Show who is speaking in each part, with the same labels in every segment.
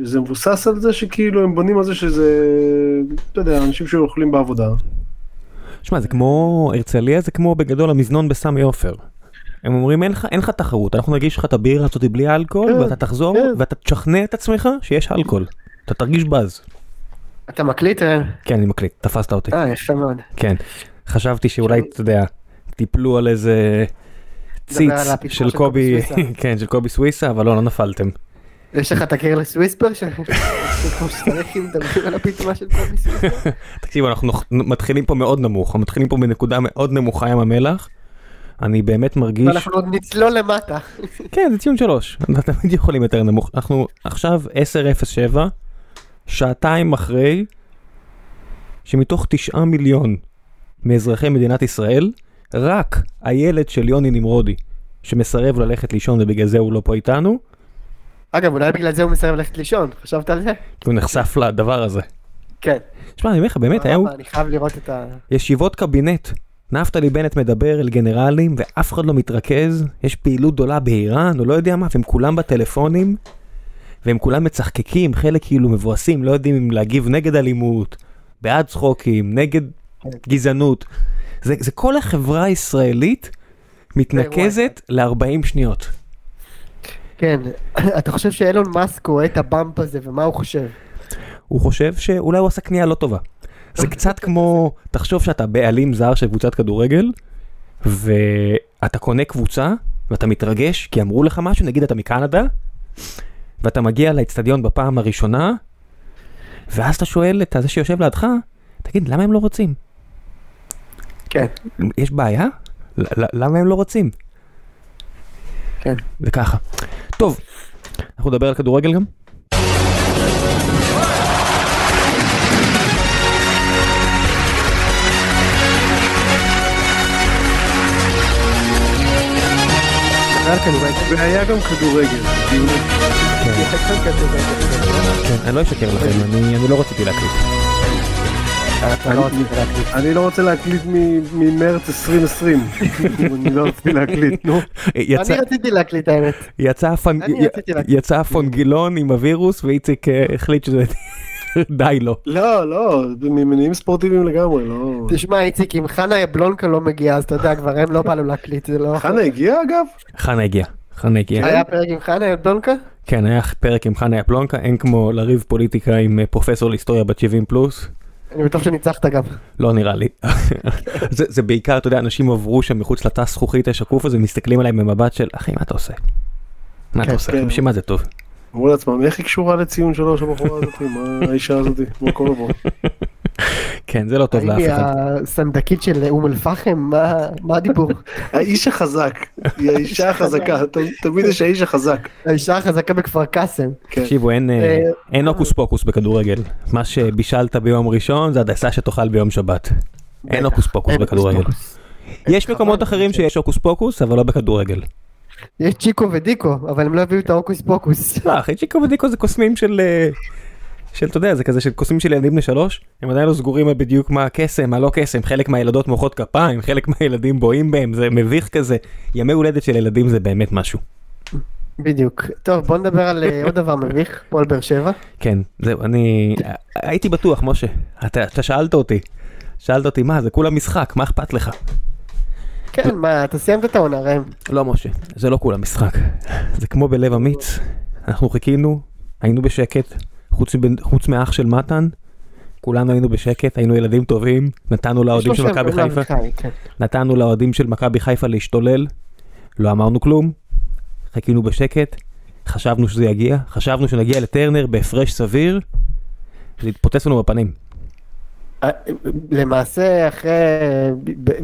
Speaker 1: שזה מבוסס על זה שכאילו הם בונים על זה שזה, אתה יודע, אנשים שאוכלים בעבודה.
Speaker 2: שמע, זה כמו, הרצליה זה כמו בגדול המזנון בסמי עופר. הם אומרים אין לך, אין לך תחרות, אנחנו נגיש לך את הבירה הזאת בלי אלכוהול,
Speaker 1: כן,
Speaker 2: ואתה תחזור,
Speaker 1: כן.
Speaker 2: ואתה תשכנע את עצמך שיש אלכוהול. אתה תרגיש בז.
Speaker 3: אתה מקליט? אה?
Speaker 2: כן, אני מקליט, תפסת אותי.
Speaker 3: אה, יפה מאוד.
Speaker 2: כן. חשבתי שאולי, אתה יודע, טיפלו על איזה ציץ
Speaker 3: על הפיצוח
Speaker 2: של
Speaker 3: של קובי
Speaker 2: קובי,
Speaker 3: סוויסה.
Speaker 2: כן, של קובי סוויסה, אבל לא, לא נפלתם.
Speaker 3: יש לך את הקרלס וויספר ש- כמו שצריך אם מדברים על הפיטמה של קובי סיסטר?
Speaker 2: תקשיבו, אנחנו נח- מתחילים פה מאוד נמוך, אנחנו מתחילים פה בנקודה מאוד נמוכה עם המלח. אני באמת מרגיש,
Speaker 3: ואנחנו עוד נצלול למטה.
Speaker 2: כן זה ציון שלוש, אנחנו תמיד יכולים יותר נמוך, אנחנו עכשיו 10:07, שעתיים אחרי, שמתוך תשעה מיליון מאזרחי מדינת ישראל, רק הילד של יוני נמרודי, שמסרב ללכת לישון ובגלל זה הוא לא פה איתנו,
Speaker 3: אגב, אולי בגלל זה הוא מסרב ללכת לישון, חשבת על זה?
Speaker 2: כי הוא נחשף לדבר הזה.
Speaker 3: כן.
Speaker 2: תשמע, אני אומר לך, באמת, היה הוא...
Speaker 3: אני חייב לראות את ה...
Speaker 2: ישיבות קבינט. נפתלי בנט מדבר אל גנרלים ואף אחד לא מתרכז, יש פעילות גדולה באיראן, הוא לא יודע מה, והם כולם בטלפונים, והם כולם מצחקקים, חלק כאילו מבואסים, לא יודעים אם להגיב נגד אלימות, בעד צחוקים, נגד גזענות. זה, זה כל החברה הישראלית מתנקזת ל-40 שניות.
Speaker 3: כן. אתה חושב שאילון מאסק רואה את הבאמפ הזה ומה הוא חושב?
Speaker 2: הוא חושב שאולי הוא עשה קנייה לא טובה. זה קצת כמו, תחשוב שאתה בעלים זר של קבוצת כדורגל, ואתה קונה קבוצה, ואתה מתרגש, כי אמרו לך משהו, נגיד אתה מקנדה, ואתה מגיע לאצטדיון בפעם הראשונה, ואז אתה שואל את זה שיושב לידך, תגיד, למה הם לא רוצים?
Speaker 3: כן.
Speaker 2: יש בעיה? ל- ל- למה הם לא רוצים?
Speaker 3: כן.
Speaker 2: זה ככה. טוב, אנחנו נדבר על כדורגל גם?
Speaker 3: מדבר על כדורגל.
Speaker 1: והיה גם כדורגל, דיון
Speaker 2: כן. כן, אני לא אשקר לכם, אני, אני לא רציתי להקליט.
Speaker 3: אתה לא רוצה להקליט.
Speaker 1: אני לא רוצה להקליט מ- ממרץ 2020. אני לא רציתי להקליט, נו.
Speaker 2: יצא,
Speaker 3: אני רציתי להקליט האמת.
Speaker 2: יצא, הפן,
Speaker 3: אני
Speaker 2: י-
Speaker 3: רציתי להקליט. Mm.
Speaker 2: יצא הפון גילון עם הווירוס ואיציק אה, החליט שזה די לא.
Speaker 1: לא, לא, זה ממניעים ספורטיביים לגמרי, לא.
Speaker 3: תשמע איציק, אם חנה יבלונקה לא מגיעה אז אתה יודע כבר הם לא באנו להקליט זה לא...
Speaker 2: כן?
Speaker 1: חנה הגיעה אגב?
Speaker 2: חנה הגיע, חנה הגיע.
Speaker 3: היה פרק עם חנה יבלונקה?
Speaker 2: כן, היה פרק עם חנה יפלונקה, אין כמו לריב פוליטיקה עם אה, פרופסור להיסטוריה בת 70 פלוס.
Speaker 3: אני בטוח שניצחת גם.
Speaker 2: לא נראה לי. זה, זה בעיקר, אתה יודע, אנשים עברו שם מחוץ לתא זכוכית השקוף הזה, מסתכלים עליהם במבט של, אחי, מה אתה עושה? מה אתה
Speaker 3: כן,
Speaker 2: עושה?
Speaker 1: כן.
Speaker 2: בשביל מה זה טוב?
Speaker 1: אמרו לעצמם, איך היא קשורה לציון שלוש הבחורה הזאת? מה האישה הזאת? מה כל הבחורה?
Speaker 2: כן, זה לא טוב לאף
Speaker 3: האם היא
Speaker 2: אחד.
Speaker 3: הסנדקית של אום אל פחם? מה- מה הדיבור?
Speaker 1: האיש החזק, היא האישה החזקה, ת- תמיד יש האיש החזק.
Speaker 3: האישה החזקה בכפר קאסם.
Speaker 1: כן.
Speaker 2: תקשיבו, אין, אה,
Speaker 3: אה,
Speaker 2: אין הוקוס פוקוס בכדורגל. מה שבישלת ביום ראשון זה הדסה שתאכל ביום שבת. אין
Speaker 3: בטח,
Speaker 2: הוקוס פוקוס
Speaker 3: אין הוקוס
Speaker 2: בכדורגל.
Speaker 3: אה, פוקוס.
Speaker 2: יש
Speaker 3: חבל,
Speaker 2: מקומות אחרים
Speaker 3: זה-
Speaker 2: שיש הוקוס פוקוס, אבל לא בכדורגל.
Speaker 3: יש צ'יקו ודיקו, אבל הם לא הביאו את ההוקוס פוקוס.
Speaker 2: לא, אחי, צ'יקו ודיקו זה קוסמים של... אה, של, אתה יודע, זה כזה של קוסמים של ילדים בני שלוש, הם עדיין לא סגורים על בדיוק מה הקסם, מה לא קסם, חלק מהילדות מוחאות כפיים, חלק מהילדים בואים בהם, זה מביך כזה. ימי הולדת של ילדים זה באמת משהו.
Speaker 3: בדיוק. טוב, בוא נדבר על אה, עוד דבר מביך, פועל באר שבע.
Speaker 2: כן, זהו, אני אה, הייתי בטוח, משה, אתה, אתה שאלת אותי, שאלת אותי, מה, זה כולה משחק, מה אכפת לך?
Speaker 3: כן, מה, אתה סיימת את העונה, ראם.
Speaker 2: לא משה, זה לא כולה משחק. זה כמו בלב אמיץ, אנחנו חיכינו, היינו בשקט, חוץ, מבן- חוץ מאח של מתן, כולנו היינו בשקט, היינו ילדים טובים, נתנו לאוהדים אה, של
Speaker 3: שלושה
Speaker 2: מכבי
Speaker 3: גולים
Speaker 2: חיפה,
Speaker 3: לאביחי, כן.
Speaker 2: נתנו לאוהדים של מכבי חיפה להשתולל, לא אמרנו כלום, חיכינו בשקט, חשבנו שזה יגיע, חשבנו שנגיע לטרנר בהפרש סביר, זה התפוצץ לנו בפנים.
Speaker 3: אה, למעשה, אחרי... ב- ב-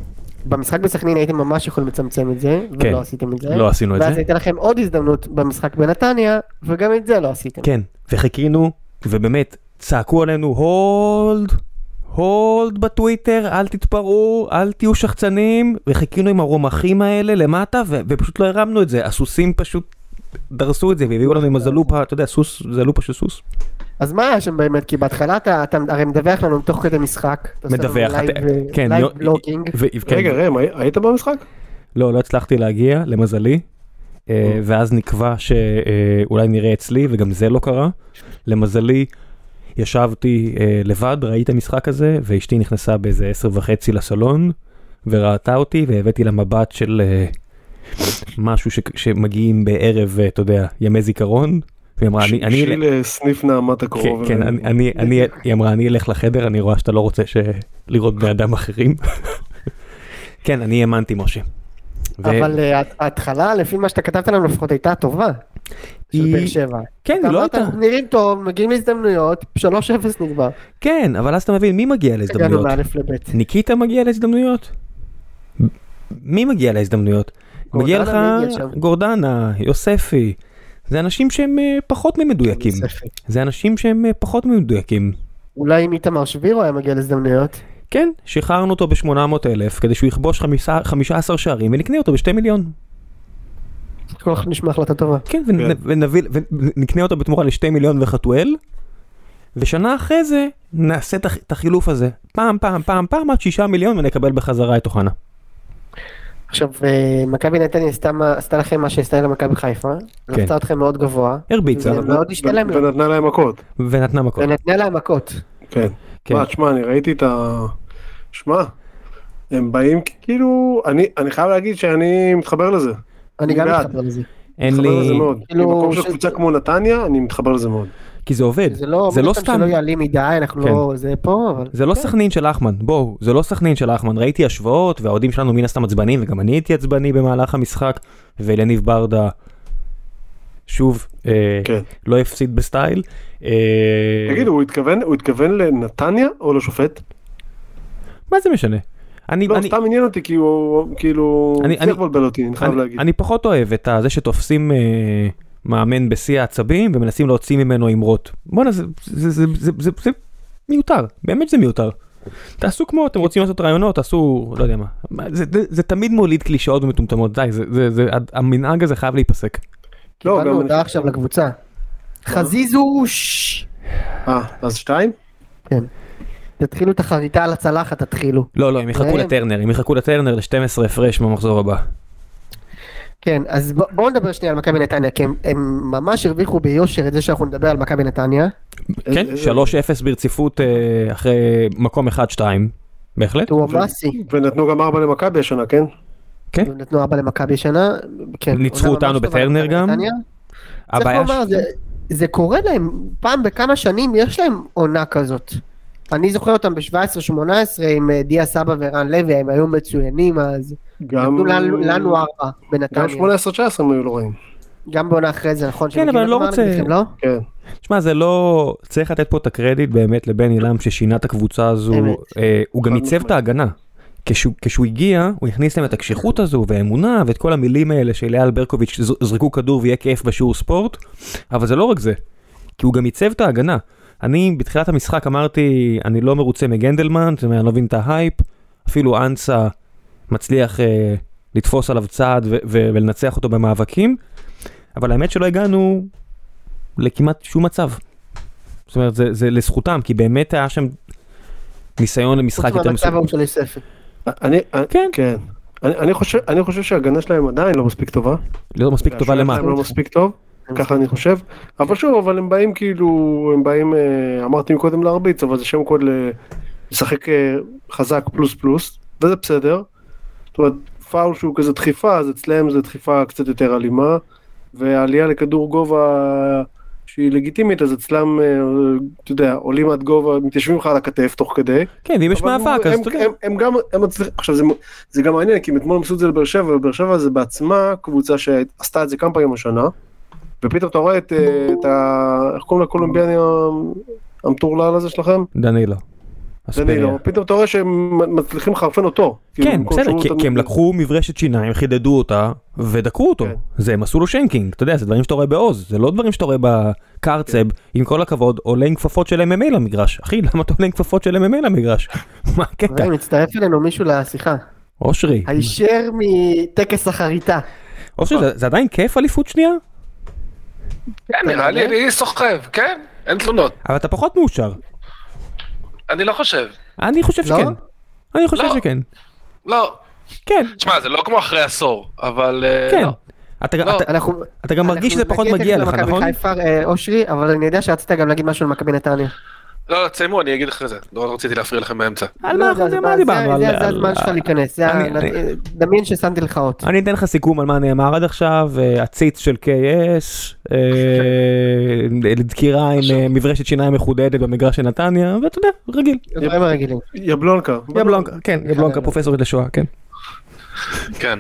Speaker 3: במשחק בסכנין הייתם ממש יכולים לצמצם את זה,
Speaker 2: כן.
Speaker 3: ולא עשיתם את זה.
Speaker 2: לא עשינו את
Speaker 3: אה? ואז
Speaker 2: זה.
Speaker 3: הייתה לכם עוד הזדמנות במשחק בנתניה, וגם את זה לא עשיתם.
Speaker 2: כן, וחיכינו, ובאמת, צעקו עלינו הולד, הולד בטוויטר, אל תתפרעו, אל תהיו שחצנים, וחיכינו עם הרומחים האלה למטה, ו- ופשוט לא הרמנו את זה, הסוסים פשוט דרסו את זה, והביאו לנו עם הזלופה, אתה יודע, סוס, זלופה של סוס.
Speaker 3: אז מה היה שם באמת? כי בהתחלה אתה, אתה הרי מדווח לנו תוך כדי משחק. אתה עושה לנו
Speaker 2: מדווח,
Speaker 3: לייב,
Speaker 2: אתה-
Speaker 3: אה,
Speaker 2: כן,
Speaker 3: לייב
Speaker 2: יו-
Speaker 3: בלוגינג.
Speaker 2: ו- כן,
Speaker 1: רגע, ראם, הי- היית במשחק?
Speaker 2: לא, לא הצלחתי להגיע, למזלי. אה, ואז נקבע שאולי נראה אצלי, וגם זה לא קרה. למזלי, ישבתי אה, לבד, ראיתי את המשחק הזה, ואשתי נכנסה באיזה עשר וחצי לסלון, וראתה אותי, והבאתי לה מבט של אה, משהו ש- שמגיעים בערב, אה, אתה יודע, ימי זיכרון, והיא אמרה, אני... אני-
Speaker 1: שלי לסניף אה, נעמת הקרוב.
Speaker 2: כן, כן, אני, אני, אני, היא אמרה, אני אלך לחדר, אני רואה שאתה לא רוצה ש... לראות בני אדם אחרים. כן, אני האמנתי, משה. ו-
Speaker 3: אבל אה, הת- ההתחלה, לפי מה שאתה כתבת לנו לפחות, הייתה טובה. של
Speaker 2: היא-
Speaker 3: באר שבע.
Speaker 2: כן,
Speaker 3: אתה
Speaker 2: היא לא
Speaker 3: אמרת,
Speaker 2: הייתה.
Speaker 3: "אנחנו נראים טוב, מגיעים להזדמנויות, 3-0 נגמר.
Speaker 2: כן, אבל אז אתה מבין, מי מגיע
Speaker 3: הגענו
Speaker 2: להזדמנויות?
Speaker 3: מא' לב'.
Speaker 2: ניקיטה מגיע להזדמנויות? מי מגיע להזדמנויות? מגיע לך
Speaker 3: גורדנה מגיע שם.
Speaker 2: גורדנה, יוספי. זה אנשים שהם אה, פחות ממדויקים.
Speaker 3: ספק.
Speaker 2: זה אנשים שהם אה, פחות ממדויקים.
Speaker 3: אולי אם איתמר שבירו היה מגיע להזדמנויות.
Speaker 2: כן, שחררנו אותו ב-800 אלף כדי שהוא יכבוש חמישה- 15 שערים ונקנה אותו ב-2 מיליון.
Speaker 3: כל כך נשמע החלטה טובה.
Speaker 2: כן, ונ-
Speaker 1: כן.
Speaker 2: ונביא, ונקנה אותו בתמורה לשתי מיליון וחתואל, ושנה אחרי זה נעשה את הח- את החילוף הזה. פעם, פעם, פעם, פעם, עד שישה מיליון ונקבל בחזרה את אוחנה.
Speaker 3: עכשיו, אה, מכבי נתניה עשתה מה- עשתה לכם מה שעשתה למכבי חיפה.
Speaker 2: כן.
Speaker 3: לחצה אתכם מאוד גבוה.
Speaker 2: הרביצה,
Speaker 3: זה כן, מאוד השתלם לו.
Speaker 1: ונתנה להם מכות.
Speaker 2: ונתנה מכות.
Speaker 3: ונתנה להם מכות.
Speaker 1: כן.
Speaker 2: כן.
Speaker 1: מה, תשמע, אני ראיתי את ה... שמע, הם באים כאילו, אני, אני חייב להגיד שאני מתחבר לזה.
Speaker 3: אני גם
Speaker 1: בעד.
Speaker 3: מתחבר לזה.
Speaker 2: אין לי...
Speaker 1: מתחבר לזה מאוד.
Speaker 3: כאילו,
Speaker 1: במקום של
Speaker 3: ש-
Speaker 1: קבוצה כמו נתניה, אני מתחבר לזה מאוד.
Speaker 2: כי זה עובד.
Speaker 3: זה לא,
Speaker 2: זה לא
Speaker 3: מן הסתם
Speaker 2: סתם.
Speaker 3: שלא יעלים מדי, אנחנו
Speaker 2: כן.
Speaker 3: לא, זה פה, אבל...
Speaker 2: זה לא סכנין של אחמן, בואו, זה לא סכנין של אחמן, ראיתי השוואות והאוהדים שלנו מן הסתם עצבניים וגם אני הייתי עצבני במהלך המשחק ולניב ברדה שוב אה,
Speaker 1: כן.
Speaker 2: לא הפסיד בסטייל. אה,
Speaker 1: תגיד, הוא התכוון, הוא התכוון לנתניה או לשופט?
Speaker 2: מה זה משנה? אני,
Speaker 1: לא,
Speaker 2: אני,
Speaker 1: סתם עניין אותי, כי הוא כאילו...
Speaker 2: אני-
Speaker 1: אני...
Speaker 2: אני-
Speaker 1: צריך לבלבל אותי, אני חייב
Speaker 2: אני,
Speaker 1: להגיד.
Speaker 2: אני פחות אוהב את ה- זה שתופסים אה, מאמן בשיא העצבים ומנסים להוציא ממנו אמרות. בואנה זה, זה, זה, זה, זה, זה מיותר, באמת זה מיותר. תעשו כמו אתם רוצים לעשות רעיונות, תעשו לא יודע מה. מה, זה, זה, זה תמיד מוליד קלישאות ומטומטמות, די, זה, זה, זה, המנהג הזה חייב להיפסק.
Speaker 1: לא,
Speaker 3: קיבלנו
Speaker 1: גם אני...
Speaker 3: הודעה עכשיו לקבוצה. חזיזו ש... כן.
Speaker 1: אה, אז שתיים?
Speaker 3: תתחילו את החריטה על הצלחת, תתחילו.
Speaker 2: לא, לא, הם יחכו
Speaker 3: הם-
Speaker 2: לטרנר, הם יחכו לטרנר ל-12 הפרש במחזור הבא.
Speaker 3: כן, אז ב- בואו נדבר שנייה על מכבי נתניה, כי הם, הם ממש הרוויחו ביושר את זה שאנחנו נדבר על מכבי נתניה.
Speaker 2: כן,
Speaker 1: איזה-
Speaker 2: 3-0 ברציפות אה, אחרי מקום 1-2, בהחלט.
Speaker 3: טוואמאסי,
Speaker 1: ונתנו גם ארבע למכבי השנה, כן?
Speaker 2: כן.
Speaker 3: הם נתנו ארבע למכבי השנה. כן,
Speaker 2: ניצחו
Speaker 3: עונה ממש
Speaker 2: אותנו
Speaker 3: טובה
Speaker 2: בטרנר
Speaker 3: למכבי
Speaker 2: גם.
Speaker 3: נתניה. צריך
Speaker 2: הבעיה
Speaker 3: לומר,
Speaker 2: ש-
Speaker 3: זה, זה קורה להם, פעם בכמה שנים יש להם עונה כזאת. אני זוכר אותם ב-17-18 עם אה, דיה סבא ורן לוי, הם היו מצוינים אז.
Speaker 1: גם...
Speaker 3: נתנו לנו- לנו ארבע
Speaker 1: גם
Speaker 3: בנתניה.
Speaker 1: 18-19 הם היו לא רעים.
Speaker 3: גם בעונה אחרי זה, נכון?
Speaker 2: כן,
Speaker 3: שהם
Speaker 2: אבל
Speaker 3: הגיעו
Speaker 2: אני לא
Speaker 3: לגמר
Speaker 2: רוצה-
Speaker 3: נגדכם, לא?
Speaker 1: כן.
Speaker 2: שמע, זה לא... צריך לתת פה את הקרדיט באמת לבני לם ששינה את הקבוצה הזו.
Speaker 3: אמת.
Speaker 2: אה, הוא גם
Speaker 1: חד
Speaker 2: עיצב את
Speaker 1: משמעית.
Speaker 2: ההגנה. כשהוא, כשהוא הגיע, הוא הכניס להם את הקשיחות הזו והאמונה ואת כל המילים האלה של אייל ברקוביץ' ז- זרקו כדור ויהיה כיף בשיעור ספורט, אבל זה לא רק זה, כי הוא גם עיצב את ההגנה. אני בתחילת המשחק אמרתי, אני לא מרוצה מגנדלמן, זאת אומרת, אני לא מבין את ההייפ, אפילו אנסה מצליח אה, לתפוס עליו צעד ו- ו- ולנצח אותו במאבקים, אבל האמת שלא הגענו לכמעט שום מצב. זאת אומרת, זה, זה לזכותם, כי באמת היה שם ניסיון למשחק
Speaker 3: חוץ
Speaker 2: יותר
Speaker 3: מהמצב
Speaker 2: מסוים.
Speaker 3: ההוא של יוספי.
Speaker 1: אני...
Speaker 2: כן.
Speaker 1: כן. אני, אני, חושב, אני חושב שההגנה שלהם עדיין לא מספיק טובה.
Speaker 2: לא מספיק טובה
Speaker 1: והשוער
Speaker 2: למה?
Speaker 1: שלהם לא מספיק טוב, ככה אני חושב. אבל שוב, אבל הם באים כאילו, הם באים, אה, אמרתי קודם להרביץ, אבל זה שם קוד ל- לשחק אה, חזק פלוס פלוס, וזה בסדר. זאת אומרת, פאול שהוא כזה דחיפה, אז אצלם זה דחיפה קצת יותר אלימה, והעלייה לכדור גובה שהיא לגיטימית, אז אצלם, אה, אתה יודע, עולים עד גובה, מתיישבים לך על הכתף תוך כדי.
Speaker 2: כן, ואם יש
Speaker 1: אבל
Speaker 2: מאבק,
Speaker 1: הם-
Speaker 2: אז אתה יודע.
Speaker 1: הם- הם גם, הם מצליחים, עכשיו זה, זה גם מעניין, כי הם אתמול הם עשו את זה לבאר שבע, ובאר שבע זה בעצמה קבוצה שעשתה את זה כמה פעמים השנה, ופתאום אתה רואה את, אה, את ה... איך קוראים לקולומביאני ה- המטורלל הזה שלכם?
Speaker 2: דנילו. אספריה.
Speaker 1: דנילו, פתאום אתה רואה שהם מצליחים לחרפן אותו. כאילו,
Speaker 2: כן,
Speaker 1: במקום
Speaker 2: בסדר,
Speaker 1: שהוא
Speaker 2: כי-
Speaker 1: אותם-
Speaker 2: כי הם לקחו מברשת שיניים, חידדו אותה, ודקרו אותו.
Speaker 1: כן.
Speaker 2: זה, הם עשו לו שיינקינג, אתה יודע, זה דברים שאתה רואה בעוז, זה לא דברים שאתה רואה בקרצב, עם כל הכבוד, עולה עם כפפות של MMA למגרש. אחי, למה אתה עולה עם כפפות של MMA למגרש? מה הקטע?
Speaker 3: חברים, הצטרף אלינו מישהו לשיחה.
Speaker 2: אושרי,
Speaker 3: אה, הישר מטקס החריטה.
Speaker 2: אושרי, זה- זה עדיין כיף אליפות שנייה?
Speaker 4: כן, נראה לי אני סוחב, כן, אין תלונות.
Speaker 2: אבל אתה פחות מאושר.
Speaker 4: אני לא חושב.
Speaker 2: אני חושב
Speaker 3: לא?
Speaker 2: שכן. אני חושב
Speaker 4: לא.
Speaker 2: שכן.
Speaker 4: לא.
Speaker 2: כן,
Speaker 4: תשמע, זה לא כמו אחרי עשור, אבל... אה,
Speaker 2: כן.
Speaker 4: לא.
Speaker 2: אתה גם-
Speaker 4: לא,
Speaker 2: אתה-
Speaker 3: אנחנו...
Speaker 2: אתה גם מרגיש שזה
Speaker 3: אנחנו
Speaker 2: פחות
Speaker 3: נגיע
Speaker 2: מגיע
Speaker 3: תכף
Speaker 2: לך,
Speaker 3: למכבי
Speaker 2: נכון?
Speaker 3: חיפה, אה, אושרי, אבל אני יודע שרצית גם להגיד משהו על מכבי נתניה.
Speaker 4: לא, לא, תסיימו, אני אגיד אחרי זה. לא רציתי להפריע לכם באמצע.
Speaker 2: על
Speaker 3: לא,
Speaker 2: מה
Speaker 3: זה-
Speaker 2: אנחנו- מה
Speaker 3: זה-
Speaker 2: דיברנו?
Speaker 3: זה
Speaker 2: על-
Speaker 3: זה הזמן
Speaker 2: על-
Speaker 3: שלך להיכנס, זה
Speaker 2: אני-
Speaker 3: ה-
Speaker 2: אני-
Speaker 3: דמיין ששמתי לך אות.
Speaker 2: אני אתן לך סיכום על מה נאמר עד עכשיו, אה, עציץ של KS, אה, דקירה עם אה, מברשת שיניים מחודדת במגרש של נתניה, ואתה יודע, רגיל.
Speaker 3: דברים הרגילים.
Speaker 1: יבלונקה.
Speaker 2: יבלונקה, כן, יבלונקה, פרופסורית לשואה, כן.
Speaker 4: כן.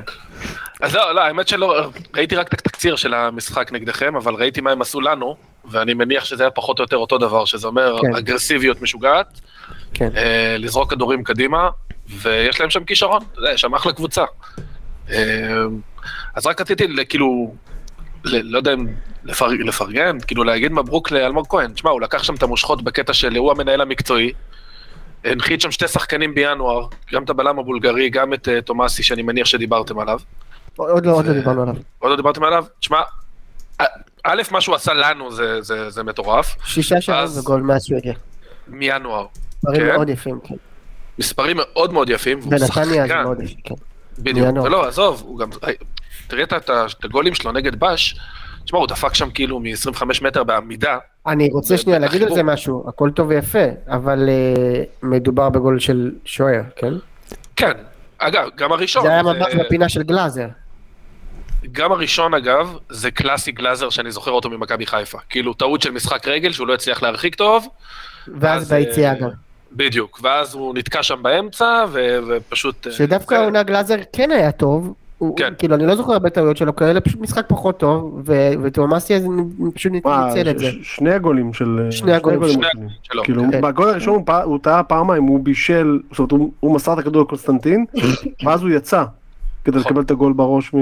Speaker 4: אז לא, לא, האמת שלא, ראיתי רק את התקציר של המשחק נגדכם, אבל ראיתי מה הם עשו לנו, ואני מניח שזה היה פחות או יותר אותו דבר, שזה אומר
Speaker 3: כן.
Speaker 4: אגרסיביות משוגעת,
Speaker 3: כן.
Speaker 4: אה, לזרוק כדורים קדימה, ויש להם שם כישרון, אתה יודע, יש שם אחלה קבוצה. אה, אז רק רציתי, ל- כאילו, ל- לא יודע אם לפר, לפרגן, כאילו להגיד מברוק לאלמוג כהן, תשמע, הוא לקח שם את המושכות בקטע של הוא המנהל המקצועי, הנחית שם שתי שחקנים בינואר, גם את הבלם הבולגרי, גם את אה, תומאסי, שאני מניח שדיברתם עליו.
Speaker 3: עוד לא עוד לא דיברנו עליו.
Speaker 4: עוד לא דיברתם עליו, תשמע, א- א', מה שהוא עשה לנו זה, זה, זה מטורף,
Speaker 3: שישה שערים
Speaker 4: אז-
Speaker 3: וגול מאז שהוא הגיע.
Speaker 4: מינואר.
Speaker 3: דברים
Speaker 4: כן.
Speaker 3: מאוד יפים, כן.
Speaker 4: מספרים מאוד מאוד יפים, והוא
Speaker 3: ונתניה זה
Speaker 4: שחקן.
Speaker 3: מאוד יפה, כן.
Speaker 4: בדיוק,
Speaker 3: מינואר.
Speaker 4: ולא, עזוב, הוא גם, תראה את, ה- את הגולים שלו נגד בש, תשמע, הוא דפק שם כאילו מ-25 מטר בעמידה,
Speaker 3: אני רוצה
Speaker 4: זה-
Speaker 3: שנייה
Speaker 4: זה
Speaker 3: להגיד על זה
Speaker 4: החיבור.
Speaker 3: משהו, הכל טוב ויפה, אבל אה, מדובר בגול של שוער, כן?
Speaker 4: כן. אגב, גם הראשון,
Speaker 3: זה היה
Speaker 4: זה-
Speaker 3: ממש בפינה של גלאזר.
Speaker 4: גם הראשון אגב, זה קלאסי גלאזר שאני זוכר אותו ממכבי חיפה. כאילו, טעות של משחק רגל שהוא לא הצליח להרחיק טוב,
Speaker 3: ואז
Speaker 4: אז, אה,
Speaker 3: ביציאה גם.
Speaker 4: בדיוק, ואז הוא נתקע שם באמצע, ו- ופשוט... אה,
Speaker 3: שדווקא
Speaker 4: זה-
Speaker 3: העונה גלאזר כן היה טוב, הוא-
Speaker 4: כן.
Speaker 3: כאילו אני לא זוכר הרבה טעויות שלו כאלה, פשוט משחק פחות טוב, ו- ותומאסי אז נ- פשוט
Speaker 1: וואי,
Speaker 3: ניצל את
Speaker 1: ש-
Speaker 3: זה.
Speaker 1: שני הגולים של...
Speaker 3: שני הגולים.
Speaker 4: שני
Speaker 1: הראשונים.
Speaker 4: שלו.
Speaker 1: כאילו,
Speaker 3: כן.
Speaker 1: בגול הראשון הוא פע- הוא טעה פעמיים, הוא בישל, זאת אומרת, הוא- הוא מסר את הכדור לקונסטנטין, ואז הוא יצא כדי
Speaker 4: נכון.
Speaker 1: לקבל את הגול בראש מ...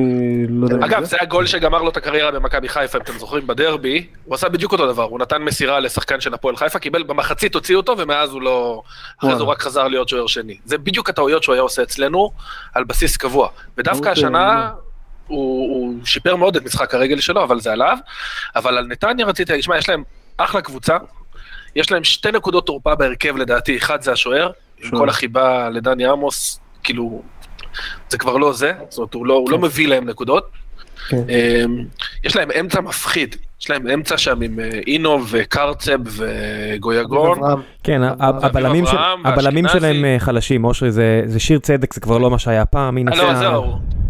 Speaker 1: לא יודע
Speaker 4: אגב,
Speaker 1: מי זה.
Speaker 4: זה הגול שגמר לו את הקריירה במכבי חיפה, אם אתם זוכרים, בדרבי, הוא עשה בדיוק אותו דבר, הוא נתן מסירה לשחקן של הפועל חיפה, קיבל במחצית, הוציאו אותו, ומאז הוא לא... אחרי זה
Speaker 1: וואלה.
Speaker 4: הוא רק חזר להיות שוער שני. זה בדיוק הטעויות שהוא היה עושה אצלנו, על בסיס קבוע. ודווקא
Speaker 1: טעות,
Speaker 4: השנה...
Speaker 1: אה,
Speaker 4: הוא, הוא שיפר מאוד את משחק הרגל שלו, אבל זה עליו. אבל על נתניה רציתי להגיד, שמע, יש להם אחלה קבוצה, יש להם שתי נקודות תורפה בהרכב לדעתי, אחד זה השוער, עם
Speaker 1: שוער.
Speaker 4: כל החיבה לדני עמוס, כאילו, זה כבר לא זה, זאת אומרת, הוא לא, הוא לא מביא להם נקודות.
Speaker 3: כן.
Speaker 4: אמ, יש להם אמצע מפחיד, יש להם אמצע שם עם אה, אינו וקרצב וגויגון.
Speaker 3: אברהם,
Speaker 2: כן, ה- ה- הבלמים של-
Speaker 4: אברהם
Speaker 2: הבלמים
Speaker 4: ואשכנזי.
Speaker 2: שלהם אה, חלשים, אושרי, זה זה שיר צדק, זה כבר לא מה שהיה פעם, הנה
Speaker 4: אה, לא, זהו,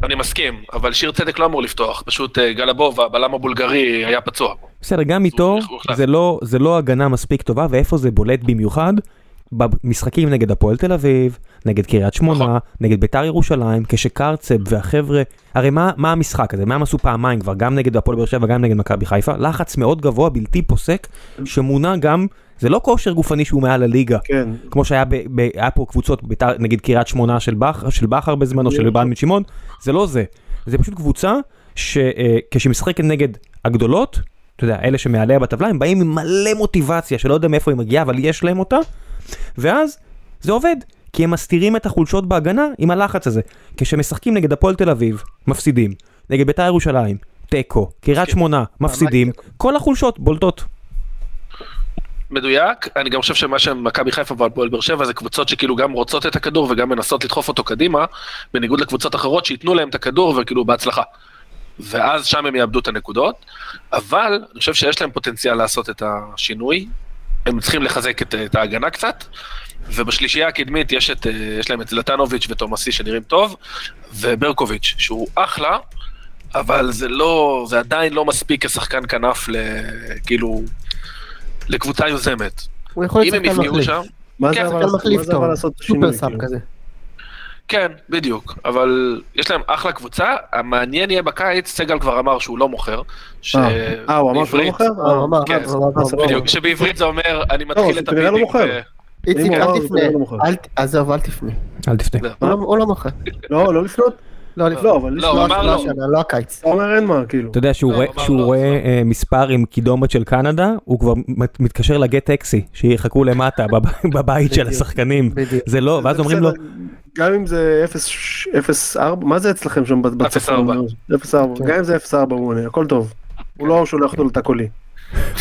Speaker 4: אני מסכים, אבל שיר צדק לא אמור לפתוח, פשוט אה, גלבוב, הבלם הבולגרי, היה פצוע.
Speaker 2: בסדר, גם איתו
Speaker 4: הוא הוחלף.
Speaker 2: זה לא, זה לא הגנה מספיק טובה, ואיפה זה בולט במיוחד? במשחקים נגד הפועל תל אביב, נגד קריית שמונה,
Speaker 4: נכון.
Speaker 2: נגד ביתר ירושלים, כשקרצב והחבר'ה, הרי מה, מה המשחק הזה? מה הם עשו פעמיים כבר, גם נגד הפועל באר שבע, גם נגד מכבי חיפה? לחץ מאוד גבוה, בלתי פוסק, שמונע גם, זה לא כושר גופני שהוא מעל הליגה,
Speaker 1: כן,
Speaker 2: כמו שהיה ב, ב, היה פה קבוצות, ביתר, נגיד קריית שמונה של בכר, של בכר בזמנו, של ברנד שמעון, זה לא זה. זה פשוט קבוצה שכשמשחקת נגד הגדולות, אתה יודע, אלה שמעליה בטבלה, הם באים עם מלא מוטיבציה, שלא יודע מאיפה היא מגיעה, אבל יש להם אותה, ואז זה עובד, כי הם מסתירים את החולשות בהגנה עם הלחץ הזה. כשמשחקים נגד הפועל תל אביב, מפסידים. נגד ביתר ירושלים, תיקו, קריית שמונה, מפסידים, כל החולשות בולטות.
Speaker 4: מדויק, אני גם חושב שמה שמכבי חיפה והפועל באר שבע זה קבוצות שכאילו גם רוצות את הכדור וגם מנסות לדחוף אותו קדימה, בניגוד לקבוצות אחרות שייתנו להם את הכדור וכאילו בהצלחה. ואז שם הם יאבדו את הנקודות, אבל אני חושב שיש להם פוטנציאל לעשות את השינוי, הם צריכים לחזק את, את ההגנה קצת, ובשלישייה הקדמית יש, את, אה, יש להם את זלטנוביץ' ותומאסי שנראים טוב, וברקוביץ' שהוא אחלה, אבל זה לא, זה עדיין לא מספיק כשחקן כנף ל... כאילו... לקבוצה יוזמת.
Speaker 3: הוא יכול
Speaker 4: אם הם
Speaker 3: להיות שחקן
Speaker 4: יפגעו
Speaker 3: מחליף,
Speaker 4: שם,
Speaker 1: מה זה
Speaker 4: כן,
Speaker 1: אבל
Speaker 4: שחקן
Speaker 1: לעשות-
Speaker 3: שחקן
Speaker 1: מה
Speaker 3: מחליף
Speaker 1: זה אבל
Speaker 3: טוב,
Speaker 1: לעשות
Speaker 3: סופר
Speaker 1: שינוי?
Speaker 3: סאב
Speaker 1: כאילו?
Speaker 3: כזה.
Speaker 4: כן, בדיוק, אבל יש להם אחלה קבוצה, המעניין יהיה בקיץ, סגל כבר אמר שהוא לא מוכר. ש-
Speaker 1: אה, אה, הוא אמר שהוא לא
Speaker 4: בעברית-
Speaker 1: מוכר?
Speaker 3: אה, הוא אמר,
Speaker 4: כן,
Speaker 3: אה, הוא אמר,
Speaker 1: אה, סבבה.
Speaker 3: אה,
Speaker 4: בדיוק, שבעברית זה אומר, אני
Speaker 1: לא,
Speaker 4: מתחיל
Speaker 1: זה
Speaker 4: את אה,
Speaker 1: כנראה לא
Speaker 4: הבידינג.
Speaker 1: מוכר.
Speaker 4: ב-
Speaker 3: איציק,
Speaker 1: אם הוא אמר,
Speaker 3: אל
Speaker 1: הוא לא מוכר.
Speaker 3: תפנה, אל ת- עזוב, אל תפנה.
Speaker 2: אל תפנה.
Speaker 4: לא.
Speaker 3: הוא לא- הוא לא מוכר.
Speaker 1: לא, לא לפנות?
Speaker 3: לא לפני.
Speaker 1: לא, אבל
Speaker 4: לא,
Speaker 1: לפנות.
Speaker 4: הוא
Speaker 3: לא
Speaker 4: אמר
Speaker 3: השנה,
Speaker 4: לו.
Speaker 3: השנה, לא הקיץ.
Speaker 1: אתה אומר אין מה, כאילו.
Speaker 2: אתה יודע שהוא
Speaker 4: לא,
Speaker 2: רואה-
Speaker 4: אמר
Speaker 2: כשהוא
Speaker 4: לא,
Speaker 2: רואה אה, מספר עם קידומת של קנדה, הוא כבר מת- מתקשר לגט טקסי, שיחכו למטה בב- בבית של
Speaker 3: בדיוק.
Speaker 2: השחקנים.
Speaker 3: בדיוק.
Speaker 2: זה לא, ואז
Speaker 1: זה
Speaker 2: אומרים לו,
Speaker 1: בסדר, גם אם זה 0 0-4, מה זה אצלכם שם בצפון?
Speaker 4: 0-4.
Speaker 1: 0-4, גם אם זה 0-4 הוא עונה, הכל טוב. הוא לא שולח אותו לתקולי.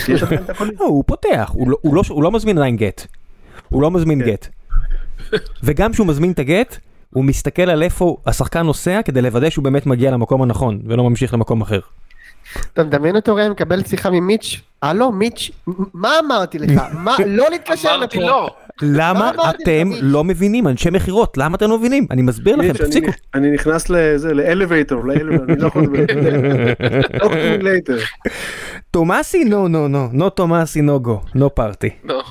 Speaker 1: יש לכם תקולי?
Speaker 2: לא, הוא פותח, הוא לא- הוא לא- הוא לא מזמין עדיין גט. הוא לא מזמין גט. וגם כשהוא מזמין את הגט, הוא מסתכל על איפה השחקן נוסע כדי לוודא שהוא באמת מגיע למקום הנכון ולא ממשיך למקום אחר.
Speaker 3: אתה מדמיין אותו ראם מקבל שיחה ממיץ'? הלו מיץ', מ- מה אמרתי לך? מה, לא להתקשר
Speaker 4: אמרתי
Speaker 3: לפה.
Speaker 4: לא.
Speaker 2: למה
Speaker 3: אמרתי לך,
Speaker 2: אתם
Speaker 3: מיץ'?
Speaker 2: לא מבינים אנשי מכירות למה אתם לא מבינים אני מסביר לכם
Speaker 1: מיץ', אני
Speaker 2: תפסיקו.
Speaker 1: נכ- אני נכנס לזה, לאלווייטור, לאלווייטור, אני לא יכול לא לדבר.
Speaker 2: תומאסי נו נו נו נו תומאסי נו גו נו פארטי.
Speaker 4: לא.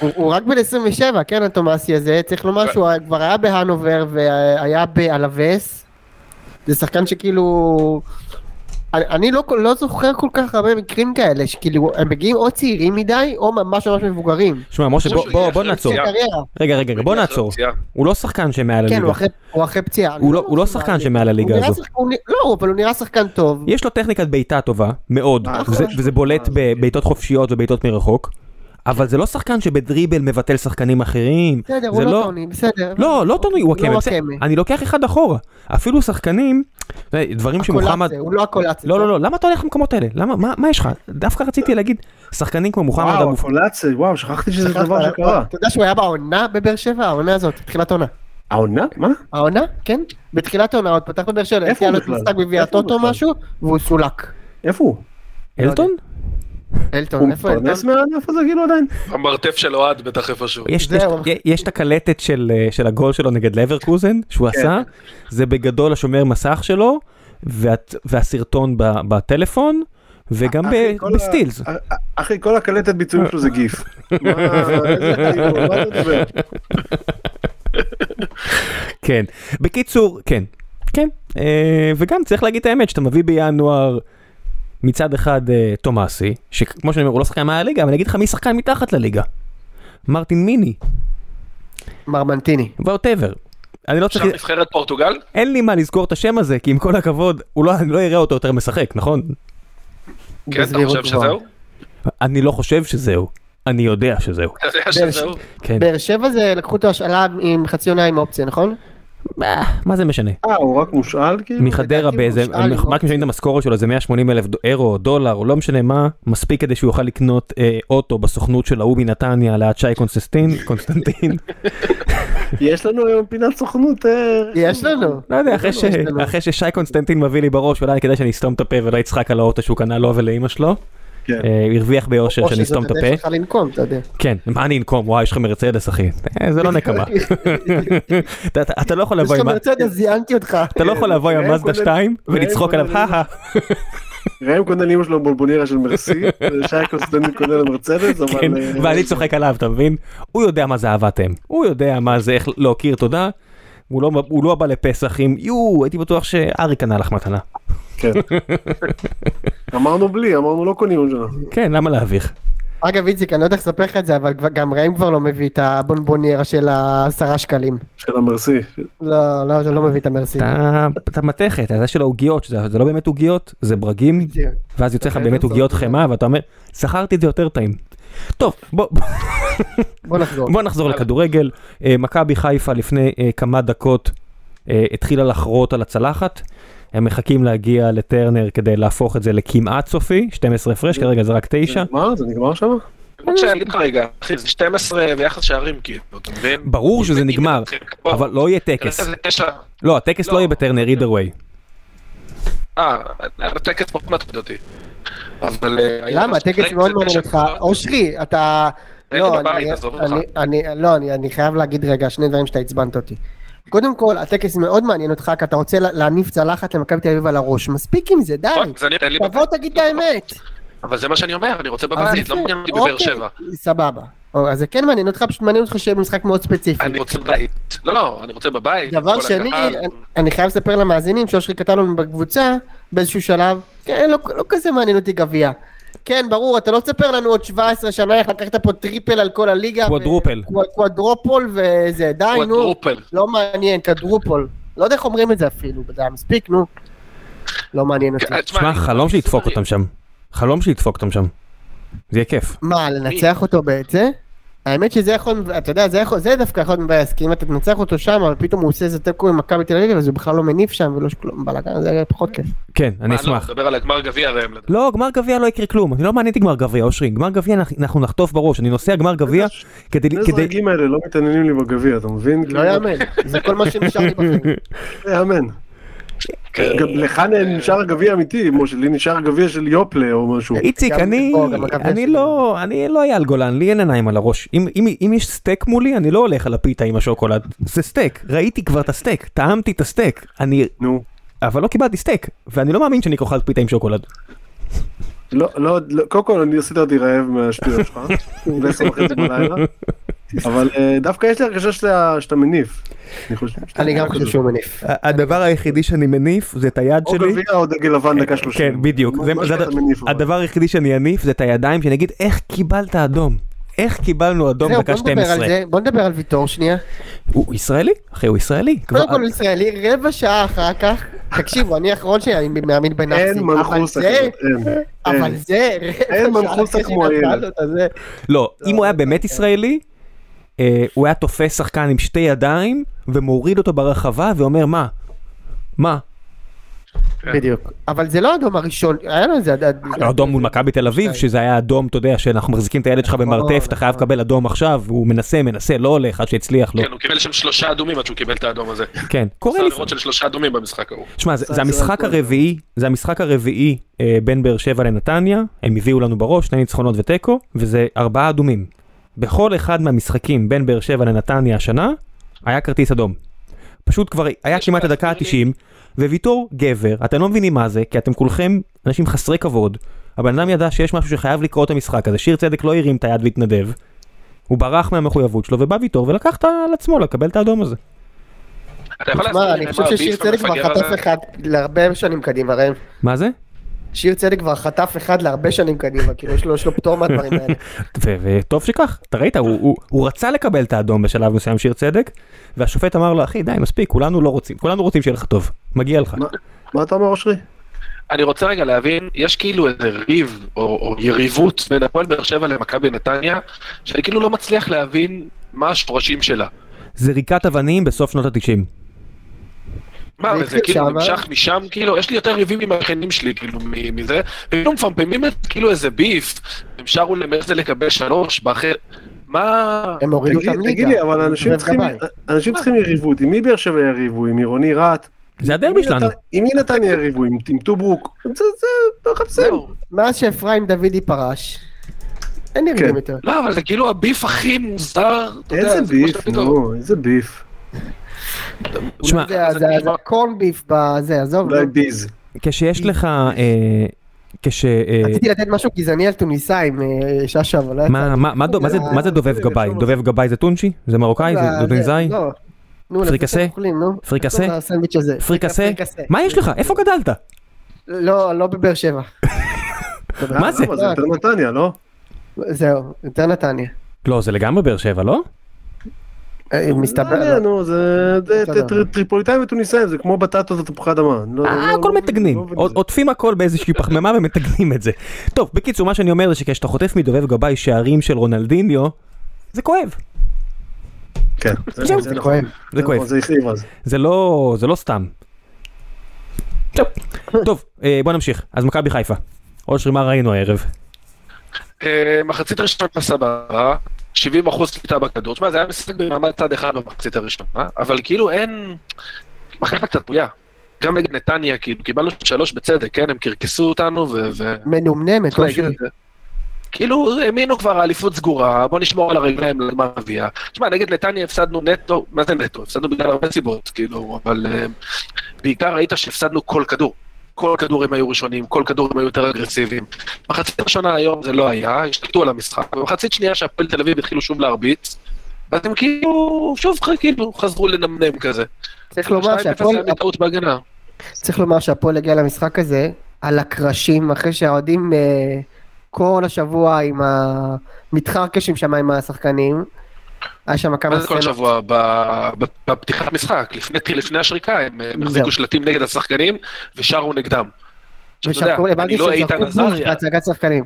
Speaker 3: הוא- הוא רק בן 27, כן, התומאסי הזה, צריך לומר שהוא היה- כבר היה בהנובר והיה באלווס. זה שחקן שכאילו... אני- אני לא, כל- לא זוכר כל כך הרבה מקרים כאלה, שכאילו הם מגיעים או צעירים מדי, או ממש ממש מבוגרים.
Speaker 2: שמע משה
Speaker 4: כמו
Speaker 2: בוא
Speaker 4: שהוא
Speaker 2: בוא
Speaker 4: יהיה
Speaker 2: בוא
Speaker 4: אחרי
Speaker 2: נעצור.
Speaker 4: פציעה.
Speaker 3: קריירה.
Speaker 2: רגע רגע רגע, בוא נעצור.
Speaker 4: פציעה.
Speaker 2: הוא לא שחקן שמעל
Speaker 3: כן, הוא
Speaker 2: הליגה.
Speaker 3: אחרי, הוא אחרי פציעה.
Speaker 2: הוא
Speaker 3: אני
Speaker 2: לא- הוא לא
Speaker 3: יודע
Speaker 2: שחקן
Speaker 3: מה
Speaker 2: שמעל
Speaker 3: אני-
Speaker 2: הליגה
Speaker 3: הוא נראה
Speaker 2: הזו.
Speaker 3: שחק- הוא נ- לא, אבל הוא נראה שחקן טוב.
Speaker 2: יש לו טכניקת בעיטה טובה מאוד
Speaker 1: אה,
Speaker 2: וזה-
Speaker 1: נכון.
Speaker 2: וזה בולט בבעיטות חופשיות ובעיטות מרחוק. אבל זה לא שחקן שבדריבל מבטל שחקנים אחרים.
Speaker 3: בסדר, הוא
Speaker 2: זה
Speaker 3: לא
Speaker 2: לא-
Speaker 3: טוני, בסדר.
Speaker 2: לא, לא טוני וואקמה, בסדר,
Speaker 3: וואקמה.
Speaker 2: אני לוקח אחד אחורה, אפילו שחקנים, אתה יודע, דברים שמוחמד,
Speaker 3: הקולאצה, הוא לא הקולאצה.
Speaker 2: לא לא לא, למה אתה הולך למקומות האלה? למה, מה- מה יש לך? דווקא רציתי להגיד, שחקנים כמו מוחמד
Speaker 1: וואו,
Speaker 2: אבו פאני,
Speaker 1: הקולאצה, וואו, שכחתי שזה דבר שקרה.
Speaker 3: אה, אתה יודע שהוא היה בעונה בבאר שבע, העונה הזאת, בתחילת עונה.
Speaker 1: העונה? מה?
Speaker 3: העונה, כן? בתחילת העונה עוד פתח בבאר שבע,
Speaker 1: איפה
Speaker 3: הציע
Speaker 1: הוא
Speaker 3: לו
Speaker 1: בכלל?
Speaker 3: משחק בגביע
Speaker 1: איפה הוא
Speaker 3: הטוטו
Speaker 1: בכלל?
Speaker 3: משהו, והוא סולק.
Speaker 1: איפה הוא?
Speaker 2: אלטון?
Speaker 3: אלטון,
Speaker 1: הוא
Speaker 3: אה, איפה אלטון?
Speaker 1: מתפרנס מהענף הזה כאילו עדיין?
Speaker 4: המרתף של אוהד בטח איפשהו.
Speaker 2: יש-
Speaker 3: זהו.
Speaker 2: יש- יש את הקלטת של אה, של הגול שלו נגד לברקוזן, שהוא
Speaker 1: כן.
Speaker 2: עשה, זה בגדול השומר מסך שלו, והת- והסרטון ב- בטלפון, וגם
Speaker 1: אחי,
Speaker 2: ב-
Speaker 1: אה, כל ה-
Speaker 2: בסטילס.
Speaker 1: אה, אחי, כל הקלטת ביצועים שלו זה גיף. מה, איזה כאילו, מה אתה מדבר?
Speaker 2: כן. בקיצור, כן. כן. אה, וגם צריך להגיד את האמת, שאתה מביא בינואר מצד אחד אה, תומאסי, שכמו שאני אומר, הוא לא שחקן מהליגה, אבל אני אגיד לך מי שחקן מתחת לליגה. מרטין מיני,
Speaker 3: מרמנטיני.
Speaker 2: ואוטאבר. אני לא צריך...
Speaker 4: עכשיו נבחרת פורטוגל?
Speaker 2: אין לי מה לזכור את השם הזה, כי עם כל הכבוד, הוא לא, אני לא אראה אותו יותר משחק, נכון?
Speaker 4: כן, אתה
Speaker 3: בסבירות
Speaker 4: חושב
Speaker 3: גבוהה.
Speaker 4: שזהו?
Speaker 2: אני לא חושב שזהו. אני יודע שזהו.
Speaker 4: אתה יודע שזהו?
Speaker 2: כן.
Speaker 3: באר שבע זה לקחו אותו השאלה עם חצי עונה עם אופציה, נכון?
Speaker 2: אה, מה זה משנה?
Speaker 1: אה, הוא רק מושאל כאילו?
Speaker 2: מחדרה
Speaker 3: לדעתי הוא
Speaker 2: באיזה,
Speaker 3: מושאל עם
Speaker 2: רק משנים את המשכורת שלו זה 180 אלף אירו או דולר או לא משנה מה, מספיק כדי שהוא יוכל לקנות אה, אוטו בסוכנות של ההוא מנתניה ליד שי קונסטנטין, קונסטנטין,
Speaker 1: יש לנו היום פינת סוכנות. אה,
Speaker 3: יש לנו.
Speaker 2: לא יודע, אחרי, ש,
Speaker 3: יש לנו.
Speaker 2: אחרי ששי קונסטנטין מביא לי בראש אולי כדאי שאני אסתום את הפה ולא אצחק על האוטו שהוא קנה לו ולאימא שלו,
Speaker 1: כן.
Speaker 2: אה, הוא הרוויח ביושר
Speaker 3: או
Speaker 2: שאני
Speaker 3: שזאת
Speaker 2: אסתום את
Speaker 3: הדרך
Speaker 2: הפה,
Speaker 3: שלך לנקום, אתה יודע.
Speaker 2: כן, מה אני אנקום, וואי יש לך מרצדס אחי, אה, זה לא נקמה, אתה- אתה- אתה לא יכול
Speaker 3: יש
Speaker 2: לבוא
Speaker 3: לך
Speaker 2: עם...
Speaker 3: מרצדס, זיינתי אותך.
Speaker 2: אתה לא יכול לבוא עם
Speaker 1: ראם
Speaker 2: המאזדה
Speaker 1: קונה-
Speaker 2: 2
Speaker 1: ראם
Speaker 2: ולצחוק
Speaker 1: קונה
Speaker 2: עליו, "הא, הא."
Speaker 1: ראם קונה לאמא שלו בולבוניירה של מרסי, ושי קונסטנטין קונה למרצדס, אבל...
Speaker 2: כן,
Speaker 1: אה,
Speaker 2: ואני צוחק עליו, אתה מבין? הוא יודע מה זה אהבת אם, הוא יודע מה זה איך להכיר תודה. הוא לא, הוא לא בא לפסח עם יואו, הייתי בטוח שארי קנה לך מתנה.
Speaker 1: כן. אמרנו בלי, אמרנו לא קונים עוד שנה.
Speaker 2: כן, למה להביך?
Speaker 3: אגב, איציק, אני לא יודע איך לספר לך את זה, אבל כבר- גם ראם כבר לא מביא את הבונבוניירה של העשרה שקלים.
Speaker 1: של המרסי.
Speaker 3: לא, לא, לא מביא את המרסי.
Speaker 2: אתה, אתה מתכת, אתה של העוגיות, שזה זה לא באמת עוגיות, זה ברגים, ואז יוצא לך באמת עוגיות חמאה, ואתה אומר, שכרתי את זה יותר טעים. טוב, בוא, בוא-
Speaker 3: בוא נחזור.
Speaker 2: בוא נחזור לכדורגל. אה, מכבי חיפה לפני אה, כמה דקות אה, התחילה לחרות על הצלחת. הם מחכים להגיע לטרנר כדי להפוך את זה לכמעט סופי, 12 הפרש, כרגע זה רק 9.
Speaker 1: מה? זה נגמר שם?
Speaker 4: אני
Speaker 1: לא
Speaker 4: רוצה להגיד לך רגע, אחי, זה 12 ויחס שערים כאילו, אתה מבין?
Speaker 2: ברור שזה
Speaker 4: אם- אם
Speaker 2: נגמר,
Speaker 4: נתחיל לקרוא,
Speaker 2: אבל לא יהיה טקס.
Speaker 4: זה תשע.
Speaker 2: לא, הטקס לא
Speaker 4: לא.
Speaker 2: יהיה בטרנר, either way.
Speaker 4: אה, הטקס מאוד מטריד אותי. אבל... אה, היה
Speaker 3: למה?
Speaker 4: משחק
Speaker 3: טקס מאוד
Speaker 4: זה
Speaker 3: מעניין
Speaker 4: תשע
Speaker 3: אותך.
Speaker 4: קבוצות.
Speaker 3: אושרי, אתה...
Speaker 4: הייתי
Speaker 3: לא,
Speaker 4: בבית,
Speaker 3: אני-
Speaker 4: עזוב
Speaker 3: אני-
Speaker 4: אותך.
Speaker 3: אני- לא, אני אני חייב להגיד רגע שני דברים שאתה עצבנת אותי. קודם כל, הטקס מאוד מעניין אותך, כי אתה רוצה לה- להניף צלחת למכבי תל אביב על הראש. מספיק עם זה, די.
Speaker 4: נכון, זה אני- אין לי
Speaker 3: תבוא
Speaker 4: בבית.
Speaker 3: תגיד את האמת.
Speaker 4: אבל זה מה שאני אומר, אני רוצה
Speaker 3: אבל
Speaker 4: בבית,
Speaker 3: יפה,
Speaker 4: לא מעניין אותי בבאר
Speaker 3: אוקיי,
Speaker 4: שבע.
Speaker 3: סבבה. או, אז זה כן מעניין אותך, פשוט מעניין אותך שיהיה משחק מאוד ספציפי.
Speaker 4: אני רוצה בבית. לא, לא, אני רוצה בבית.
Speaker 3: דבר
Speaker 4: כל
Speaker 3: שני, אה,
Speaker 4: הקהל.
Speaker 3: אני- אני חייב לספר למאזינים שאושרי כתב לנו בקבוצה באיזשהו שלב, כן, לא- לא כזה מעניין אותי גביע. כן, ברור, אתה לא תספר לנו עוד 17 שנה איך לקחת פה טריפל על כל הליגה. ו-
Speaker 2: קוואדרופל.
Speaker 3: קווא- קוואדרופול וזה, די, נו.
Speaker 4: קוואדרופל.
Speaker 3: לא מעניין, כדרופול. לא יודע איך אומרים את זה אפילו, זה מספיק, נו. לא מעניין אותי.
Speaker 4: אה, תשמע,
Speaker 2: תשמע,
Speaker 4: אני- לא
Speaker 2: חלום שלי לדפוק אותם שם. חלום שלי לדפוק אותם שם. זה יהיה כיף.
Speaker 3: מה, לנצח אותו באת זה? האמת שזה יכול, אתה יודע, זה, יכול, זה דווקא יכול להיות מבאס, כי אם אתה תנצח אותו שם, אבל פתאום הוא עושה איזה תיקו עם מכבי תל אביב, אז הוא בכלל לא מניף שם ולא שכלום, בלאגן, זה היה פחות כיף.
Speaker 2: כן, אני
Speaker 4: אה, לא,
Speaker 2: אשמח.
Speaker 4: נדבר על הגמר גביע הרי. הם-
Speaker 2: לא, גמר גביע לא יקרה כלום, אני לא מעניין אותי גמר גביע, אושרי, גמר גביע אנחנו- אנחנו נחטוף בראש, אני נוסע גמר גביע כדי...
Speaker 1: שני
Speaker 2: כדי-
Speaker 1: הזרגים האלה לא מתעניינים לי בגביע, אתה מבין?
Speaker 3: לא יאמן, זה כל מה שנשאר לי בחיים.
Speaker 1: לא יאמן. גם לך נשאר גביע אמיתי, משה, לי נשאר גביע של יופלה או משהו.
Speaker 2: איציק,
Speaker 3: כן, גם
Speaker 2: אני
Speaker 3: פה, גם הגביע
Speaker 2: אני
Speaker 3: שלי.
Speaker 2: לא, אני לא אייל גולן, לי אין עיניים על הראש. אם- אם אם יש סטייק מולי, אני לא הולך על הפיתה עם השוקולד. זה סטייק, ראיתי כבר את הסטייק, טעמתי את הסטייק, אני...
Speaker 1: נו.
Speaker 2: אבל לא קיבלתי סטייק, ואני לא מאמין שאני אוכל פיתה עם שוקולד.
Speaker 1: לא, לא, לא, קודם כל אני עשיתי אותי רעב מהשטויות שלך, בעשר וחצי בלילה, אבל אה, דווקא יש לי הרגשה שאתה שאתה מניף. אני חושב שאתה-
Speaker 3: אני גם חושב שהוא מניף.
Speaker 2: הדבר היחידי שאני מניף זה את היד
Speaker 1: או גביע או דגל לבן דקה שלושים.
Speaker 2: כן, בדיוק.
Speaker 1: מה-
Speaker 2: זה-
Speaker 1: מה
Speaker 2: זה
Speaker 1: שאתה
Speaker 2: הד-
Speaker 1: מניף, אבל.
Speaker 2: הדבר היחידי שאני אניף זה את הידיים שאני אגיד איך קיבלת אדום. איך קיבלנו אדום
Speaker 3: זהו,
Speaker 2: דקה
Speaker 3: בוא נדבר
Speaker 2: 12?
Speaker 3: על זה, בוא נדבר על ויטור שנייה.
Speaker 2: הוא ישראלי? אחי הוא ישראלי.
Speaker 3: קודם
Speaker 2: כבר-
Speaker 3: כל הוא ישראלי, רבע שעה אחר כך, תקשיבו, אני האחרון שמאמין בנאצים.
Speaker 1: אין
Speaker 3: אבל
Speaker 1: מנחוסה
Speaker 3: זה-
Speaker 1: כזאת, אין.
Speaker 3: אבל
Speaker 1: אין.
Speaker 3: זה, רבע
Speaker 1: אין
Speaker 3: שעה
Speaker 1: מנחוסה
Speaker 3: אחרי
Speaker 1: כמו
Speaker 3: שנתן
Speaker 1: הילד.
Speaker 3: לו את הזה.
Speaker 2: לא, אם הוא היה באמת ישראלי, אה, הוא היה תופס שחקן עם שתי ידיים ומוריד אותו ברחבה ואומר מה? מה?
Speaker 3: בדיוק. אבל זה לא האדום הראשון, היה לו איזה...
Speaker 2: אה, לא, אדום מול מכבי תל אביב, שזה היה אדום, אתה יודע, שאנחנו מחזיקים את הילד שלך במרתף, אתה חייב לקבל אדום עכשיו, הוא מנסה, מנסה, לא הולך, עד שהצליח לו.
Speaker 4: כן, הוא קיבל שם שלושה אדומים עד שהוא קיבל את האדום הזה.
Speaker 2: כן, קורה
Speaker 4: עשה
Speaker 2: לפעמים.
Speaker 4: עבירות של שלושה אדומים במשחק ההוא.
Speaker 2: שמע, זה,
Speaker 1: זה
Speaker 2: זה המשחק
Speaker 1: הכל.
Speaker 2: הרביעי, זה המשחק הרביעי אה, בין באר שבע לנתניה, הם הביאו לנו בראש שני ניצחונות ותיקו, וזה ארבעה אדומים. בכל אחד מהמשחקים בין באר שבע לנתניה השנה, היה כרטיס אדום. פשוט כבר היה
Speaker 4: יש
Speaker 2: כמעט הדקה
Speaker 4: מאפיינים.
Speaker 2: ה-90, וויטור גבר, אתם לא מבינים מה זה, כי אתם כולכם אנשים חסרי כבוד. הבן אדם ידע שיש משהו שחייב לקרוא את המשחק הזה, שיר צדק לא הרים את היד והתנדב. הוא ברח מהמחויבות שלו ובא ויטור ולקח את ה- על עצמו לקבל את האדום הזה.
Speaker 4: אתה יכול להסביר
Speaker 3: תשמע,
Speaker 4: לי
Speaker 3: אני
Speaker 4: מה
Speaker 3: חושב
Speaker 4: הביף
Speaker 3: ששיר צדק כבר
Speaker 4: המפגר הזה?
Speaker 3: חטף אחד להרבה שנים קדימה, ראם.
Speaker 2: מה זה?
Speaker 3: שיר צדק כבר חטף אחד להרבה שנים קדימה, כאילו יש לו יש לו פטור מהדברים האלה.
Speaker 2: ו- וטוב שכך, אתה ראית, הוא, הוא, הוא רצה לקבל את האדום בשלב מסוים שיר צדק, והשופט אמר לו, אחי די מספיק, כולנו לא רוצים, כולנו רוצים שיהיה לך טוב, מגיע לך.
Speaker 1: מה- מה אתה אומר אושרי?
Speaker 4: אני רוצה רגע להבין, יש כאילו איזה ריב או, או יריבות בין הפועל באר שבע למכבי נתניה, שאני כאילו לא מצליח להבין מה השורשים שלה.
Speaker 2: זריקת אבנים בסוף שנות התשעים.
Speaker 4: מה,
Speaker 3: זה
Speaker 4: וזה
Speaker 3: התחיל
Speaker 4: כאילו
Speaker 3: שם,
Speaker 4: נמשך משם, כאילו, יש לי יותר ריבים עם האחיינים שלי, כאילו, מ- מזה, וכאילו מפמפמים את, כאילו איזה ביף, הם שרו להם איך זה לקבל שלוש, באחר, מה...
Speaker 3: הם הורידו אותם
Speaker 1: תגיד
Speaker 3: ליגה.
Speaker 1: תגיד לי, אבל אנשים
Speaker 3: זה
Speaker 1: צריכים-
Speaker 3: גבאי.
Speaker 1: אנשים צריכים יריבות, עם מי באר שבע יריבו? עם עירוני רהט?
Speaker 2: זה הדרבי
Speaker 1: עם מי
Speaker 2: שלנו.
Speaker 1: נת- עם מי נתניה יריבו? עם עם טוברוק? זה, זה, חפשם.
Speaker 4: זהו.
Speaker 3: מאז שאפרים דוידי פרש, אין יריבים
Speaker 1: כן.
Speaker 3: יותר.
Speaker 4: לא, אבל זה כאילו הביף הכי מוזר, אתה יודע,
Speaker 1: איזה
Speaker 4: זה כמו
Speaker 1: ביף,
Speaker 4: שאתה פתאום-
Speaker 1: נו, איזה ביף.
Speaker 2: שמע,
Speaker 3: זה-
Speaker 4: זה
Speaker 3: זה
Speaker 4: נשמע-
Speaker 3: זה קורן ביף בזה, עזוב. לא.
Speaker 1: אולי
Speaker 3: נו.
Speaker 1: ביז.
Speaker 2: כשיש לך, אה, כש... אה,
Speaker 3: רציתי לתת משהו גזעני על טוניסאים, אה, שאשא, אבל... לא
Speaker 2: מה-
Speaker 3: יצא.
Speaker 2: מה- מה דו- מה זה- מה זה דובב גבאי? דובב גבאי זה טונצ'י? זה מרוקאי? זה
Speaker 3: לא,
Speaker 2: דודנזאי?
Speaker 3: לא. נו, לפי
Speaker 2: פריקסה?
Speaker 3: שאתם אוכלים, נו.
Speaker 2: פריקסה?
Speaker 3: כל הסנדוויץ' הזה.
Speaker 2: פריקסה? מה יש לך? איפה גדלת?
Speaker 3: לא, לא בבאר שבע.
Speaker 2: מה זה?
Speaker 1: למה? זה יותר נתניה, לא?
Speaker 3: זהו, יותר נתניה.
Speaker 2: לא, זה לגמרי באר שבע, לא?
Speaker 3: אה, מסתבר,
Speaker 1: נתניה,
Speaker 3: לא.
Speaker 1: נו, זה זה-
Speaker 3: בסדר.
Speaker 1: טר- טריפוליטאים וטוניסאים, זה כמו בטטות ותפוחי אדמה. אני לא-
Speaker 2: אה,
Speaker 1: לא-
Speaker 2: הכל
Speaker 1: לא-
Speaker 2: מתגנים,
Speaker 1: לא מבין את זה.
Speaker 2: עוטפים הכל באיזושהי פחמימה ומתגנים את זה. טוב, בקיצור, מה שאני אומר זה שכשאתה חוטף מדובב גבאי שערים של רונלדיניו, זה כואב,
Speaker 1: כן,
Speaker 2: זהו,
Speaker 3: זה
Speaker 1: נכון.
Speaker 3: כואב.
Speaker 2: זה
Speaker 1: נכון,
Speaker 2: כואב,
Speaker 1: זה הכאיב אז.
Speaker 2: זה לא, זה לא סתם. טוב, טוב, אה, בוא נמשיך, אז מכבי חיפה. אושרי, מה ראינו הערב?
Speaker 4: אה, מחצית ראשונה סבבה, 70 אחוז שליטה בכדור. תשמע, זה היה משחק במעמד צד אחד במחצית הראשונה, אבל כאילו אין... מחלקה קצת תלויה. גם נגד נתניה, כאילו, קיבלנו שלוש בצדק, כן? הם קרקסו אותנו, ו... ו-
Speaker 3: מנומנמת, אוקיי.
Speaker 4: צריך
Speaker 3: אושרי.
Speaker 4: להגיד את זה. כאילו, האמינו כבר, האליפות סגורה, בוא נשמור על הרגליים לגמר הגביע. תשמע, נגד נתניה הפסדנו נטו, מה זה נטו? הפסדנו בגלל הרבה סיבות, כאילו, אבל אה, בעיקר ראית שהפסדנו כל כדור. כל כדור הם היו ראשונים, כל כדור הם היו יותר אגרסיביים. מחצית ראשונה היום זה לא היה, השתלטו על המשחק, ומחצית שנייה שהפועל תל אביב התחילו שוב להרביץ, ואז הם כאילו, שוב כאילו חזרו לנמנם כזה.
Speaker 3: צריך לומר
Speaker 4: 2-0
Speaker 3: שהפועל-
Speaker 4: היה בטעות בהגנה.
Speaker 3: צריך לומר שהפועל הגיע למשחק הזה על הקרשים, אחרי שהאוהדים אה, כל השבוע עם המתחרקשים שם עם השחקנים. היה שם
Speaker 4: מה
Speaker 3: כמה
Speaker 4: זה כל
Speaker 3: סצנות.
Speaker 4: שבוע? ב- ב- בפתיחת משחק, לפני לפני השריקה, הם הם החזיקו
Speaker 3: זהו.
Speaker 4: שלטים נגד השחקנים ושרו נגדם. עכשיו, אתה יודע,
Speaker 3: ושחקו,
Speaker 4: אני
Speaker 3: הבנתי
Speaker 4: לא
Speaker 3: שהם
Speaker 4: איתן
Speaker 3: שחקו בוז
Speaker 4: עזריה,
Speaker 3: בהצגת שחקנים.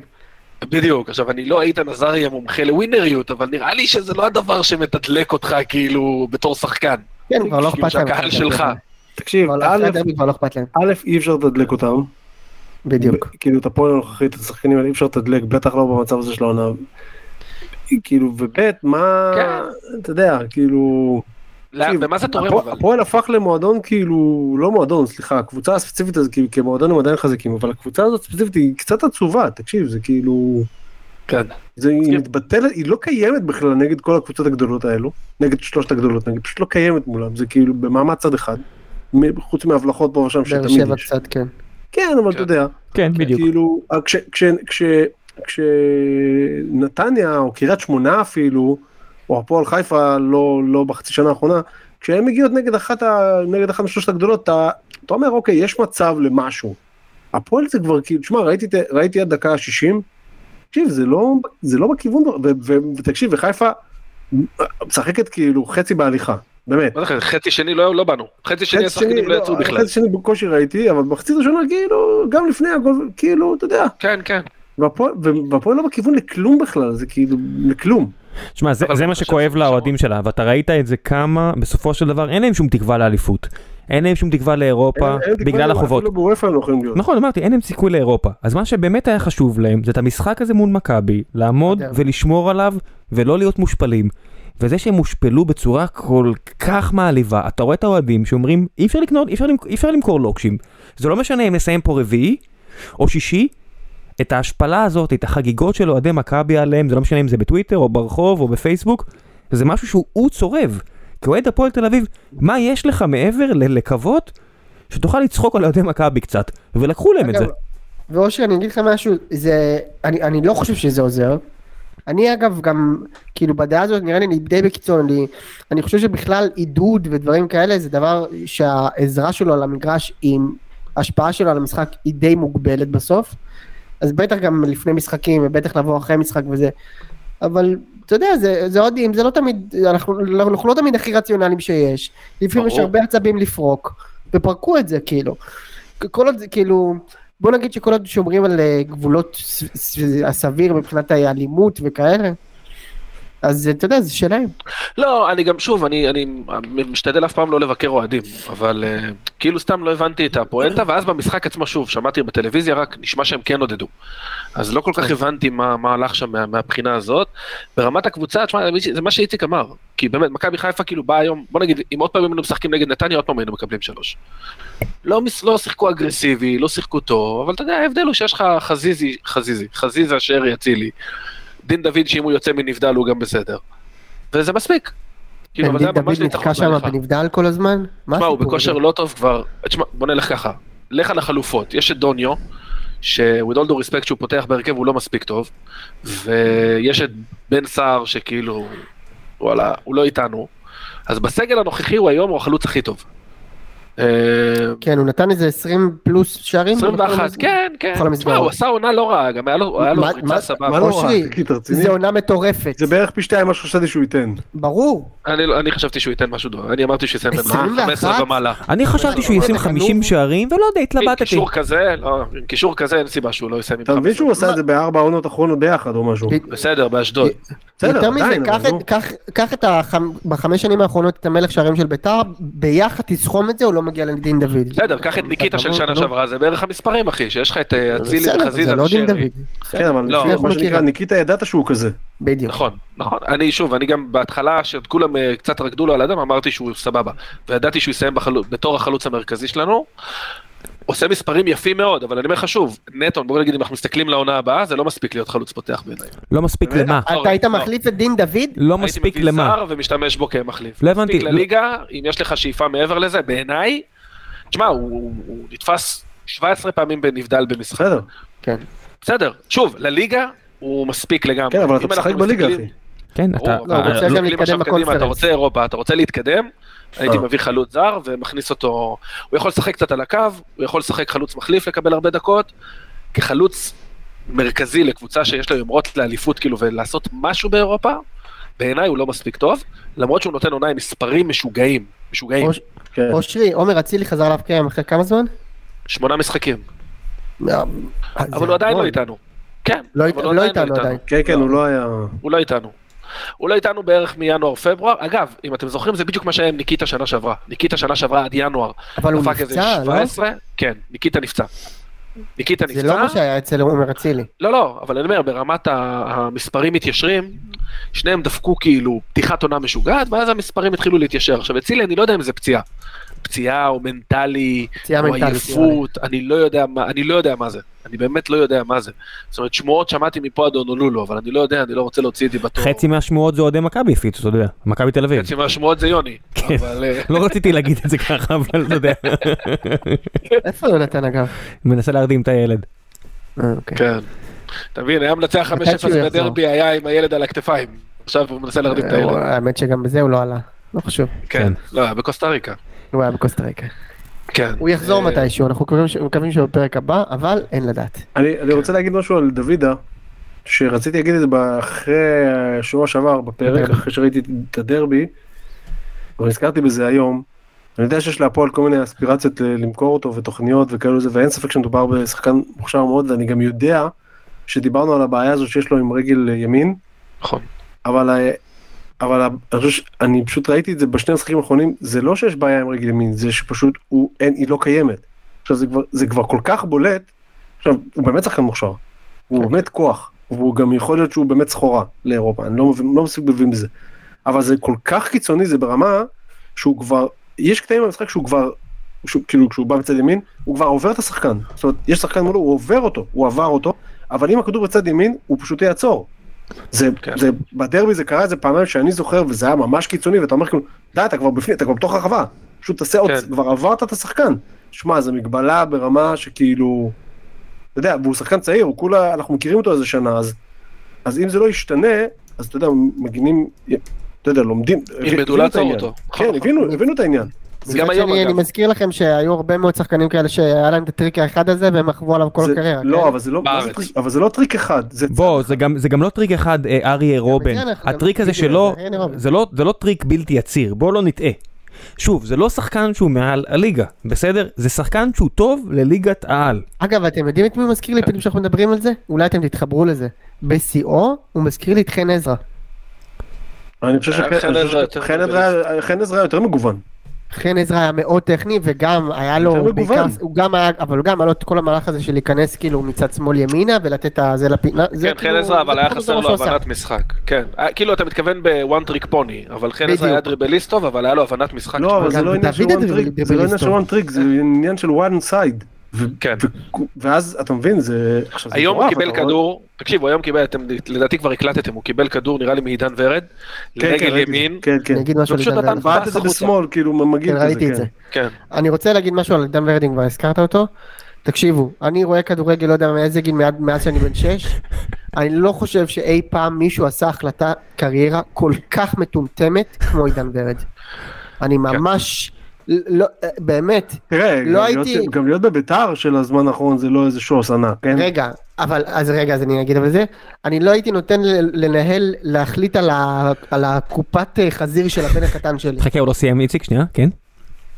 Speaker 4: בדיוק, עכשיו אני לא איתן עזרי המומחה לווינריות, אבל נראה לי שזה לא הדבר שמתדלק אותך כאילו בתור שחקן. כאילו
Speaker 3: כן, כבר לא אכפת להם.
Speaker 4: שהקהל שלך.
Speaker 1: תקשיב,
Speaker 3: כבר לא-
Speaker 1: א',
Speaker 3: אחרי הדרבי כבר לא אכפת להם.
Speaker 1: א', אי אפשר לתדלק אותם.
Speaker 3: בדיוק.
Speaker 1: כאילו את הפועל הנוכחית, את השחקנים האלה אי אפשר לתדלק, בטח לא במצב הזה של העונה. כאילו, וב' מה, אתה יודע, כאילו...
Speaker 4: לא,
Speaker 1: תקשיב,
Speaker 4: במה כן. זה תורם
Speaker 1: הפועל-
Speaker 4: אבל?
Speaker 1: הפועל הפך למועדון כאילו, לא מועדון, סליחה, הקבוצה הספציפית הזאת, כאילו, כמועדון הם עדיין חזקים, אבל הקבוצה הזאת ספציפית היא קצת עצובה, תקשיב, זה כאילו...
Speaker 4: כן.
Speaker 1: זה היא
Speaker 4: מסכים.
Speaker 1: מתבטלת, היא לא קיימת בכלל נגד כל הקבוצות הגדולות האלו, נגד שלושת הגדולות, נגיד, פשוט לא קיימת מולם, זה כאילו במעמד צד אחד, מ- חוץ מהבלחות פה ושם
Speaker 3: באר
Speaker 1: שתמיד
Speaker 3: שבע
Speaker 1: יש.
Speaker 3: קצת, כן.
Speaker 1: כן, אבל אתה
Speaker 4: כן.
Speaker 1: יודע,
Speaker 2: כן, בדיוק.
Speaker 1: כאילו, כש, כש, כש, כשנתניה או קריית שמונה אפילו, או הפועל חיפה לא, לא בחצי שנה האחרונה, כשהן מגיעות נגד אחת, ה- נגד אחת משלושת הגדולות, אתה, אתה אומר אוקיי, יש מצב למשהו. הפועל זה כבר כאילו, תשמע, ראיתי, את- ראיתי עד דקה ה-60, תקשיב, זה לא, זה לא בכיוון, ו- ו- ותקשיב, וחיפה משחקת כאילו חצי בהליכה, באמת.
Speaker 4: מה זה חצי- חצי שני לא לא באנו,
Speaker 1: חצי
Speaker 4: חצי שני
Speaker 1: שני,
Speaker 4: השחקנים לא יצאו
Speaker 3: אה,
Speaker 1: לא,
Speaker 4: בכלל.
Speaker 1: חצי שני בקושי ראיתי, אבל במחצית הראשונה כאילו, גם לפני הגול, כאילו, אתה יודע,
Speaker 4: כן, כן.
Speaker 1: והפועל והפועל לא בכיוון לכלום בכלל, זה כאילו, לכלום.
Speaker 2: שמע, זה,
Speaker 4: אבל
Speaker 2: זה מה
Speaker 4: עכשיו-
Speaker 2: שכואב לאוהדים שלה, ואתה ראית את זה כמה, בסופו של דבר אין להם שום תקווה לאליפות. אין להם שום תקווה לאירופה,
Speaker 1: אין- אין תקווה
Speaker 2: בגלל
Speaker 1: למה,
Speaker 2: החובות.
Speaker 1: אפילו בוופא הם לא יכולים להיות.
Speaker 2: נכון, אמרתי, אין להם סיכוי לאירופה. אז מה שבאמת היה חשוב להם, זה את המשחק הזה מול מכבי, לעמוד
Speaker 3: בדיוק.
Speaker 2: ולשמור עליו, ולא להיות מושפלים. וזה שהם הושפלו בצורה כל כך מעליבה, אתה רואה את האוהדים שאומרים, אי אפשר לקנות, אי אפשר, למכ- אי אפשר למכור לוקשים. זה לא משנה אם נסיים פה רביעי, או שישי, את ההשפלה הזאת, את החגיגות של אוהדי מכבי עליהם, זה לא משנה אם זה בטוויטר, או ברחוב, או בפייסבוק, זה משהו שהוא צורב. כאוהד הפועל תל אביב, מה יש לך מעבר ל- לקוות שתוכל לצחוק על אוהדי מכבי קצת, ולקחו להם את זה.
Speaker 3: אגב, ואושר, אני אגיד לך משהו, זה, אני, אני לא חושב שזה עוזר. אני אגב גם, כאילו בדעה הזאת נראה לי אני די בקיצוני, אני חושב שבכלל עידוד ודברים כאלה זה דבר שהעזרה שלו על המגרש עם ההשפעה שלו על המשחק היא די מוגבלת בסוף. אז בטח גם לפני משחקים ובטח לבוא אחרי משחק וזה. אבל אתה יודע, זה, זה עוד, אם זה לא תמיד, אנחנו, אנחנו לא תמיד הכי רציונליים שיש. לפעמים יש
Speaker 4: ברור.
Speaker 3: הרבה עצבים לפרוק, ופרקו את זה כאילו. כל עוד זה כאילו, בוא נגיד שכל עוד שומרים על אה, גבולות ס- ס- הסביר מבחינת האלימות וכאלה, אז אה, אתה יודע, זה שלהם.
Speaker 4: לא, אני גם שוב, אני, אני משתדל אף פעם לא לבקר אוהדים, אבל אה, כאילו סתם לא הבנתי את הפואנטה, ואז במשחק עצמו שוב, שמעתי בטלוויזיה רק, נשמע שהם כן עודדו. אז לא כל
Speaker 3: כן.
Speaker 4: כך הבנתי מה, מה הלך שם מה, מהבחינה הזאת. ברמת הקבוצה, תשמע, זה מה שאיציק אמר, כי באמת, מכבי חיפה כאילו באה היום, בוא נגיד, אם עוד פעם היינו משחקים נגד נתניה, עוד פעם היינו מקבלים שלוש. לא, מס- לא שיחקו אגרסיבי, לא שיחקו טוב, אבל אתה יודע, ההבדל הוא שיש לך חזיזי, חזיזי, חזיזה שרי אצילי. דין דוד שאם הוא יוצא מנבדל הוא גם בסדר. וזה מספיק. כאילו, אבל זה
Speaker 3: דוד
Speaker 4: היה ממש
Speaker 3: כן, דוד נתקע
Speaker 4: ניצחון
Speaker 3: שם
Speaker 4: בהליכה.
Speaker 3: בנבדל כל הזמן? מה
Speaker 4: תשמע, הוא
Speaker 3: הסיפור
Speaker 4: בכושר
Speaker 3: הזה?
Speaker 4: לא טוב כבר, תשמע, בוא נלך ככה, לך על החלופות, יש את דוניו, ש-with all due respect שהוא פותח בהרכב הוא לא מספיק טוב, ויש את בן סער שכאילו, וואלה, הוא לא איתנו, אז בסגל הנוכחי הוא היום הוא החלוץ הכי טוב. אה,
Speaker 3: כן, הוא נתן איזה 20 פלוס שערים.
Speaker 4: 21, כן, כן,
Speaker 3: בכל
Speaker 4: תשמע,
Speaker 3: המסגרות.
Speaker 4: הוא עשה עונה לא רעה, גם היה לו היה לו
Speaker 3: מה- מה-
Speaker 4: ריצה סבבה.
Speaker 1: מה לא רע?
Speaker 3: אושרי,
Speaker 1: תגיד, אתה רציני?
Speaker 3: זה עונה מטורפת.
Speaker 1: זה בערך פי שתיים מה שחשבתי שהוא ייתן.
Speaker 3: ברור.
Speaker 4: אני לא- אני חשבתי שהוא ייתן משהו דומה, אני אמרתי שהוא יסיים בין
Speaker 3: 21?
Speaker 4: 15 ומעלה.
Speaker 2: אני חשבתי שהוא
Speaker 3: מה,
Speaker 2: ישים
Speaker 3: אתה
Speaker 2: 50
Speaker 3: גנוב?
Speaker 2: שערים, ולא יודע,
Speaker 4: עם
Speaker 2: התלבטתי.
Speaker 4: קישור כזה, לא, עם קישור כזה אין סיבה שהוא לא יסיים עם
Speaker 1: אתה מבין
Speaker 4: 15.
Speaker 1: שהוא עשה את זה בארבע עונות אחרונות ביחד או משהו.
Speaker 3: ב-
Speaker 4: בסדר, באשדוד.
Speaker 1: בסדר,
Speaker 3: יותר מזה,
Speaker 1: עדיין,
Speaker 3: קח
Speaker 1: אבל
Speaker 3: את-
Speaker 1: נו.
Speaker 3: קח- קח את החמ- בחמש שנים האחרונות את המלך שערים של ביתר, ביחד תסכום את זה, הוא לא מגיע לדין דוד.
Speaker 4: בסדר, קח את ניקיטה של
Speaker 3: נו,
Speaker 4: שנה
Speaker 3: נו.
Speaker 4: שעברה, זה בערך המספרים, אחי, שיש לך את אה, אצילי
Speaker 3: בסדר,
Speaker 4: וחזיזה
Speaker 3: זה לא דין
Speaker 4: ושרי.
Speaker 3: דוד.
Speaker 1: כן, אבל
Speaker 4: לא,
Speaker 1: לפי-
Speaker 4: אנחנו
Speaker 1: מה שנקרא,
Speaker 3: מכירים.
Speaker 1: ניקיטה ידעת שהוא כזה.
Speaker 3: בדיוק.
Speaker 4: נכון, נכון. אני שוב, אני גם בהתחלה, שעוד כולם אה, קצת רקדו לו על הדם, אמרתי שהוא סבבה. וידעתי שהוא יסיים בחלו- בתור החלוץ המרכזי שלנו. עושה מספרים יפים מאוד, אבל אני אומר לך שוב, נטון, בוא נגיד אם אנחנו מסתכלים לעונה הבאה, זה לא מספיק להיות חלוץ פותח בעיניי.
Speaker 2: לא מספיק
Speaker 4: באמת?
Speaker 2: למה.
Speaker 3: אתה היית מחליף את דין דוד?
Speaker 2: לא
Speaker 4: הייתי
Speaker 2: מספיק
Speaker 4: מביא
Speaker 2: למה.
Speaker 4: זר ומשתמש בו כמחליף.
Speaker 2: לא הבנתי.
Speaker 4: מספיק לליגה, אם יש לך שאיפה מעבר לזה, בעיניי, תשמע, הוא- הוא הוא נתפס 17 פעמים בנבדל במשחק.
Speaker 1: בסדר.
Speaker 3: כן.
Speaker 4: בסדר, שוב, לליגה הוא מספיק לגמרי.
Speaker 1: כן, אבל
Speaker 4: אם
Speaker 1: אתה משחק
Speaker 4: אנחנו
Speaker 1: בליגה,
Speaker 4: מסתכלים-
Speaker 1: אחי.
Speaker 2: כן,
Speaker 4: ברור,
Speaker 2: אתה...
Speaker 4: אבל
Speaker 3: לא, הוא
Speaker 4: אנחנו
Speaker 3: רוצה
Speaker 2: אה,
Speaker 3: גם
Speaker 4: מסתכלים
Speaker 3: להתקדם
Speaker 4: עכשיו
Speaker 3: בקונפרנס.
Speaker 4: קדימה, אתה רוצה אירופה, אתה רוצה להתקדם, הייתי
Speaker 1: אה.
Speaker 4: מביא חלוץ זר ומכניס אותו, הוא יכול לשחק קצת על הקו, הוא יכול לשחק חלוץ מחליף לקבל הרבה דקות, כחלוץ מרכזי לקבוצה שיש לה יומרות לאליפות כאילו ולעשות משהו באירופה, בעיניי הוא לא מספיק טוב, למרות שהוא נותן עונה עם מספרים משוגעים, משוגעים,
Speaker 3: אוש-
Speaker 1: כן.
Speaker 3: אושרי, עומר אצילי חזר להפקעים אחרי כמה זמן?
Speaker 2: אה,
Speaker 4: שמונה משחקים, אבל הוא עדיין לא איתנו. כן,
Speaker 3: לא
Speaker 4: אבל
Speaker 3: אית-
Speaker 4: הוא
Speaker 3: לא
Speaker 4: עדיין
Speaker 3: איתנו עדיין.
Speaker 1: כן, כן, הוא לא היה...
Speaker 4: הוא לא איתנו. הוא לא איתנו בערך מינואר-פברואר. אגב, אם אתם זוכרים, זה בדיוק מה שהיה עם ניקיטה שנה שעברה. ניקיטה שנה שעברה עד ינואר.
Speaker 3: אבל הוא
Speaker 4: דפק איזה
Speaker 3: נפצע, לא?
Speaker 4: 17? כן, ניקיטה נפצע. ניקיטה נפצע.
Speaker 3: זה לא מה שהיה אצל עומר אצילי.
Speaker 4: לא, לא, אבל אני אומר, ברמת ה- המספרים מתיישרים, שניהם דפקו כאילו פתיחת עונה משוגעת, ואז המספרים התחילו להתיישר. עכשיו, אצילי, אני לא יודע אם זה פציעה. פציעה או מנטלי,
Speaker 3: פציעה
Speaker 4: או
Speaker 3: מנטלית. נראה לי.
Speaker 4: עייפות, אני לא יודע מה, אני לא יודע מה זה. אני באמת לא יודע מה זה. זאת אומרת, שמועות שמעתי מפה עד אונולולו, אבל אני לא יודע, אני לא רוצה להוציא את דיבתו.
Speaker 2: חצי מהשמועות זה אוהדי מכבי הפיצו, אתה יודע, מכבי תל אביב.
Speaker 4: חצי מהשמועות זה יוני.
Speaker 2: כן.
Speaker 4: אבל... אה,
Speaker 2: לא רציתי להגיד את זה ככה, אבל אתה יודע,
Speaker 4: כן.
Speaker 3: איפה יונתן אגב?
Speaker 2: מנסה להרדים את הילד.
Speaker 3: אה, אוקיי.
Speaker 4: כן. אתה מבין, היה מנצח 5-0
Speaker 3: מתי שהוא יחזור?
Speaker 4: בדרבי, היה עם הילד על הכתפיים. עכשיו הוא מנסה להרדים את הילד.
Speaker 3: אה, האמת שגם בזה הוא לא עלה. לא חשוב.
Speaker 4: כן. לא, היה בקוסטה ריקה.
Speaker 3: הוא היה בקוסטה ריקה.
Speaker 4: כן.
Speaker 3: הוא יחזור
Speaker 4: אה,
Speaker 3: מתישהו, אנחנו מקווים ש- מקווים שבפרק הבא, אבל אין לדעת.
Speaker 1: אני אני רוצה להגיד משהו על דוידה, שרציתי להגיד את זה אחרי השבוע שעבר בפרק, אחרי שראיתי את הדרבי, אבל נזכרתי בזה היום. אני יודע שיש להפועל כל מיני אספירציות ל- למכור אותו ותוכניות וכאלו זה, ואין ספק שמדובר בשחקן מוכשר מאוד, ואני גם יודע שדיברנו על הבעיה הזו שיש לו עם רגל ימין,
Speaker 4: נכון.
Speaker 1: אבל, ה- אבל ה- אני, חושב ש- אני פשוט ראיתי את זה בשני המשחקים האחרונים, זה לא שיש בעיה עם רגל ימין, זה שפשוט הוא, אין, היא לא קיימת. עכשיו זה כבר, זה כבר כל כך בולט, עכשיו הוא באמת שחקן מוכשר,
Speaker 4: כן.
Speaker 1: הוא באמת כוח, והוא גם יכול להיות שהוא באמת סחורה לאירופה, אני לא מבין, לא מספיק מבין בזה. אבל זה כל כך קיצוני, זה ברמה שהוא כבר, יש קטעים במשחק שהוא כבר, שהוא, כאילו כשהוא בא מצד ימין, הוא כבר עובר את השחקן, זאת אומרת, יש שחקן מולו, הוא עובר אותו, הוא עבר אותו, אבל אם הכדור בצד ימין, הוא פשוט יעצור. זה,
Speaker 4: כן.
Speaker 1: זה, בדרבי זה קרה איזה פעמיים שאני זוכר, וזה היה ממש קיצוני, ואתה אומר כאילו, די, אתה כבר בפנים, אתה כבר בתוך הרחבה, פשוט תעשה עוד,
Speaker 4: כן.
Speaker 1: כבר עברת את השחקן. שמע, זו מגבלה ברמה שכאילו, אתה יודע, והוא שחקן צעיר, הוא כולה, אנחנו מכירים אותו איזה שנה, אז, אז אם זה לא ישתנה, אז אתה יודע, מגינים, אתה יודע, לומדים,
Speaker 4: ילמדו
Speaker 1: הבינו
Speaker 4: לעצור
Speaker 1: את העניין.
Speaker 4: אותו.
Speaker 1: כן, הבינו, הבינו את העניין.
Speaker 4: גם
Speaker 3: מצד
Speaker 4: היום,
Speaker 3: שני,
Speaker 4: אגב.
Speaker 3: אני מזכיר לכם שהיו הרבה מאוד שחקנים כאלה שהיה להם את הטריק האחד הזה והם מחוו עליו כל
Speaker 1: זה-
Speaker 3: הקריירה. כן?
Speaker 1: לא, אבל זה לא, מה זה
Speaker 4: בארץ.
Speaker 1: טריק- אבל זה לא טריק אחד, זה
Speaker 2: בוא, זה גם, זה גם לא טריק אחד, אה, אריה רובן.
Speaker 3: אנחנו-
Speaker 2: הטריק הזה
Speaker 3: בדיוק,
Speaker 2: שלו,
Speaker 3: זה אריה רובן.
Speaker 2: זה לא, זה לא טריק בלתי יציר, בוא לא נטעה. שוב, זה לא שחקן שהוא מעל הליגה, בסדר? זה שחקן שהוא טוב לליגת העל.
Speaker 3: אגב, אתם יודעים את מי הוא מזכיר לי פתאום שאנחנו מדברים על זה? אולי אתם תתחברו לזה. בשיאו הוא מזכיר לי את חן עזרא.
Speaker 1: אני חושב שחן
Speaker 4: אה, חן
Speaker 1: אני
Speaker 4: עזרא
Speaker 1: חושב
Speaker 4: יותר
Speaker 1: שחן עזרא- חן עזרא יותר מגוון.
Speaker 3: חן עזרא היה מאוד טכני וגם היה לו,
Speaker 1: יותר
Speaker 3: הוא בעיקר,
Speaker 1: מגוון.
Speaker 3: הוא גם היה, אבל הוא גם היה לו את כל המהלך הזה של להיכנס כאילו מצד שמאל ימינה ולתת את הזה לפינה. זה
Speaker 4: כן, חן
Speaker 3: כאילו-
Speaker 4: עזרא, אבל
Speaker 3: זה
Speaker 4: היה
Speaker 3: כאילו
Speaker 4: חסר
Speaker 3: מה
Speaker 4: לו
Speaker 1: לא
Speaker 3: שהוא עשה.
Speaker 4: הבנת משחק. כן, אה, כאילו אתה מתכוון בוואן טריק פוני, אבל חן עזרא
Speaker 3: בדיוק.
Speaker 4: היה דריבליסט טוב, אבל היה לו הבנת משחק.
Speaker 1: לא, אבל זה
Speaker 3: גם
Speaker 1: לא עניין של
Speaker 3: דוד
Speaker 1: one
Speaker 3: הדריב-
Speaker 1: trick, זה לא עניין
Speaker 3: דריבליסט
Speaker 1: של
Speaker 3: טוב.
Speaker 1: one trick, זה עניין של one side. ו-
Speaker 4: כן.
Speaker 1: ו- ואז אתה מבין, זה... עכשיו, זה
Speaker 4: היום הוא
Speaker 1: מטורף,
Speaker 4: קיבל
Speaker 1: אתה רואה?
Speaker 4: כדור, תקשיבו, היום קיבל, אתם לדעתי כבר הקלטתם, הוא קיבל כדור נראה לי מעידן ורד,
Speaker 1: כן, כן,
Speaker 4: לרגל
Speaker 1: ראיתי.
Speaker 4: ימין,
Speaker 1: כן, כן.
Speaker 3: אני אגיד משהו על
Speaker 4: פשוט
Speaker 3: עידן
Speaker 4: נתן
Speaker 3: ורד.
Speaker 1: בעט את זה
Speaker 4: החוצה.
Speaker 1: בשמאל, כאילו מגיב
Speaker 3: כן,
Speaker 1: כזה,
Speaker 3: ראיתי את זה.
Speaker 4: כן.
Speaker 3: אני רוצה להגיד משהו על עידן ורד אם כבר הזכרת אותו. תקשיבו, אני רואה כדורגל לא יודע מאיזה גיל מאז- מאז שאני בן 6. אני לא חושב שאי פעם מישהו עשה החלטה קריירה כל כך מטומטמת כמו עידן ורד. אני ממש, לא, באמת,
Speaker 1: תראה,
Speaker 3: לא
Speaker 1: גם
Speaker 3: הייתי-
Speaker 1: להיות- גם להיות בביתר של הזמן האחרון זה לא איזה שוס ענק, כן?
Speaker 3: רגע, אבל אז רגע, אז אני אגיד אבל זה, אני לא הייתי נותן ל- לנהל, להחליט על, ה, על הקופת אה, חזיר של הבן הקטן שלי.
Speaker 2: חכה, הוא לא סיים, איציק, שנייה, כן?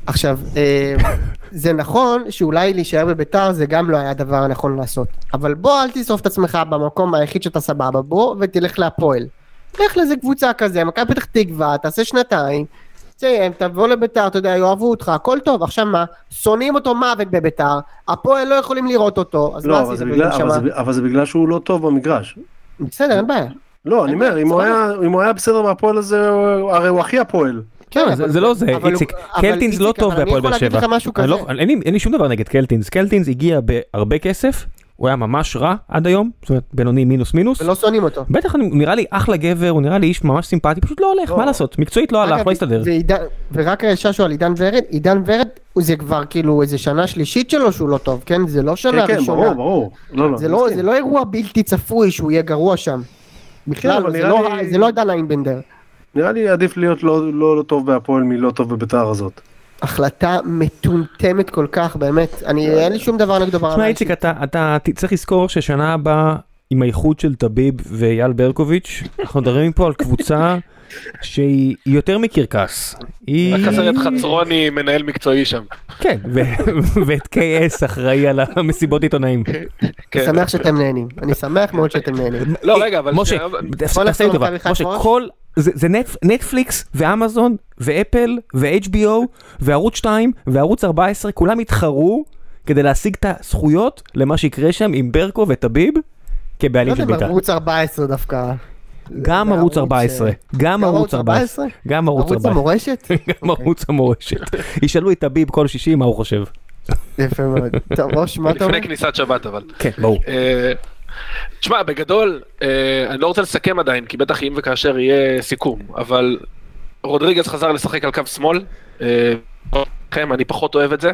Speaker 3: עכשיו, אה, זה נכון שאולי להישאר בביתר זה גם לא היה הדבר הנכון לעשות, אבל בוא אל תשרוף את עצמך במקום היחיד שאתה סבבה בו ותלך להפועל. לך לאיזה קבוצה כזה, מכבי פתח תקווה, תעשה שנתיים, תסיים, תבוא לביתר, אתה יודע, יאהבו אותך, הכל טוב, עכשיו מה? שונאים אותו מוות בביתר, הפועל לא יכולים לראות אותו, אז
Speaker 1: לא,
Speaker 3: מה
Speaker 1: אבל
Speaker 3: עשית
Speaker 1: זה בגלל-
Speaker 3: בגלל
Speaker 1: אבל
Speaker 3: שמה?
Speaker 1: זה- אבל זה בגלל שהוא לא טוב במגרש.
Speaker 3: בסדר, אין בעיה.
Speaker 1: לא, אני אומר, אם הוא
Speaker 3: סבבה.
Speaker 1: היה- אם הוא היה בסדר בהפועל הזה, הוא- הרי הוא הכי הפועל.
Speaker 3: כן,
Speaker 2: לא, זה-
Speaker 3: אבל-
Speaker 2: זה לא זה,
Speaker 3: אבל הוא-
Speaker 2: איציק.
Speaker 3: אבל
Speaker 2: קלטינס לא
Speaker 3: איציק,
Speaker 2: טוב
Speaker 3: אבל
Speaker 2: בהפועל באר
Speaker 3: אני יכול
Speaker 2: שבע.
Speaker 3: להגיד לך משהו
Speaker 2: אני
Speaker 3: כזה.
Speaker 2: לא- אין לי- אין לי שום דבר נגד קלטינס. קלטינס הגיע בהרבה כסף, הוא היה ממש רע עד היום, זאת אומרת בינוני מינוס מינוס.
Speaker 3: ולא שונאים אותו.
Speaker 2: בטח, אני- הוא נראה לי אחלה גבר, הוא נראה לי איש ממש סימפטי, פשוט לא הולך,
Speaker 1: לא.
Speaker 2: מה לעשות? מקצועית לא הלך,
Speaker 3: אגב,
Speaker 2: לא הסתדר.
Speaker 3: ועידן- ורק ששו על עידן ורד, עידן ורד הוא- זה כבר כאילו איזה שנה שלישית שלו שהוא לא טוב, כן? זה לא שנה
Speaker 1: כן, כן,
Speaker 3: ראשונה.
Speaker 1: ברור, ברור. לא, לא.
Speaker 3: זה
Speaker 1: אני
Speaker 3: לא-
Speaker 1: מסכים.
Speaker 3: זה לא אירוע בלתי צפוי שהוא יהיה גרוע שם. בכלל,
Speaker 1: אבל
Speaker 3: זה
Speaker 1: נראה
Speaker 3: לא-
Speaker 1: לי-
Speaker 3: זה לא עידן איינבנדר.
Speaker 1: נראה לי עדיף להיות לא- לא לא טוב בהפועל מלא טוב בביתר הזאת.
Speaker 3: החלטה מטומטמת
Speaker 1: כן.
Speaker 3: כל כך, באמת. אני, אין לי שום דבר נגדו ברמה
Speaker 2: תשמע
Speaker 3: האישית.
Speaker 2: איציק, אתה- אתה ת- צריך לזכור ששנה הבאה עם האיחוד של טביב ואייל ברקוביץ', אנחנו מדברים פה על קבוצה שהיא יותר מקרקס. היא...
Speaker 4: רק הסרט חצרוני מנהל מקצועי שם.
Speaker 2: כן, ו- ואת KS אחראי על המסיבות עיתונאים.
Speaker 4: כן.
Speaker 3: אני שמח שאתם נהנים. אני שמח מאוד שאתם נהנים.
Speaker 4: לא, רגע, אבל...
Speaker 2: משה,
Speaker 4: שנייה,
Speaker 2: תעשה תעשה לי
Speaker 3: לחזור
Speaker 2: טובה,
Speaker 3: למכבי חיפה
Speaker 2: משה,
Speaker 3: ראש?
Speaker 2: כל, זה זה נט- נטפליקס ואמזון ואפל ו-HBO וערוץ 2 וערוץ 14, כולם התחרו כדי להשיג את הזכויות למה שיקרה שם עם ברקו וטביב
Speaker 3: לא
Speaker 2: כבעלים
Speaker 3: יודע,
Speaker 2: של בית"ר.
Speaker 3: ערוץ 14 דווקא.
Speaker 2: גם
Speaker 3: זה
Speaker 2: ערוץ
Speaker 3: ערוץ,
Speaker 2: 14,
Speaker 3: אה,
Speaker 2: גם ערוץ 14, גם ערוץ
Speaker 3: ערוץ
Speaker 2: 14,
Speaker 3: המורשת?
Speaker 2: גם ערוץ המורשת. ישאלו את טביב כל שישי מה הוא חושב.
Speaker 3: יפה מאוד. טוב, ראש, מה אתה אומר?
Speaker 4: לפני כניסת שבת אבל.
Speaker 2: כן, ברור.
Speaker 4: אה, תשמע, בגדול, אה, אני לא רוצה לסכם עדיין, כי בטח אם וכאשר יהיה סיכום, אבל רודריגז חזר לשחק על קו שמאל. אה, לכם, אני פחות אוהב את זה.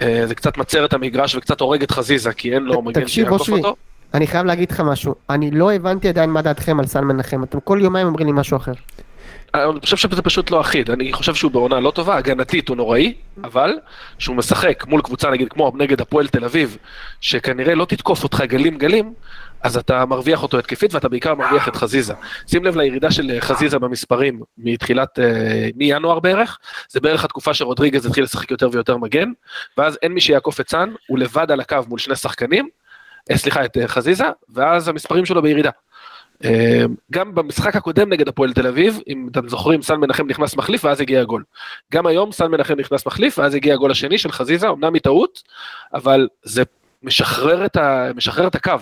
Speaker 4: אה, זה קצת מצר את המגרש וקצת הורג את חזיזה, כי אין לו
Speaker 3: ת-
Speaker 4: מגן
Speaker 3: תקשיב,
Speaker 4: שיעקוף
Speaker 3: אושרי.
Speaker 4: אותו.
Speaker 3: אני חייב להגיד לך משהו. אני לא הבנתי עדיין מה דעתכם על סן מנחם. אתם כל יומיים אומרים לי משהו אחר.
Speaker 4: אני חושב שזה פשוט לא אחיד, אני חושב שהוא בעונה לא טובה, הגנתית הוא נוראי, אבל שהוא משחק מול קבוצה נגיד כמו נגד הפועל תל אביב, שכנראה לא תתקוף אותך גלים גלים, אז אתה מרוויח אותו התקפית ואתה בעיקר מרוויח את חזיזה. שים לב לירידה של אה, חזיזה במספרים מתחילת, אה, מינואר בערך, זה בערך התקופה שרודריגז התחיל לשחק יותר ויותר מגן, ואז אין מי שיעקוף את סאן, הוא לבד על הקו מול שני שחקנים, אה, סליחה, את אה, חזיזה, ואז המספרים שלו בירידה. אה, גם במשחק הקודם נגד הפועל תל אביב, אם אתם זוכרים, סן מנחם נכנס מחליף ואז הגיע הגול. גם היום סן מנחם נכנס מחליף ואז הגיע הגול השני של חזיזה, אמנם מטעות, אבל זה משחרר את, ה... משחרר את הקו.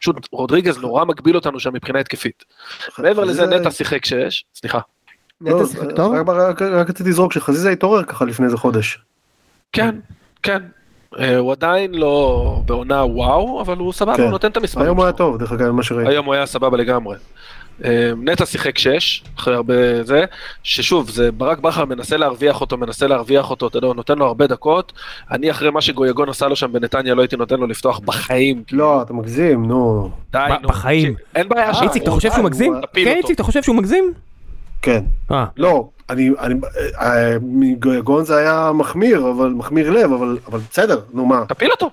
Speaker 4: פשוט רודריגז נורא מגביל אותנו שם מבחינה התקפית. מעבר לזה נטע שיחק שש, סליחה.
Speaker 1: לא,
Speaker 3: נטע שיחק טוב?
Speaker 1: רק- רק- רק רציתי לזרוק שחזיזה התעורר ככה לפני איזה חודש.
Speaker 4: כן, כן. אה, הוא עדיין לא בעונה וואו, אבל הוא סבבה,
Speaker 1: כן.
Speaker 4: הוא נותן את המספרים.
Speaker 1: היום הוא היה
Speaker 4: שלו.
Speaker 1: טוב, דרך אגב, מה שראיתי.
Speaker 4: היום הוא היה סבבה לגמרי. אה, נטע שיחק 6, אחרי הרבה זה, ששוב, זה ברק בכר מנסה להרוויח אותו, מנסה להרוויח אותו, אתה יודע, הוא נותן לו הרבה דקות. אני אחרי מה שגויגון עשה לו שם בנתניה, לא הייתי נותן לו לפתוח בחיים.
Speaker 1: לא, אתה מגזים, נו.
Speaker 4: די,
Speaker 2: ב-
Speaker 4: נו.
Speaker 2: בחיים.
Speaker 4: תקשיב, אין בעיה שם.
Speaker 2: איציק, אתה חושב
Speaker 1: אה,
Speaker 2: שהוא
Speaker 1: הוא
Speaker 2: מגזים?
Speaker 4: מפיל
Speaker 2: כן,
Speaker 4: אותו.
Speaker 2: איציק, אתה חושב שהוא מגזים?
Speaker 1: כן.
Speaker 2: אה,
Speaker 1: לא, אני, אני, אה, מגויגון זה היה מחמיר, אבל מחמיר לב, אבל, אבל בסדר, נו מה.
Speaker 4: תפיל אותו.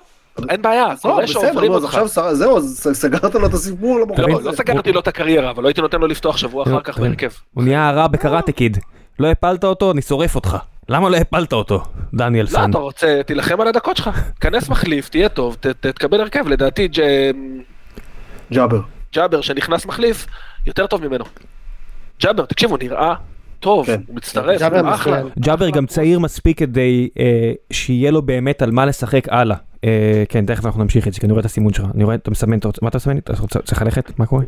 Speaker 4: אין בעיה,
Speaker 1: לא,
Speaker 4: קורה
Speaker 1: בסדר,
Speaker 4: שעוברים
Speaker 1: נו, אז
Speaker 4: אותך.
Speaker 1: עכשיו שר- זהו, אז ס- סגרת לו את הסיפור למחרת.
Speaker 4: לא, לא סגרתי לו את הקריירה, אבל לא הייתי נותן לו לפתוח שבוע אחר כך בהרכב.
Speaker 2: הוא נהיה הרע בקראטה קיד. לא הפלת אותו, אני שורף אותך. למה לא הפלת אותו, דניאל
Speaker 4: לא,
Speaker 2: סאן?
Speaker 4: אתה רוצה, תילחם על הדקות שלך. כנס מחליף, תהיה טוב, ת- ת- תקבל הרכב. לדעתי, ג'-
Speaker 1: ג'אבר.
Speaker 4: ג'אבר שנכנס מחליף, יותר טוב ממנו. ג'אבר, תקשיב, הוא נראה טוב,
Speaker 1: כן.
Speaker 4: הוא מצטרף,
Speaker 3: ג'אבר
Speaker 4: הוא אחלה.
Speaker 3: מצוין.
Speaker 2: ג'אבר גם צעיר מספיק כדי אה, שיהיה לו באמת על מה לשחק הלאה. אה, כן, תכף אנחנו נמשיך את זה, כי אני רואה את הסימון שלך. אני רואה, אתה מסמן, אתה רוצה- מה אתה מסמן? אתה רוצה- צריך ללכת? מה קורה?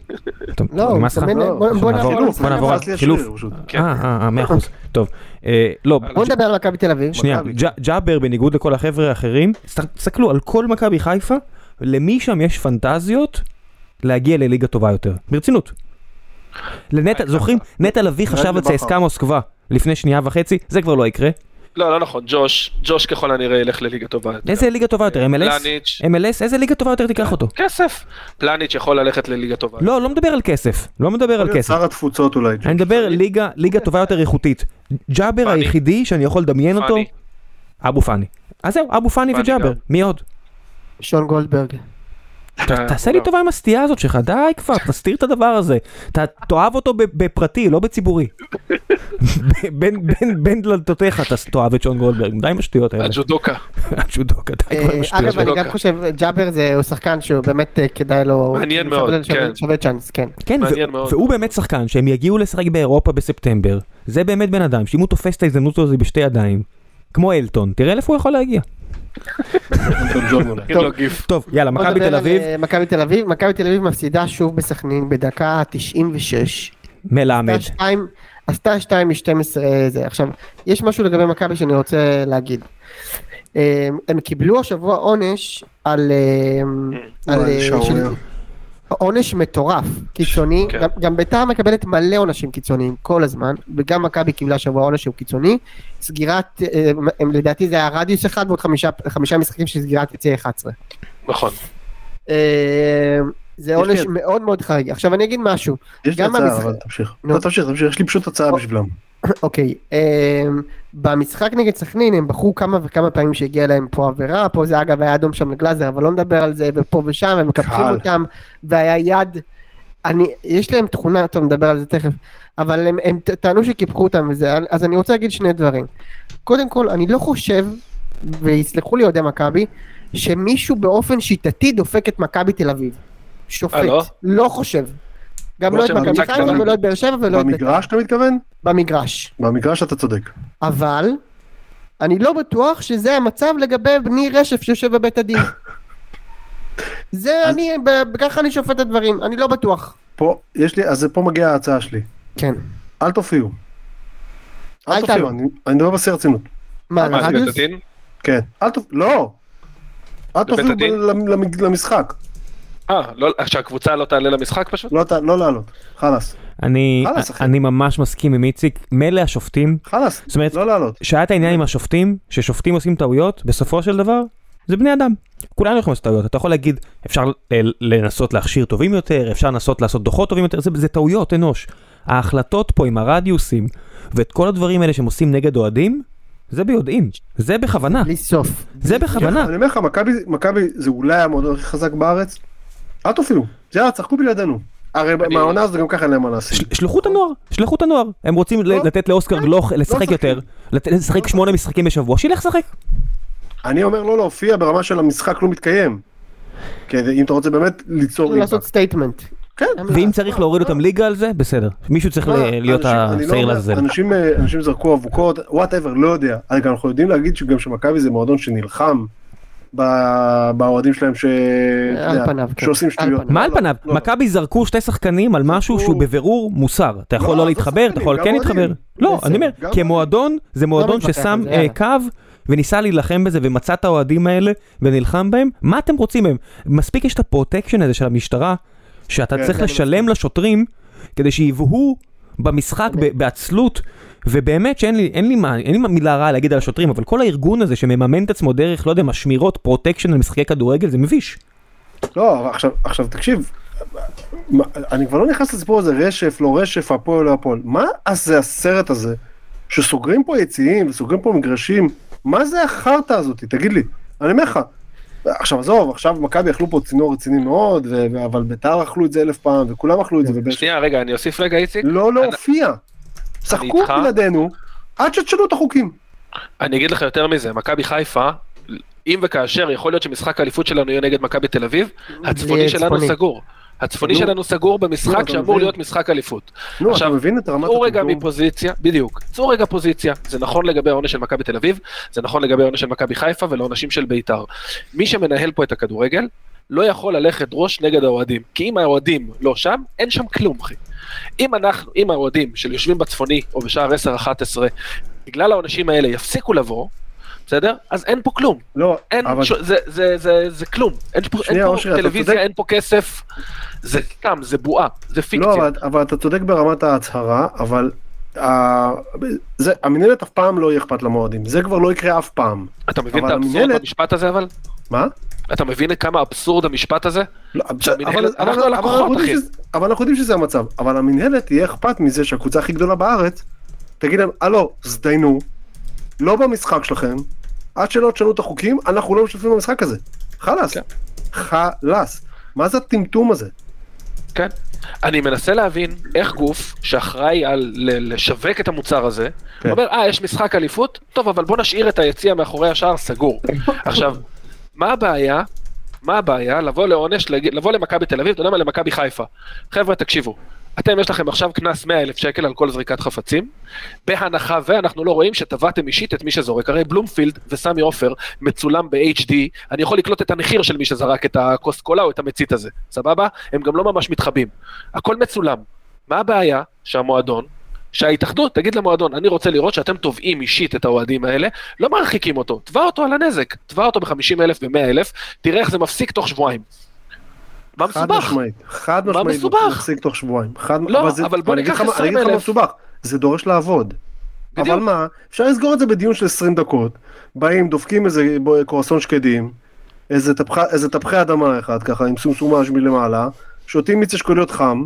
Speaker 2: אתה-
Speaker 3: לא, הוא
Speaker 2: נמאס לך?
Speaker 3: מסמן-
Speaker 1: לא,
Speaker 3: בוא-
Speaker 1: אנחנו
Speaker 2: נעבור-
Speaker 3: בוא נעבור
Speaker 2: בוא
Speaker 3: למשחק
Speaker 2: נעבור
Speaker 3: הבא.
Speaker 1: נמאס לי
Speaker 2: חילוף.
Speaker 1: השריר, פשוט.
Speaker 4: כן.
Speaker 2: אה, אה, אה, מאה אחוז. טוב. אה, לא,
Speaker 3: בוא נדבר על מכבי תל אביב.
Speaker 2: שנייה,
Speaker 1: מכבי.
Speaker 2: ג'- ג'אבר בניגוד לכל החבר'ה האחרים, כן. סת- תסתכלו על כל מכבי חיפה, למי שם יש פנטזיות להגיע לליגה טובה יותר. ברצינות. לנטע, זוכרים? אה, נטע לביא חשב על
Speaker 1: לבכר.
Speaker 2: צייסקה מוסקבה לפני שנייה וחצי, זה כבר לא יקרה.
Speaker 4: לא, לא נכון, ג'וש, ג'וש ככל הנראה ילך לליגה טובה. יותר.
Speaker 2: איזה ליגה טובה יותר?
Speaker 4: לא,
Speaker 2: MLS?
Speaker 4: פלניץ'.
Speaker 2: MLS? איזה ליגה טובה יותר תיקח אותו?
Speaker 4: כסף. פלניץ' יכול ללכת לליגה טובה.
Speaker 2: לא, לא מדבר על כסף. לא מדבר על כסף.
Speaker 1: שר התפוצות אולי.
Speaker 2: אני מדבר ליגה, ליגה טובה יותר איכותית. ג'אבר
Speaker 4: פאני.
Speaker 2: היחידי שאני יכול לדמיין אותו,
Speaker 4: פאני.
Speaker 2: אבו פאני. אז זהו, אבו פאני
Speaker 4: פאני
Speaker 2: וג'אבר.
Speaker 4: גם.
Speaker 2: מי עוד?
Speaker 3: שון גולדברג.
Speaker 2: ת-
Speaker 4: אה,
Speaker 2: תעשה לי
Speaker 4: לא.
Speaker 2: טובה עם הסטייה הזאת שלך, די כבר, תסתיר את הדבר הזה. אתה תאהב אותו ב- בפרטי, לא בציבורי. בין- בין- בין דלתותיך אתה תאהב את שון גולדברג, די עם השטויות האלה.
Speaker 4: הג'ודוקה.
Speaker 2: הג'ודוקה, די כבר עם
Speaker 3: אה,
Speaker 2: השטויות.
Speaker 3: אגב, אני גם
Speaker 4: בלוקה.
Speaker 3: חושב, ג'אבר זה הוא שחקן שהוא באמת אה, כדאי לו...
Speaker 4: מעניין
Speaker 3: שווה-
Speaker 4: מאוד,
Speaker 3: שווה-
Speaker 4: כן.
Speaker 3: שווה צ'אנס, כן.
Speaker 2: כן,
Speaker 4: מעניין
Speaker 2: ו-
Speaker 4: מאוד.
Speaker 2: והוא באמת שחקן, שהם יגיעו לשחק באירופה בספטמבר, זה באמת בן אדם, שאם הוא תופס את ההזדמנות הזאת בשתי ידיים, כמו אלטון, תראה לאיפה הוא יכול להגיע.
Speaker 4: נגיד לו גיף.
Speaker 2: טוב, יאללה,
Speaker 3: בוא
Speaker 2: מכבי
Speaker 3: נדבר
Speaker 2: תל
Speaker 3: על,
Speaker 2: אביב,
Speaker 3: אה, מכבי תל אביב, מכבי תל אביב מפסידה שוב בסכנין בדקה ה-96.
Speaker 2: מלמד.
Speaker 3: עשתה שתיים- עשתה 2 מ-12 זה. עכשיו, יש משהו לגבי מכבי שאני רוצה להגיד. אה, הם קיבלו השבוע עונש על... אה,
Speaker 1: כן.
Speaker 3: על, אה,
Speaker 1: שערוריה.
Speaker 3: עונש מטורף, קיצוני,
Speaker 4: כן.
Speaker 3: גם, גם ביתר מקבלת מלא עונשים קיצוניים כל הזמן, וגם מכבי קיבלה שבוע עונש שהוא קיצוני, סגירת, אה, הם, לדעתי זה היה רדיוס אחד ועוד חמישה, חמישה משחקים של סגירת יציא 11.
Speaker 4: נכון.
Speaker 3: אה, זה עונש
Speaker 1: לי-
Speaker 3: מאוד מאוד חריג. עכשיו אני אגיד משהו,
Speaker 1: יש לי
Speaker 3: גם
Speaker 1: הצעה,
Speaker 3: המשחק-
Speaker 1: אבל תמשיך.
Speaker 3: נו.
Speaker 1: לא, תמשיך, תמשיך, יש לי פשוט הצעה
Speaker 3: או-
Speaker 1: בשבילם. אוקיי.
Speaker 3: אוקיי, אמ, במשחק נגד סכנין הם בחרו כמה וכמה פעמים שהגיעה להם פה עבירה, פה זה אגב היה אדום שם לגלאזר, אבל לא נדבר על זה, ופה ושם הם מקפחים
Speaker 1: קהל.
Speaker 3: אותם, והיה יד, אני, יש להם תכונה, טוב נדבר על זה תכף, אבל הם, הם ט- טענו שקיפחו אותם וזה, אז אני רוצה להגיד שני דברים. קודם כל, אני לא חושב, ויסלחו לי אוהדי מכבי, שמישהו באופן שיטתי דופק את מכבי תל אביב. שופט.
Speaker 4: אה, לא?
Speaker 3: לא חושב. גם
Speaker 4: למרות
Speaker 3: לא את
Speaker 4: שהם
Speaker 3: מכבי
Speaker 4: במשחק
Speaker 3: חיפה
Speaker 1: קטן.
Speaker 3: ולא את באר שבע ולא את בית"ר.
Speaker 1: במגרש אתה מתכוון?
Speaker 3: במגרש.
Speaker 1: במגרש אתה צודק.
Speaker 3: אבל אני לא בטוח שזה המצב לגבי בני רשף שיושב בבית הדין. זה
Speaker 1: אז-
Speaker 3: אני, ב- ככה אני שופט את הדברים, אני לא בטוח.
Speaker 1: פה, יש לי, אז פה מגיעה ההצעה שלי.
Speaker 3: כן.
Speaker 1: אל תופיעו.
Speaker 3: אל
Speaker 1: אל תופיעו,
Speaker 3: תעלו.
Speaker 1: אני אני מדבר בשיא הרצינות.
Speaker 2: אה,
Speaker 3: מה,
Speaker 4: מה, זה
Speaker 3: לרדיוס?
Speaker 4: בית הדין?
Speaker 1: כן. אל תופיעו, לא! אל תופיעו
Speaker 4: הדין?
Speaker 1: ב- למ- למג- למשחק.
Speaker 4: אה, לא- שהקבוצה לא תעלה למשחק פשוט?
Speaker 1: לא ת- לא לעלות. חלאס.
Speaker 3: לא
Speaker 2: אני,
Speaker 1: חלאס, אחי.
Speaker 2: אני ממש מסכים עם איציק, מילא השופטים,
Speaker 1: חלאס.
Speaker 2: זאת אומרת,
Speaker 1: לא לעלות.
Speaker 2: שהיה את העניין עם השופטים, ששופטים עושים טעויות, בסופו של דבר, זה בני אדם. כולנו יכולים לעשות טעויות, אתה יכול להגיד, אפשר ל- לנסות להכשיר טובים יותר, אפשר לנסות לעשות דוחות טובים יותר, זה, זה טעויות אנוש. ההחלטות פה עם הרדיוסים, ואת כל הדברים האלה שהם עושים נגד אוהדים, זה ביודעין, זה בכוונה,
Speaker 3: בלי סוף.
Speaker 2: זה בכוונה.
Speaker 1: אני אומר לך, מכבי- מכבי זה אולי המועדון הכי חזק בארץ. אל תופיעו. יאללה, צחקו בלעדינו. הרי מהעונה הזאת גם ככה אין להם מה להשיג.
Speaker 2: של- שלחו את הנוער, שלחו את הנוער. הם רוצים ל-
Speaker 1: לא,
Speaker 2: לתת לאוסקר גלוך לשחק
Speaker 1: משחקים.
Speaker 2: יותר, לת- לשחק שמונה משחקים בשבוע, שילך לשחק.
Speaker 1: אני אומר לא להופיע ברמה של המשחק לא מתקיים. כן, אם אתה רוצה באמת ליצור
Speaker 3: כאילו לעשות
Speaker 1: אימפקט.
Speaker 3: סטייטמנט.
Speaker 1: כן.
Speaker 2: ואם צריך להוריד אותם ליגה על זה, בסדר. מישהו צריך
Speaker 1: מה,
Speaker 2: ל- להיות
Speaker 1: אנשים- אני לא
Speaker 2: השעיר
Speaker 1: אומר,
Speaker 2: לעזאזל.
Speaker 1: אנשים, אה, אנשים זרקו אבוקות, וואטאבר, לא יודע. אני גם- אנחנו יודעים להגיד שגם שמכבי זה מועדון שנלחם ב- באוהדים שלהם ש... אתה
Speaker 3: על
Speaker 1: יודע,
Speaker 3: פניו, כן.
Speaker 1: שעושים
Speaker 3: על
Speaker 1: שטויות.
Speaker 3: פניו.
Speaker 2: מה על
Speaker 1: לא,
Speaker 2: פניו?
Speaker 1: לא.
Speaker 2: מכבי זרקו שתי שחקנים על משהו
Speaker 1: זרקו-
Speaker 2: שהוא בבירור מוסר. אתה יכול
Speaker 1: לא,
Speaker 2: לא
Speaker 1: זה
Speaker 2: להתחבר,
Speaker 1: שחקנים,
Speaker 2: אתה יכול
Speaker 1: גם
Speaker 2: כן
Speaker 1: אוהדים.
Speaker 2: להתחבר. לא,
Speaker 3: בסדר,
Speaker 2: אני אומר,
Speaker 1: גם לא
Speaker 2: כמועדון, זה מועדון
Speaker 3: מתווכח על
Speaker 2: ששם
Speaker 3: זה,
Speaker 2: אה,
Speaker 3: יאללה.
Speaker 2: קו וניסה להילחם בזה ומצא את האוהדים האלה ונלחם בהם. מה אתם רוצים מהם? מספיק יש את הפרוטקשן הזה של המשטרה, שאתה
Speaker 1: כן,
Speaker 2: צריך
Speaker 1: כן,
Speaker 2: לשלם לשוטרים כדי שיבהו במשחק ב- בעצלות. ובאמת שאין לי, אין לי, מה, אין לי מה- מילה רעה להגיד על השוטרים, אבל כל הארגון הזה שמממן את עצמו דרך, לא יודע, משמירות, פרוטקשן על משחקי כדורגל, זה מביש.
Speaker 1: לא, אבל עכשיו, עכשיו תקשיב, מה- אני כבר לא נכנס לסיפור הזה, רשף, לא רשף, הפועל, לא הפועל. מה אז זה הסרט הזה, שסוגרים פה יציעים וסוגרים פה מגרשים? מה זה החרטא הזאת? תגיד לי. אני אומר לך, עכשיו עזוב, עכשיו מכבי אכלו פה צינור רציני מאוד, ו- ו- אבל ביתר אכלו את זה אלף פעם, וכולם אכלו את זה,
Speaker 2: לא.
Speaker 1: ובאר שבע-
Speaker 4: שנייה, רגע, אני אוסיף רגע, איציק.
Speaker 1: לא להופיע.
Speaker 4: אני
Speaker 1: שחקו
Speaker 4: איתך.
Speaker 1: בלעדינו, עד שתשנו את החוקים.
Speaker 4: אני אגיד לך יותר מזה, מכבי חיפה, אם וכאשר, יכול להיות שמשחק האליפות שלנו יהיה נגד מכבי תל אביב, הצפוני
Speaker 3: בלי
Speaker 4: שלנו
Speaker 3: צפוני.
Speaker 4: סגור. הצפוני
Speaker 1: נו.
Speaker 4: שלנו סגור
Speaker 1: נו,
Speaker 4: במשחק
Speaker 1: אתה
Speaker 4: שאמור
Speaker 1: מבין?
Speaker 4: להיות משחק אליפות.
Speaker 1: נו, אתה
Speaker 4: עכשיו,
Speaker 1: מבין את רמת
Speaker 4: צאו רגע
Speaker 1: הטמטום?
Speaker 4: מפוזיציה, בדיוק, צאו רגע פוזיציה, זה נכון לגבי העונש של מכבי תל אביב, זה נכון לגבי העונש של מכבי חיפה ולעונשים של בית"ר. מי שמנהל פה את הכדורגל, לא יכול ללכת ראש נגד האוהדים, כי אם האוהדים לא שם, אין שם כלום, אחי. אם אנחנו, אם האוהדים של יושבים בצפוני או בשער 10-11, בגלל העונשים האלה יפסיקו לבוא, בסדר? אז אין פה כלום.
Speaker 1: לא,
Speaker 4: אין,
Speaker 1: אבל
Speaker 4: ש... זה, זה, זה, זה כלום. אין פה,
Speaker 1: שנייה,
Speaker 4: אין פה
Speaker 1: אושרי, אתה
Speaker 4: טלוויזיה,
Speaker 1: צודק.
Speaker 4: אין פה כסף. זה סתם, זה בועה, זה פיקציה.
Speaker 1: לא, אבל, אבל אתה צודק ברמת ההצהרה, אבל ה- זה, המנהלת אף פעם לא יהיה אכפת למועדים, זה כבר לא יקרה אף פעם.
Speaker 4: אתה מבין
Speaker 1: אבל
Speaker 4: את האבסורד
Speaker 1: המנהלת-
Speaker 4: במשפט הזה אבל?
Speaker 1: מה?
Speaker 4: אתה מבין כמה אבסורד המשפט הזה?
Speaker 1: לא,
Speaker 4: שהמנהלת-
Speaker 1: אבל-
Speaker 4: אנחנו
Speaker 1: אבל- אבל
Speaker 4: הלקוחות,
Speaker 1: אנחנו יודעים
Speaker 4: אחי.
Speaker 1: שזה- אבל אנחנו יודעים שזה המצב, אבל המנהלת יהיה אכפת מזה שהקבוצה הכי גדולה בארץ, תגיד להם, הלו, הזדיינו, לא במשחק שלכם, עד שלא תשנו את החוקים, אנחנו לא משתתפים במשחק הזה. חלאס.
Speaker 4: כן.
Speaker 1: חלאס. מה זה הטמטום הזה?
Speaker 4: כן. אני מנסה להבין איך גוף שאחראי על ל- לשווק את המוצר הזה,
Speaker 1: כן.
Speaker 4: אומר, אה, יש משחק אליפות? טוב, אבל בוא נשאיר את היציע מאחורי השער סגור. עכשיו, מה הבעיה? מה הבעיה לבוא לעונש, להגיד- לבוא למכבי תל אביב, אתה יודע מה, למכבי חיפה. חבר'ה, תקשיבו, אתם יש לכם עכשיו קנס 100 אלף שקל על כל זריקת חפצים, בהנחה ואנחנו לא רואים שטבעתם אישית את מי שזורק. הרי בלומפילד וסמי עופר מצולם ב-HD, אני יכול לקלוט את הנחיר של מי שזרק את הכוס קולה או את המצית הזה, סבבה? הם גם לא ממש מתחבאים. הכל מצולם. מה הבעיה שהמועדון, שההתאחדות תגיד למועדון, אני רוצה לראות שאתם תובעים אישית את האוהדים האלה, לא מרחיקים אותו, תבע אותו על הנזק, תבע אותו ב-50 אלף ו-100 אלף, תראה איך זה מפסיק תוך שבועיים. מה
Speaker 1: חד
Speaker 4: מסובך?
Speaker 1: משמעית, חד
Speaker 4: מה
Speaker 1: משמעית,
Speaker 4: מסובך?
Speaker 1: נפסיק תוך שבועיים. חד...
Speaker 4: לא, אבל בוא
Speaker 1: אני אגיד
Speaker 4: ניקח
Speaker 1: לך מה- אני אגיד לך מה
Speaker 4: 20,000.
Speaker 1: מסובך, זה דורש לעבוד.
Speaker 4: בדיוק.
Speaker 1: אבל מה, אפשר לסגור את זה בדיון של 20 דקות, באים, דופקים איזה בו- קרואסון שקדים, איזה טפחי- איזה טפחי אדמה אחד ככה עם סומסומאז' מלמעלה, שותים מיץ אשכוליות חם,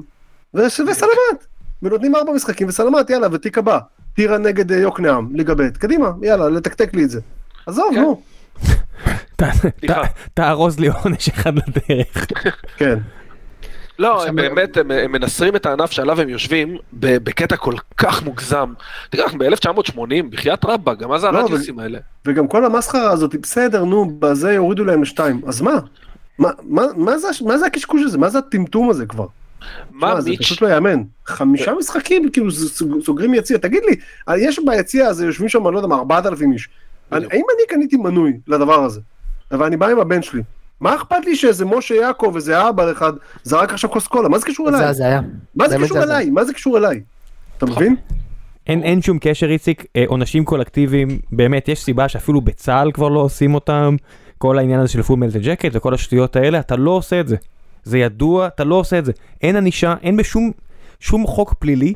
Speaker 1: וס- וסלמת. ונותנים ארבע משחקים וסלמת, יאללה, ותיק הבא. טירה נגד אה, יוקנעם, ליגה ב', קדימה, יאללה, לתקתק לי את זה. עזוב,
Speaker 4: כן.
Speaker 1: נו.
Speaker 2: ת-
Speaker 4: סליחה.
Speaker 2: ת- תארוז לי עונש אחד לדרך.
Speaker 1: כן.
Speaker 4: לא,
Speaker 3: עכשיו-
Speaker 4: הם באמת, הם, הם מנסרים את הענף שעליו הם יושבים ב- בקטע כל כך מוגזם. תגיד לך, ב-1980, בחייאת רבאק, גם מה זה
Speaker 1: לא,
Speaker 4: הרדיוסים האלה?
Speaker 1: וגם כל המסחרה הזאת, בסדר, נו, בזה יורידו להם לשתיים. אז מה? מה, מה, מה, זה, הש- מה זה הקשקוש הזה? מה זה הטמטום הזה כבר?
Speaker 4: מה
Speaker 1: שמע, זה
Speaker 4: מיץ',
Speaker 1: פשוט לא יאמן. חמישה משחקים, כאילו, זה- סוג- סוגרים יציע. תגיד לי, אה, יש ביציע הזה, יושבים שם, לא יודע מה, 4,000 איש. אני-
Speaker 4: בדיוק.
Speaker 1: האם אני קניתי מנוי לדבר הזה? אבל אני בא עם הבן שלי. מה אכפת לי שאיזה משה יעקב, איזה אבא אחד, זרק עכשיו כוס קולה? מה זה קשור
Speaker 3: זה
Speaker 1: אליי?
Speaker 3: הזיה.
Speaker 1: מה זה
Speaker 3: באמת
Speaker 1: קשור
Speaker 3: זה הזיה.
Speaker 1: אליי? מה זה קשור אליי? אתה מבין?
Speaker 2: אין, אין שום קשר איציק, אה, עונשים קולקטיביים, באמת יש סיבה שאפילו בצה"ל כבר לא עושים אותם, כל העניין הזה של פול מלט ג'קט וכל השטויות האלה, אתה לא עושה את זה. זה ידוע, אתה לא עושה את זה. אין ענישה, אין בשום שום חוק פלילי,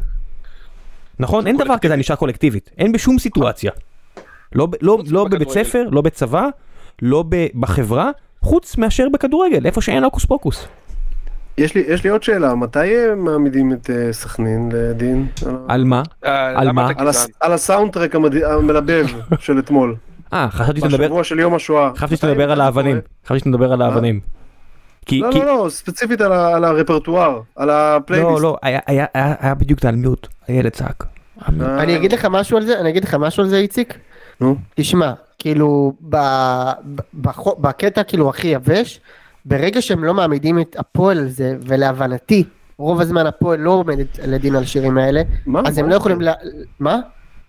Speaker 2: נכון? אין דבר כזה ענישה קולקטיבית, אין בשום סיטואציה. לא, ב- לא, לא בבית
Speaker 4: בכדורגל.
Speaker 2: ספר, לא בצבא, לא ב, בחברה, חוץ מאשר בכדורגל, איפה שאין הוקוס פוקוס.
Speaker 1: יש לי, יש לי עוד שאלה, מתי אה, מעמידים את אה, סכנין לדין?
Speaker 2: על מה?
Speaker 4: אה,
Speaker 2: על
Speaker 4: למה
Speaker 2: מה?
Speaker 4: אתה
Speaker 1: לא- על, הס,
Speaker 4: גזען?
Speaker 1: על הסאונדטרק המד... המלבב של אתמול,
Speaker 2: אה, חשבתי שאתה מדבר,
Speaker 1: בשבוע של יום השואה.
Speaker 2: חשבתי שאתה מדבר על האבנים, חשבתי שאתה מדבר על האבנים. כי,
Speaker 1: לא,
Speaker 2: כי,
Speaker 1: לא, לא, ספציפית על, ה- על הרפרטואר, על
Speaker 2: לא,
Speaker 1: הפלייליסט.
Speaker 2: לא, היה- היה- היה היה בדיוק את על מיוט, הילד צעק.
Speaker 1: אה,
Speaker 3: אני אגיד לך משהו על זה, אני אגיד לך משהו על זה, איציק.
Speaker 1: נו.
Speaker 3: תשמע, כאילו, ב, ב, בחו- בקטע כאילו הכי יבש, ברגע שהם לא מעמידים את הפועל על זה, ולהבנתי, רוב הזמן הפועל לא עומדת לדין על השירים האלה,
Speaker 1: מה?
Speaker 2: אה,
Speaker 3: אז הם
Speaker 1: ברור
Speaker 3: לא
Speaker 2: אוקיי.
Speaker 3: יכולים
Speaker 1: שכן.
Speaker 3: ל... מה?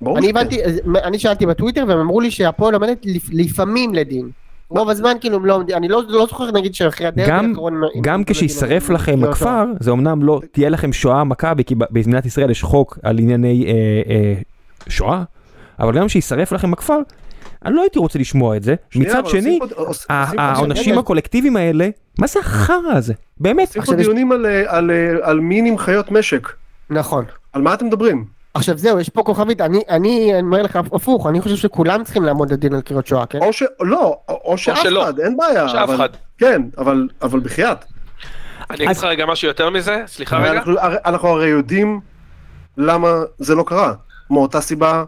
Speaker 1: ברור
Speaker 3: אני
Speaker 1: שכן.
Speaker 3: הבנתי, אז מ- אני שאלתי בטוויטר והם אמרו לי שהפועל עומדת לפ- לפעמים לדין. רוב הזמן כאילו הם לא עומדים, אני לא לא זוכר נגיד שאחרי הדרך
Speaker 2: גם- גם כשישרף לכם הכפר, זה אמנם לא תהיה לכם שואה מכבי, כי ב- במדינת ישראל יש חוק על ענייני אה, אה, שואה, אבל גם כשישרף לכם הכפר, אני לא הייתי רוצה לשמוע את זה.
Speaker 1: שנייה,
Speaker 2: מצד
Speaker 1: אבל
Speaker 2: שני,
Speaker 1: עושים פה- עושים- עושים
Speaker 2: ה-
Speaker 1: פה-
Speaker 2: העונשים הקולקטיביים האלה, מה זה החרא הזה? באמת,
Speaker 1: עושים
Speaker 3: עכשיו
Speaker 1: פה
Speaker 3: יש-
Speaker 1: דיונים על, אה, על, אה, על מינים חיות משק.
Speaker 3: נכון.
Speaker 1: על מה אתם מדברים?
Speaker 3: עכשיו זהו, יש פה כוכבית, אני אני אומר לך הפוך, אני חושב שכולם צריכים לעמוד לדין על קריאות שואה, כן?
Speaker 2: אוקיי.
Speaker 1: או ש... לא, או- או שאף
Speaker 4: שלא.
Speaker 1: אחד, אין בעיה.
Speaker 4: שאף
Speaker 1: אבל-
Speaker 4: אחד.
Speaker 1: כן, אבל אבל בחייאת.
Speaker 4: אני אגיד לך רגע משהו יותר מזה? סליחה
Speaker 1: הרי
Speaker 4: רגע?
Speaker 1: אנחנו, הרי- אנחנו הרי יודעים למה זה לא קרה, מאותה סיבה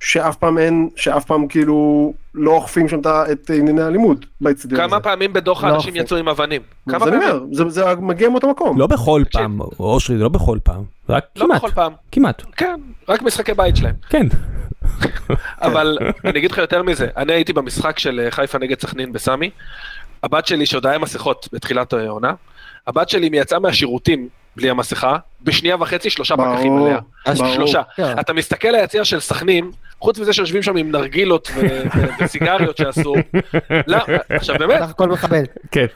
Speaker 1: שאף פעם אין, שאף פעם כאילו לא אוכפים שם את ה- את ענייני האלימות באצטדיון הזה.
Speaker 4: כמה פעמים בדוח
Speaker 3: לא
Speaker 4: האנשים
Speaker 3: אופי.
Speaker 4: יצאו עם אבנים?
Speaker 1: אוקיי. אז
Speaker 4: כמה
Speaker 1: אני
Speaker 4: פעמים?
Speaker 1: אומר, זה, זה מגיע מאותו מקום.
Speaker 2: לא בכל
Speaker 4: תקשיב.
Speaker 2: פעם, אושרי, זה לא בכל פעם, רק
Speaker 4: לא
Speaker 2: כמעט,
Speaker 4: בכל פעם.
Speaker 2: כמעט,
Speaker 4: כן, רק משחקי בית שלהם.
Speaker 2: כן.
Speaker 4: אבל אני אגיד לך יותר מזה, אני הייתי במשחק של אה, חיפה נגד סכנין בסמי, הבת שלי שעוד היה מסכות בתחילת העונה, הבת שלי יצאה מהשירותים בלי המסכה, בשנייה וחצי שלושה
Speaker 1: ברור,
Speaker 4: פקחים עליה.
Speaker 1: ברור.
Speaker 4: שלושה.
Speaker 3: כן.
Speaker 4: אתה מסתכל על היציע של סכנין, חוץ מזה שיושבים שם עם נרגילות ו- ו- וסיגריות שאסור, לא, עכשיו באמת,
Speaker 3: סך הכל מחבל.
Speaker 2: כן.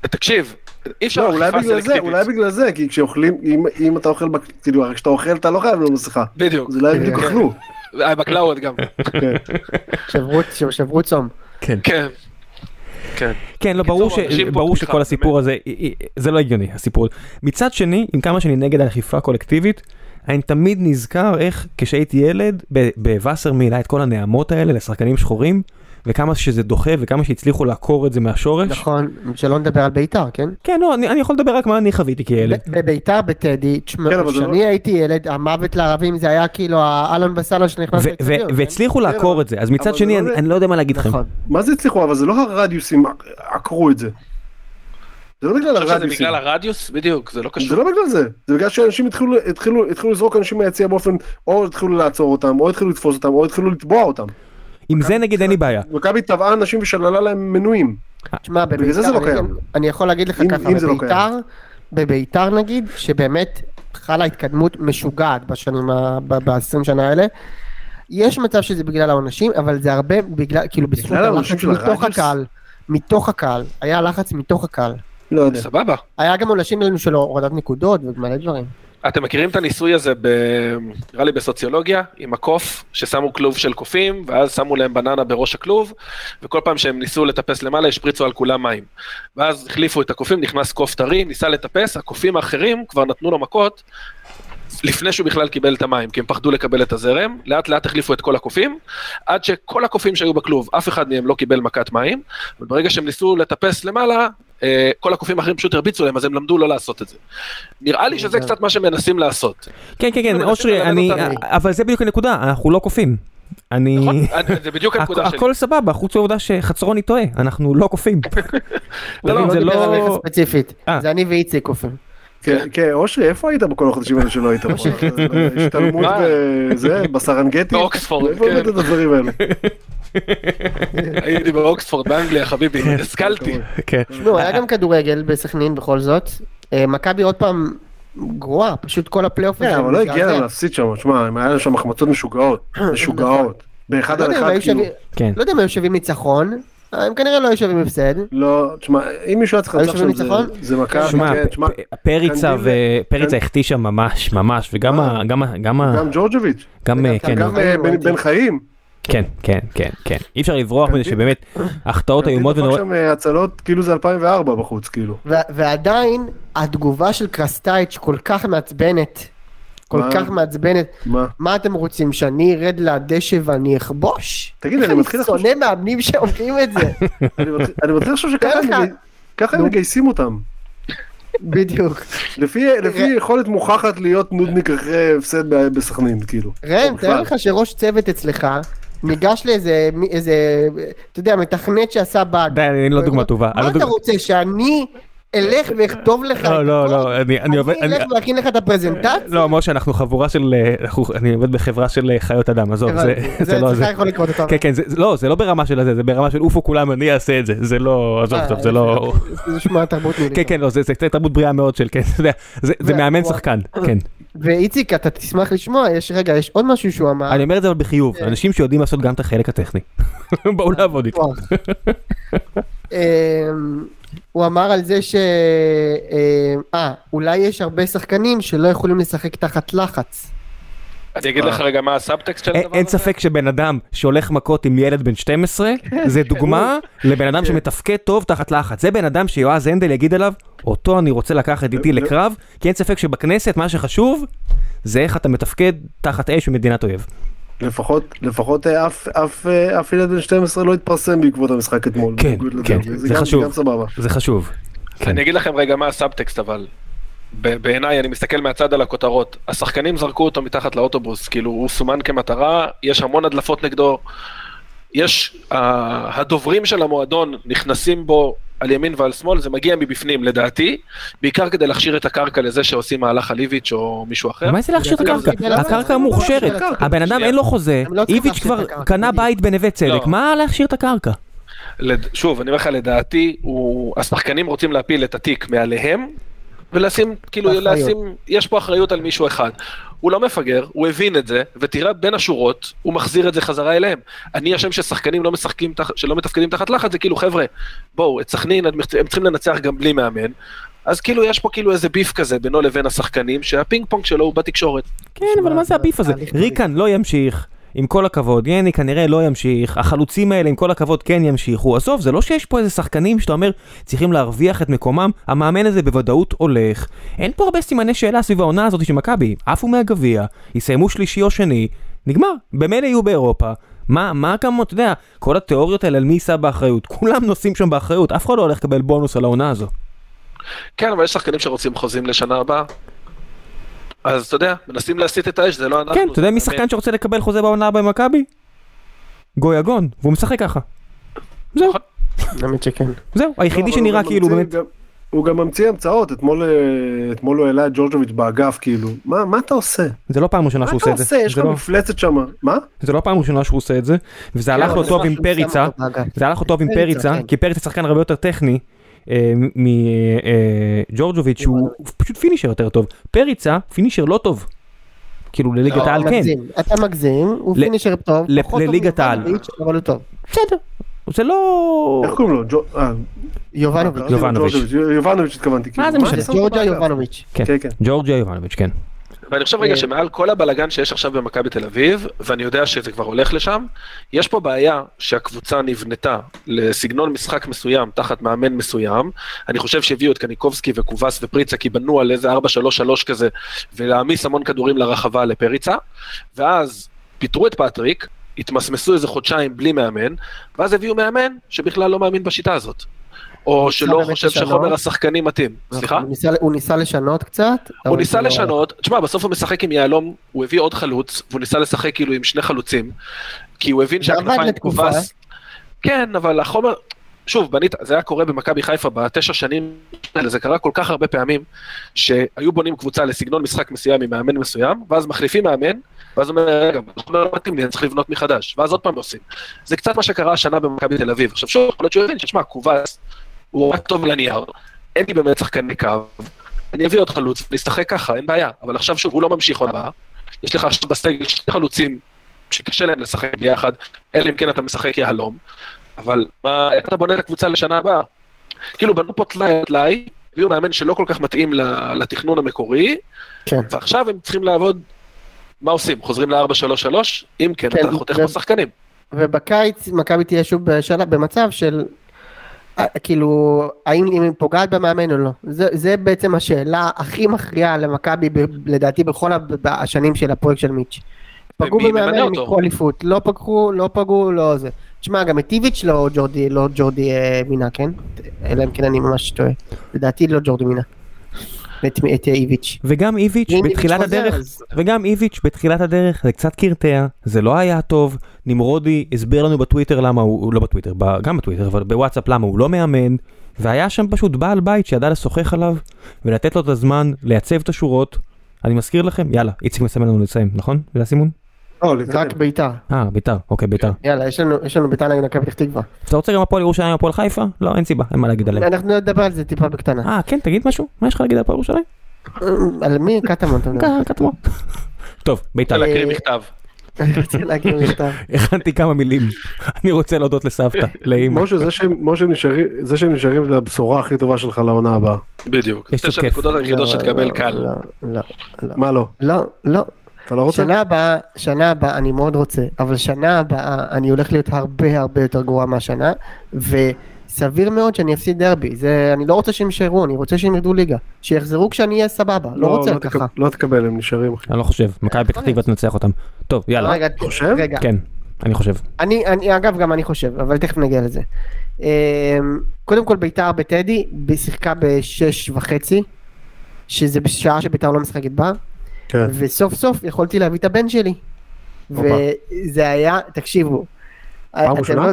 Speaker 4: תקשיב, אי אפשר
Speaker 1: לא, אולי
Speaker 4: אכיפה
Speaker 1: בגלל זה,
Speaker 4: סלקטיבית.
Speaker 1: אולי בגלל זה, כי כשאוכלים, אם, אם אתה אוכל, בק- כאילו, הרי כשאתה אוכל אתה לא חייב לו מסכה,
Speaker 4: בדיוק,
Speaker 1: אז אולי בדיוק
Speaker 4: כן.
Speaker 1: אכלו.
Speaker 4: אה, בקלאוד גם,
Speaker 1: כן.
Speaker 3: שברו- ש- שברו צום.
Speaker 4: כן. כן.
Speaker 2: כן, לא,
Speaker 4: קיצור,
Speaker 2: ברור, ש...
Speaker 4: אנשים פה,
Speaker 2: ברור
Speaker 4: סליחה,
Speaker 2: שכל הסיפור הזה, אי- אי- זה לא הגיוני, הסיפור. מצד שני, עם כמה שאני נגד האכיפה הקולקטיבית, אני תמיד נזכר איך כשהייתי ילד, ב- בווסרמיל היה את כל הנעמות האלה לשחקנים שחורים, וכמה שזה דוחה, וכמה שהצליחו לעקור את זה מהשורש.
Speaker 3: נכון, שלא נדבר על בית"ר, כן?
Speaker 2: כן, לא, אני, אני יכול לדבר רק מה אני חוויתי כילד.
Speaker 3: ב- בביתר בטדי, תשמע,
Speaker 1: כן, אבל זה
Speaker 3: כשאני הייתי ילד, המוות לערבים זה היה כאילו האלון בסלון שנכנס
Speaker 2: ו- ו-
Speaker 3: לאצטדיון, כן?
Speaker 2: והצליחו לעקור
Speaker 1: אבל-
Speaker 2: את זה, אז מצד
Speaker 1: אבל
Speaker 2: שני,
Speaker 1: זה
Speaker 2: אני,
Speaker 1: לא-
Speaker 2: אני לא יודע מה להגיד לכם.
Speaker 3: נכון.
Speaker 1: מה זה הצליחו? אבל זה לא הרדיוסים עקרו את זה. זה לא בגלל
Speaker 4: אני חושב שזה
Speaker 1: הרדיוסים.
Speaker 4: בגלל הרדיוס? בדיוק, זה לא
Speaker 1: זה
Speaker 4: קשור.
Speaker 1: לא בגלל זה, זה בגלל שאנשים התחילו, התחילו, התחילו לזרוק אנשים מהיציע באופן, או התחילו לעצור אותם, או התחילו לתפוס אותם, או התחילו לתבוע אותם.
Speaker 2: עם זה נגיד אין לי
Speaker 1: נכון.
Speaker 2: בעיה.
Speaker 1: מכבי טבעה אנשים ושללה להם מנויים.
Speaker 3: תשמע,
Speaker 1: בגלל זה זה לא
Speaker 3: בביתר, אני-
Speaker 1: קיים.
Speaker 3: אני יכול להגיד לך
Speaker 1: אם-
Speaker 3: ככה,
Speaker 1: אם זה לא
Speaker 3: בביתר, בביתר נגיד, שבאמת חלה התקדמות משוגעת בשנים, ב-20 שנה האלה. יש מצב שזה בגלל העונשים, אבל זה הרבה בגלל, כאילו בזכות
Speaker 1: בגלל העונשים
Speaker 3: הלחץ
Speaker 1: של
Speaker 3: מתוך
Speaker 1: הרדיוס?
Speaker 3: הקהל, מתוך הקהל, היה לחץ מתוך הקהל.
Speaker 1: לא יודע.
Speaker 4: סבבה.
Speaker 3: היה גם עונשים לנו של הורדת נקודות ומלא דברים.
Speaker 4: אתם מכירים את הניסוי הזה, ב... נראה לי בסוציולוגיה, עם הקוף, ששמו כלוב של קופים, ואז שמו להם בננה בראש הכלוב, וכל פעם שהם ניסו לטפס למעלה, השפריצו על כולם מים. ואז החליפו את הקופים, נכנס קוף טרי, ניסה לטפס, הקופים האחרים כבר נתנו לו מכות, לפני שהוא בכלל קיבל את המים, כי הם פחדו לקבל את הזרם, לאט לאט החליפו את כל הקופים, עד שכל הקופים שהיו בכלוב, אף אחד מהם לא קיבל מכת מים, וברגע שהם ניסו לטפס למעלה, אה, כל הקופים האחרים פשוט הרביצו להם, אז הם למדו לא לעשות את זה. נראה לי שזה קצת מה שמנסים לעשות.
Speaker 2: כן, כן, כן,
Speaker 1: נכון.
Speaker 4: מנסים
Speaker 2: אושרי,
Speaker 4: ללמד
Speaker 2: אני...
Speaker 4: אותנו.
Speaker 2: אבל זה בדיוק הנקודה, אנחנו לא קופים. אני...
Speaker 4: נכון? אני- זה בדיוק
Speaker 2: הכ-
Speaker 4: הנקודה שלי.
Speaker 2: הכל סבבה, חוץ מהעובדה שחצרוני טועה, אנחנו לא קופים.
Speaker 4: לא,
Speaker 2: תבין,
Speaker 4: לא,
Speaker 2: זה
Speaker 3: דיבר על מיכה
Speaker 2: לא...
Speaker 3: ספציפית,
Speaker 2: אה.
Speaker 3: זה אני ואיציק קופים.
Speaker 1: כן, כן, אושרי, איפה היית בכל החודשים האלה שלא היית? פה? השתלמות
Speaker 4: מה?
Speaker 1: וזה, בסרנגטי?
Speaker 4: באוקספורד,
Speaker 1: איפה
Speaker 4: כן.
Speaker 1: הבאת את הדברים האלה?
Speaker 4: הייתי באוקספורד באנגליה, חביבי, השכלתי.
Speaker 2: כן.
Speaker 3: תשמעו, היה גם כדורגל בסכנין בכל זאת. אה, מכבי עוד פעם גרועה, פשוט כל הפלייאוף
Speaker 1: כן, אבל לא הגיע להם להפסיד שם, שמע, הם היה להם שם החמצות משוגעות, משוגעות. באחד
Speaker 3: לא
Speaker 1: על
Speaker 3: יודע אם
Speaker 1: אחד,
Speaker 3: היו
Speaker 1: כאילו.
Speaker 3: שווים-
Speaker 2: כן.
Speaker 3: לא יודע אם היו שווים ניצחון, הם כנראה לא היו שווים הפסד.
Speaker 1: לא, תשמע, אם מישהו היה צריך
Speaker 3: היו
Speaker 1: לנצח
Speaker 3: שווים
Speaker 1: שם, זה-
Speaker 3: ניצחון?
Speaker 1: זה מכבי,
Speaker 2: שמע, אה,
Speaker 1: כן, תשמע,
Speaker 2: פ- פריצה
Speaker 1: קנדיל-
Speaker 2: ופריצה
Speaker 1: קנ-
Speaker 2: החטישה ממש, ממש, וגם ה... גם ה... גם ה...
Speaker 1: גם ג'ורג'ביץ',
Speaker 2: גם... אה,
Speaker 3: וגם-
Speaker 2: כן,
Speaker 1: גם
Speaker 3: כן,
Speaker 1: אה,
Speaker 3: כן,
Speaker 1: בן-
Speaker 3: ראיתי.
Speaker 1: בן חיים.
Speaker 2: כן, כן, כן, כן. אי אפשר לברוח מזה
Speaker 1: קנדיל-
Speaker 2: שבאמת, החטאות איומות
Speaker 1: דפק
Speaker 2: ונורא...
Speaker 1: שם אה, הצלות, כאילו זה 2004 בחוץ, כאילו.
Speaker 3: ו- ועדיין, התגובה של קרסטייץ' כל כך מעצבנת. כל
Speaker 1: מה?
Speaker 3: כך מעצבנת.
Speaker 1: מה?
Speaker 3: מה אתם רוצים, שאני ארד לדשא ואני אכבוש?
Speaker 1: תגיד,
Speaker 3: איך
Speaker 1: אני מתחיל
Speaker 3: אני
Speaker 1: לחשוב-
Speaker 3: שונא מאמנים שאומרים את זה.
Speaker 1: אני מתחיל- אני מתחיל לחשוב שככה הם
Speaker 3: תאר לך.
Speaker 1: מגי- ככה הם
Speaker 3: נו.
Speaker 1: מגייסים אותם.
Speaker 3: בדיוק. אה,
Speaker 1: לפי לפי יכולת מוכחת להיות נודניק אחרי הפסד ב- בסכנין, כאילו.
Speaker 3: ראם,
Speaker 1: או
Speaker 3: תאר
Speaker 1: בכלל.
Speaker 3: לך שראש צוות אצלך ניגש לאיזה, מי- איזה, אתה יודע, מתכנת שעשה באג.
Speaker 2: די, אני לא דוגמה טובה. אני
Speaker 3: מה
Speaker 2: לא
Speaker 3: אתה
Speaker 2: דוג-
Speaker 3: רוצה, שאני אלך ואכתוב לך? את
Speaker 2: לא, לא,
Speaker 3: הכל?
Speaker 2: לא, אני- אני
Speaker 3: אני
Speaker 2: עובד... אני-
Speaker 3: אלך ואכין לך את הפרזנטציה?
Speaker 2: לא, משה, אנחנו חבורה של... אה, אנחנו- אני עובד בחברה של אה, חיות אדם, עזוב, זה-
Speaker 3: הבנתי.
Speaker 2: זה לא
Speaker 3: אצלך
Speaker 2: זה.
Speaker 3: יכול לקרות אותו.
Speaker 2: כן, כן, זה, זה- לא, זה לא ברמה של הזה, זה ברמה של עופו כולם, אני אעשה את זה. זה לא, עזוב,
Speaker 3: אה,
Speaker 2: טוב, זה לא...
Speaker 3: זה נשמע תרבות מילית.
Speaker 2: כן, כן, לא, זה זה קצת תרבות בריאה מאוד של, כן, אתה יודע, זה- זה
Speaker 3: ו-
Speaker 2: מאמן
Speaker 3: וואו.
Speaker 2: שחקן, כן.
Speaker 3: ואיציק, אתה תשמח לשמוע, יש, רגע, יש עוד משהו שהוא אמר.
Speaker 2: אני אומר את זה אבל בחיוב, אנשים שיודעים לעשות גם את החלק הטכני. בואו לעבוד איתי.
Speaker 3: וואו. אמ, הוא אמר על זה ש... אמ, אה, אולי יש הרבה שחקנים שלא יכולים לשחק תחת לחץ.
Speaker 4: אני אגיד לך רגע מה הסאבטקסט של
Speaker 2: אין
Speaker 4: הדבר
Speaker 2: אה. אין
Speaker 4: הזה.
Speaker 2: ספק שבן אדם שהולך מכות עם ילד בן 12, זה דוגמה לבן אדם שמתפקד טוב תחת לחץ. זה בן אדם שיועז הנדל יגיד עליו, אותו אני רוצה לקחת איתי
Speaker 1: לא.
Speaker 2: לקרב, כי אין ספק שבכנסת מה שחשוב זה איך אתה מתפקד תחת אש במדינת אויב.
Speaker 1: לפחות, לפחות אה, אף, אף, אה, אף ילד בן 12 לא התפרסם בעקבות המשחק אתמול.
Speaker 2: כן,
Speaker 1: בניגוד לדעתי.
Speaker 2: כן, זה
Speaker 1: גם-
Speaker 2: חשוב.
Speaker 1: גם סבבה.
Speaker 2: זה חשוב. כן.
Speaker 4: אני אגיד לכם רגע מה הסאבטקסט אבל. ב- בעיניי אני מסתכל מהצד על הכותרות השחקנים זרקו אותו מתחת לאוטובוס כאילו הוא סומן כמטרה יש המון הדלפות נגדו. יש ה- הדוברים של המועדון נכנסים בו על ימין ועל שמאל זה מגיע מבפנים לדעתי בעיקר כדי להכשיר את הקרקע לזה שעושים מהלך על איביץ' או מישהו אחר.
Speaker 2: מה זה להכשיר את
Speaker 4: אגב,
Speaker 2: הקרקע?
Speaker 3: זה- זה-
Speaker 2: הקרקע
Speaker 3: זה-
Speaker 2: מוכשרת.
Speaker 3: זה- זה-
Speaker 2: הבן אדם
Speaker 4: שנייה.
Speaker 2: אין לו חוזה,
Speaker 3: לא, הם לא צריכים
Speaker 2: איביץ'
Speaker 3: להכשיר את
Speaker 2: כבר
Speaker 3: הקרקע,
Speaker 2: קנה
Speaker 3: בדיוק.
Speaker 2: בית בנווה צדק,
Speaker 4: לא.
Speaker 2: מה להכשיר את הקרקע?
Speaker 4: לד- שוב, אני אומר לך, לדעתי, הוא... השחקנים רוצים להפיל את התיק מעליהם, ולשים, כאילו,
Speaker 3: באחריות.
Speaker 4: לשים, יש פה אחריות על מישהו אחד. הוא לא מפגר, הוא הבין את זה, ותראה בין השורות, הוא מחזיר את זה חזרה אליהם. אני אשם ששחקנים לא משחקים, תח... שלא מתפקדים תחת לחץ, זה כאילו, חבר'ה, בואו, את סכנין, הם הם צריכים לנצח גם בלי מאמן. אז כאילו, יש פה כאילו איזה ביף כזה בינו לבין השחקנים, שהפינג פונג שלו הוא בתקשורת.
Speaker 2: כן, אבל מה זה הביף הזה?
Speaker 3: תהליך
Speaker 2: ריקן לא ימשיך, עם כל הכבוד, יני כנראה לא ימשיך, החלוצים האלה עם כל הכבוד כן ימשיכו. עזוב, זה לא שיש פה איזה שחקנים שאתה אומר, צריכים להרוויח את מקומם, המאמן הזה בוודאות הולך. אין פה הרבה סימני שאלה סביב העונה הזאת של מכבי, עפו מהגביע, יסיימו שלישי או שני, נגמר, במילא יהיו באירופה. מה, מה כמה, אתה יודע, כל התיאוריות האלה על מי יישא באחריות, כולם נוסעים שם באחריות, אף אחד לא הולך לקבל בונוס על העונה הזו.
Speaker 4: כן, אבל יש שחקנים שרוצים חוזים לשנה הבאה. אז אתה יודע, מנסים להסיט את האש, זה לא אנחנו.
Speaker 2: כן, אתה יודע
Speaker 4: זה
Speaker 2: מי שחקן שרוצה לקבל חוזה בעונה הבאה במכבי? גויגון, והוא משחק ככה. זהו,
Speaker 3: האמת שכן.
Speaker 2: זהו, היחידי
Speaker 1: לא, אבל הוא
Speaker 2: שנראה
Speaker 1: גם
Speaker 2: כאילו
Speaker 1: ממציא-
Speaker 2: באמת...
Speaker 1: גם- הוא גם ממציא המצאות, אתמול, אה, אתמול הוא העלה את ג'ורג'וביץ' באגף, כאילו. מה, מה אתה עושה?
Speaker 2: זה לא פעם ראשונה
Speaker 1: מה
Speaker 2: שהוא
Speaker 1: אתה
Speaker 2: עושה את
Speaker 1: עושה?
Speaker 2: זה.
Speaker 1: יש
Speaker 2: זה
Speaker 1: לך
Speaker 2: לא-
Speaker 1: מפלצת שם. מה?
Speaker 2: זה לא פעם ראשונה שהוא עושה את זה, וזה הלך לו
Speaker 4: אבל
Speaker 2: טוב
Speaker 4: זה
Speaker 2: עם
Speaker 3: שהוא שם
Speaker 2: פריצה,
Speaker 3: אותו באגף.
Speaker 2: זה הלך לו טוב עם
Speaker 3: פריצה,
Speaker 2: פריצה,
Speaker 3: כן.
Speaker 2: כי פריצה שחקן הרבה יותר טכני אה, מג'ורג'וביץ', אה, שהוא פשוט פינישר יותר טוב. פריצה, פינישר לא טוב. כאילו לליגת
Speaker 1: לא,
Speaker 3: אתה
Speaker 2: העל כן.
Speaker 3: מגזים, אתה מגזים, הוא
Speaker 2: ל-
Speaker 3: פינישר טוב.
Speaker 2: ל-
Speaker 3: פחות טוב
Speaker 2: לליגת העל.
Speaker 3: מיובנוביץ', אבל הוא טוב.
Speaker 2: בסדר, זה לא...
Speaker 1: איך קוראים לו? ג'ו- אה,
Speaker 3: יובנוביץ'.
Speaker 1: קראתי לו
Speaker 2: יובנוביץ'.
Speaker 1: ג'ורג'וביץ', לא, יובנוביץ' התכוונתי. כאילו.
Speaker 2: זה
Speaker 1: מה
Speaker 2: משנה?
Speaker 1: אתה
Speaker 3: זה
Speaker 1: שם אותו
Speaker 3: ג'ורג'ה
Speaker 1: באגף?
Speaker 3: יובנוביץ'.
Speaker 1: כן, כן.
Speaker 2: ג'ורג'יה יובנוביץ', כן.
Speaker 4: ואני חושב רגע
Speaker 3: אה.
Speaker 4: שמעל כל הבלגן שיש עכשיו במכבי תל אביב, ואני יודע שזה כבר הולך לשם, יש פה בעיה שהקבוצה נבנתה לסגנון משחק מסוים תחת מאמן מסוים. אני חושב שהביאו את קניקובסקי וקובס ופריצה כי בנו על איזה 4-3-3 כזה, ולהעמיס המון כדורים לרחבה לפריצה, ואז פיטרו את פטריק, התמסמסו איזה חודשיים בלי מאמן, ואז הביאו מאמן שבכלל לא מאמין בשיטה הזאת. או
Speaker 3: ניסה
Speaker 4: שלא
Speaker 3: באמת
Speaker 4: חושב
Speaker 3: לשנות.
Speaker 4: שחומר השחקנים מתאים. סליחה?
Speaker 3: הוא ניסה- הוא ניסה לשנות קצת.
Speaker 4: הוא
Speaker 3: אבל
Speaker 4: ניסה
Speaker 3: זה לא-
Speaker 4: לשנות, תשמע, בסוף הוא משחק עם יהלום, הוא הביא עוד חלוץ, והוא ניסה לשחק כאילו עם שני חלוצים, כי הוא הבין
Speaker 3: זה עבד
Speaker 4: שהכנפיים
Speaker 3: לתקופה.
Speaker 4: כובס. כן, אבל החומר, שוב, בנית, זה היה קורה במכבי חיפה בתשע שנים האלה, זה קרה כל כך הרבה פעמים, שהיו בונים קבוצה לסגנון משחק מסוים עם מאמן מסוים, ואז מחליפים מאמן, ואז אומר, רגע, החומר לא מתאים לי, אני צריך לבנות מחדש, ואז עוד פעם עושים. זה קצת מה שקרה השנה במכבי תל אביב. עכשיו שוב, יכול להיות שהוא הבין ששמע, כובס, הוא רק טוב לנייר, אין לי באמת שחקני קו, אני אביא עוד חלוץ, נשחק ככה, אין בעיה. אבל עכשיו שוב, הוא לא ממשיך עונה הבאה. יש לך עכשיו בסגל שני חלוצים שקשה להם לשחק ביחד, אלא אם כן אתה משחק יהלום. אבל מה, איך אתה בונה את הקבוצה לשנה הבאה? כאילו, בנו פה טלאי על טלאי, הביאו מאמן שלא כל כך מתאים ל- לתכנון המקורי,
Speaker 3: כן.
Speaker 4: ועכשיו הם צריכים לעבוד, מה עושים? חוזרים ל-4-3-3? אם כן,
Speaker 3: כן,
Speaker 4: אתה חותך
Speaker 3: זה-
Speaker 4: פה שחקנים.
Speaker 3: ובקיץ מכבי תהיה שוב בשנה, במצב של אה, כאילו האם אם היא פוגעת במאמן או לא זה, זה בעצם השאלה הכי מכריעה למכבי ב- לדעתי בכל ה- ב- השנים של הפרויקט של מיץ'. פגעו
Speaker 4: ומי ממנה
Speaker 3: במאמן הם
Speaker 4: אותו?
Speaker 3: יקחו אליפות לא פגעו לא פגעו לא זה. תשמע גם את טיביץ' לא ג'ורדי לא ג'ורדי אה, מינה כן? אלא אם כן אני ממש טועה. לדעתי לא ג'ורדי מינה. את, את אה, איביץ'.
Speaker 2: וגם איביץ'
Speaker 3: ואם איביץ'
Speaker 2: בתחילת
Speaker 3: חוזר,
Speaker 2: הדרך,
Speaker 3: אז-
Speaker 2: וגם איביץ' בתחילת הדרך זה קצת קרטע, זה לא היה טוב, נמרודי הסביר לנו בטוויטר למה הוא, הוא לא בטוויטר, ב, גם בטוויטר, אבל בוואטסאפ למה הוא לא מאמן, והיה שם פשוט בעל בית שידע לשוחח עליו, ולתת לו את הזמן, לייצב את השורות. אני מזכיר לכם, יאללה, איציק מסמן לנו לסיים, נכון? זה הסימון?
Speaker 1: לא,
Speaker 3: רק
Speaker 1: להתקדם.
Speaker 3: בית"ר.
Speaker 2: אה, ביתר, אוקיי, ביתר.
Speaker 3: יאללה יש לנו יש לנו בית"ר נגד מכבי פתח תקווה.
Speaker 2: אתה רוצה גם הפועל ירושלים, הפועל חיפה? לא, אין סיבה, אין מה להגיד עליהם.
Speaker 3: אנחנו נדבר על זה טיפה בקטנה.
Speaker 2: אה, כן, תגיד משהו? מה יש לך להגיד על הפועל ירושלים?
Speaker 3: על מי? קטמון, אתה מדבר.
Speaker 2: ככה, כתמו. טוב, ביתר.
Speaker 3: אה,
Speaker 4: אתה להקריא מכתב.
Speaker 3: רציתי להגיד מכתב.
Speaker 2: הכנתי כמה מילים. אני רוצה להודות לסבתא, לאמא.
Speaker 1: משה, זה שהם- משה, נשארים- זה שהם נשארים זה הבשורה הכי טובה שלך לעונה הבאה.
Speaker 4: בדיוק.
Speaker 2: יש לו
Speaker 4: תשע
Speaker 2: כיף.
Speaker 4: נקודות היחידות
Speaker 3: לא,
Speaker 4: שתקבל
Speaker 3: לא,
Speaker 4: קל.
Speaker 3: לא, לא, לא.
Speaker 1: מה לא?
Speaker 3: לא, לא.
Speaker 1: אתה לא רוצה?
Speaker 3: שנה הבאה, שנה הבאה, אני מאוד רוצה, אבל שנה הבאה אני הולך להיות הרבה הרבה יותר גרוע מהשנה, וסביר מאוד שאני אפסיד דרבי. זה, אני לא רוצה שהם יישארו, אני רוצה שהם ירדו ליגה. שיחזרו כשאני אהיה סבבה, לא רוצה
Speaker 1: תקב-
Speaker 3: ככה.
Speaker 1: לא תקבל, הם נשארים אחי.
Speaker 2: אני לא חושב, מכבי פתח תקווה תנצח אותם. טוב, יאללה.
Speaker 3: רגע,
Speaker 1: חושב?
Speaker 3: רגע,
Speaker 2: כן, אני חושב.
Speaker 3: אני, אני, אגב, גם אני חושב, אבל תכף נגיע לזה. אמ, קודם כל ביתר בטדי, ב- שיחקה בשש וחצי, שזה בשעה שביתר לא משחקת בה,
Speaker 1: כן.
Speaker 3: וסוף סוף יכולתי להביא את הבן שלי.
Speaker 1: הופה.
Speaker 3: וזה היה, תקשיבו. אתם
Speaker 1: ראשונה?
Speaker 3: לא-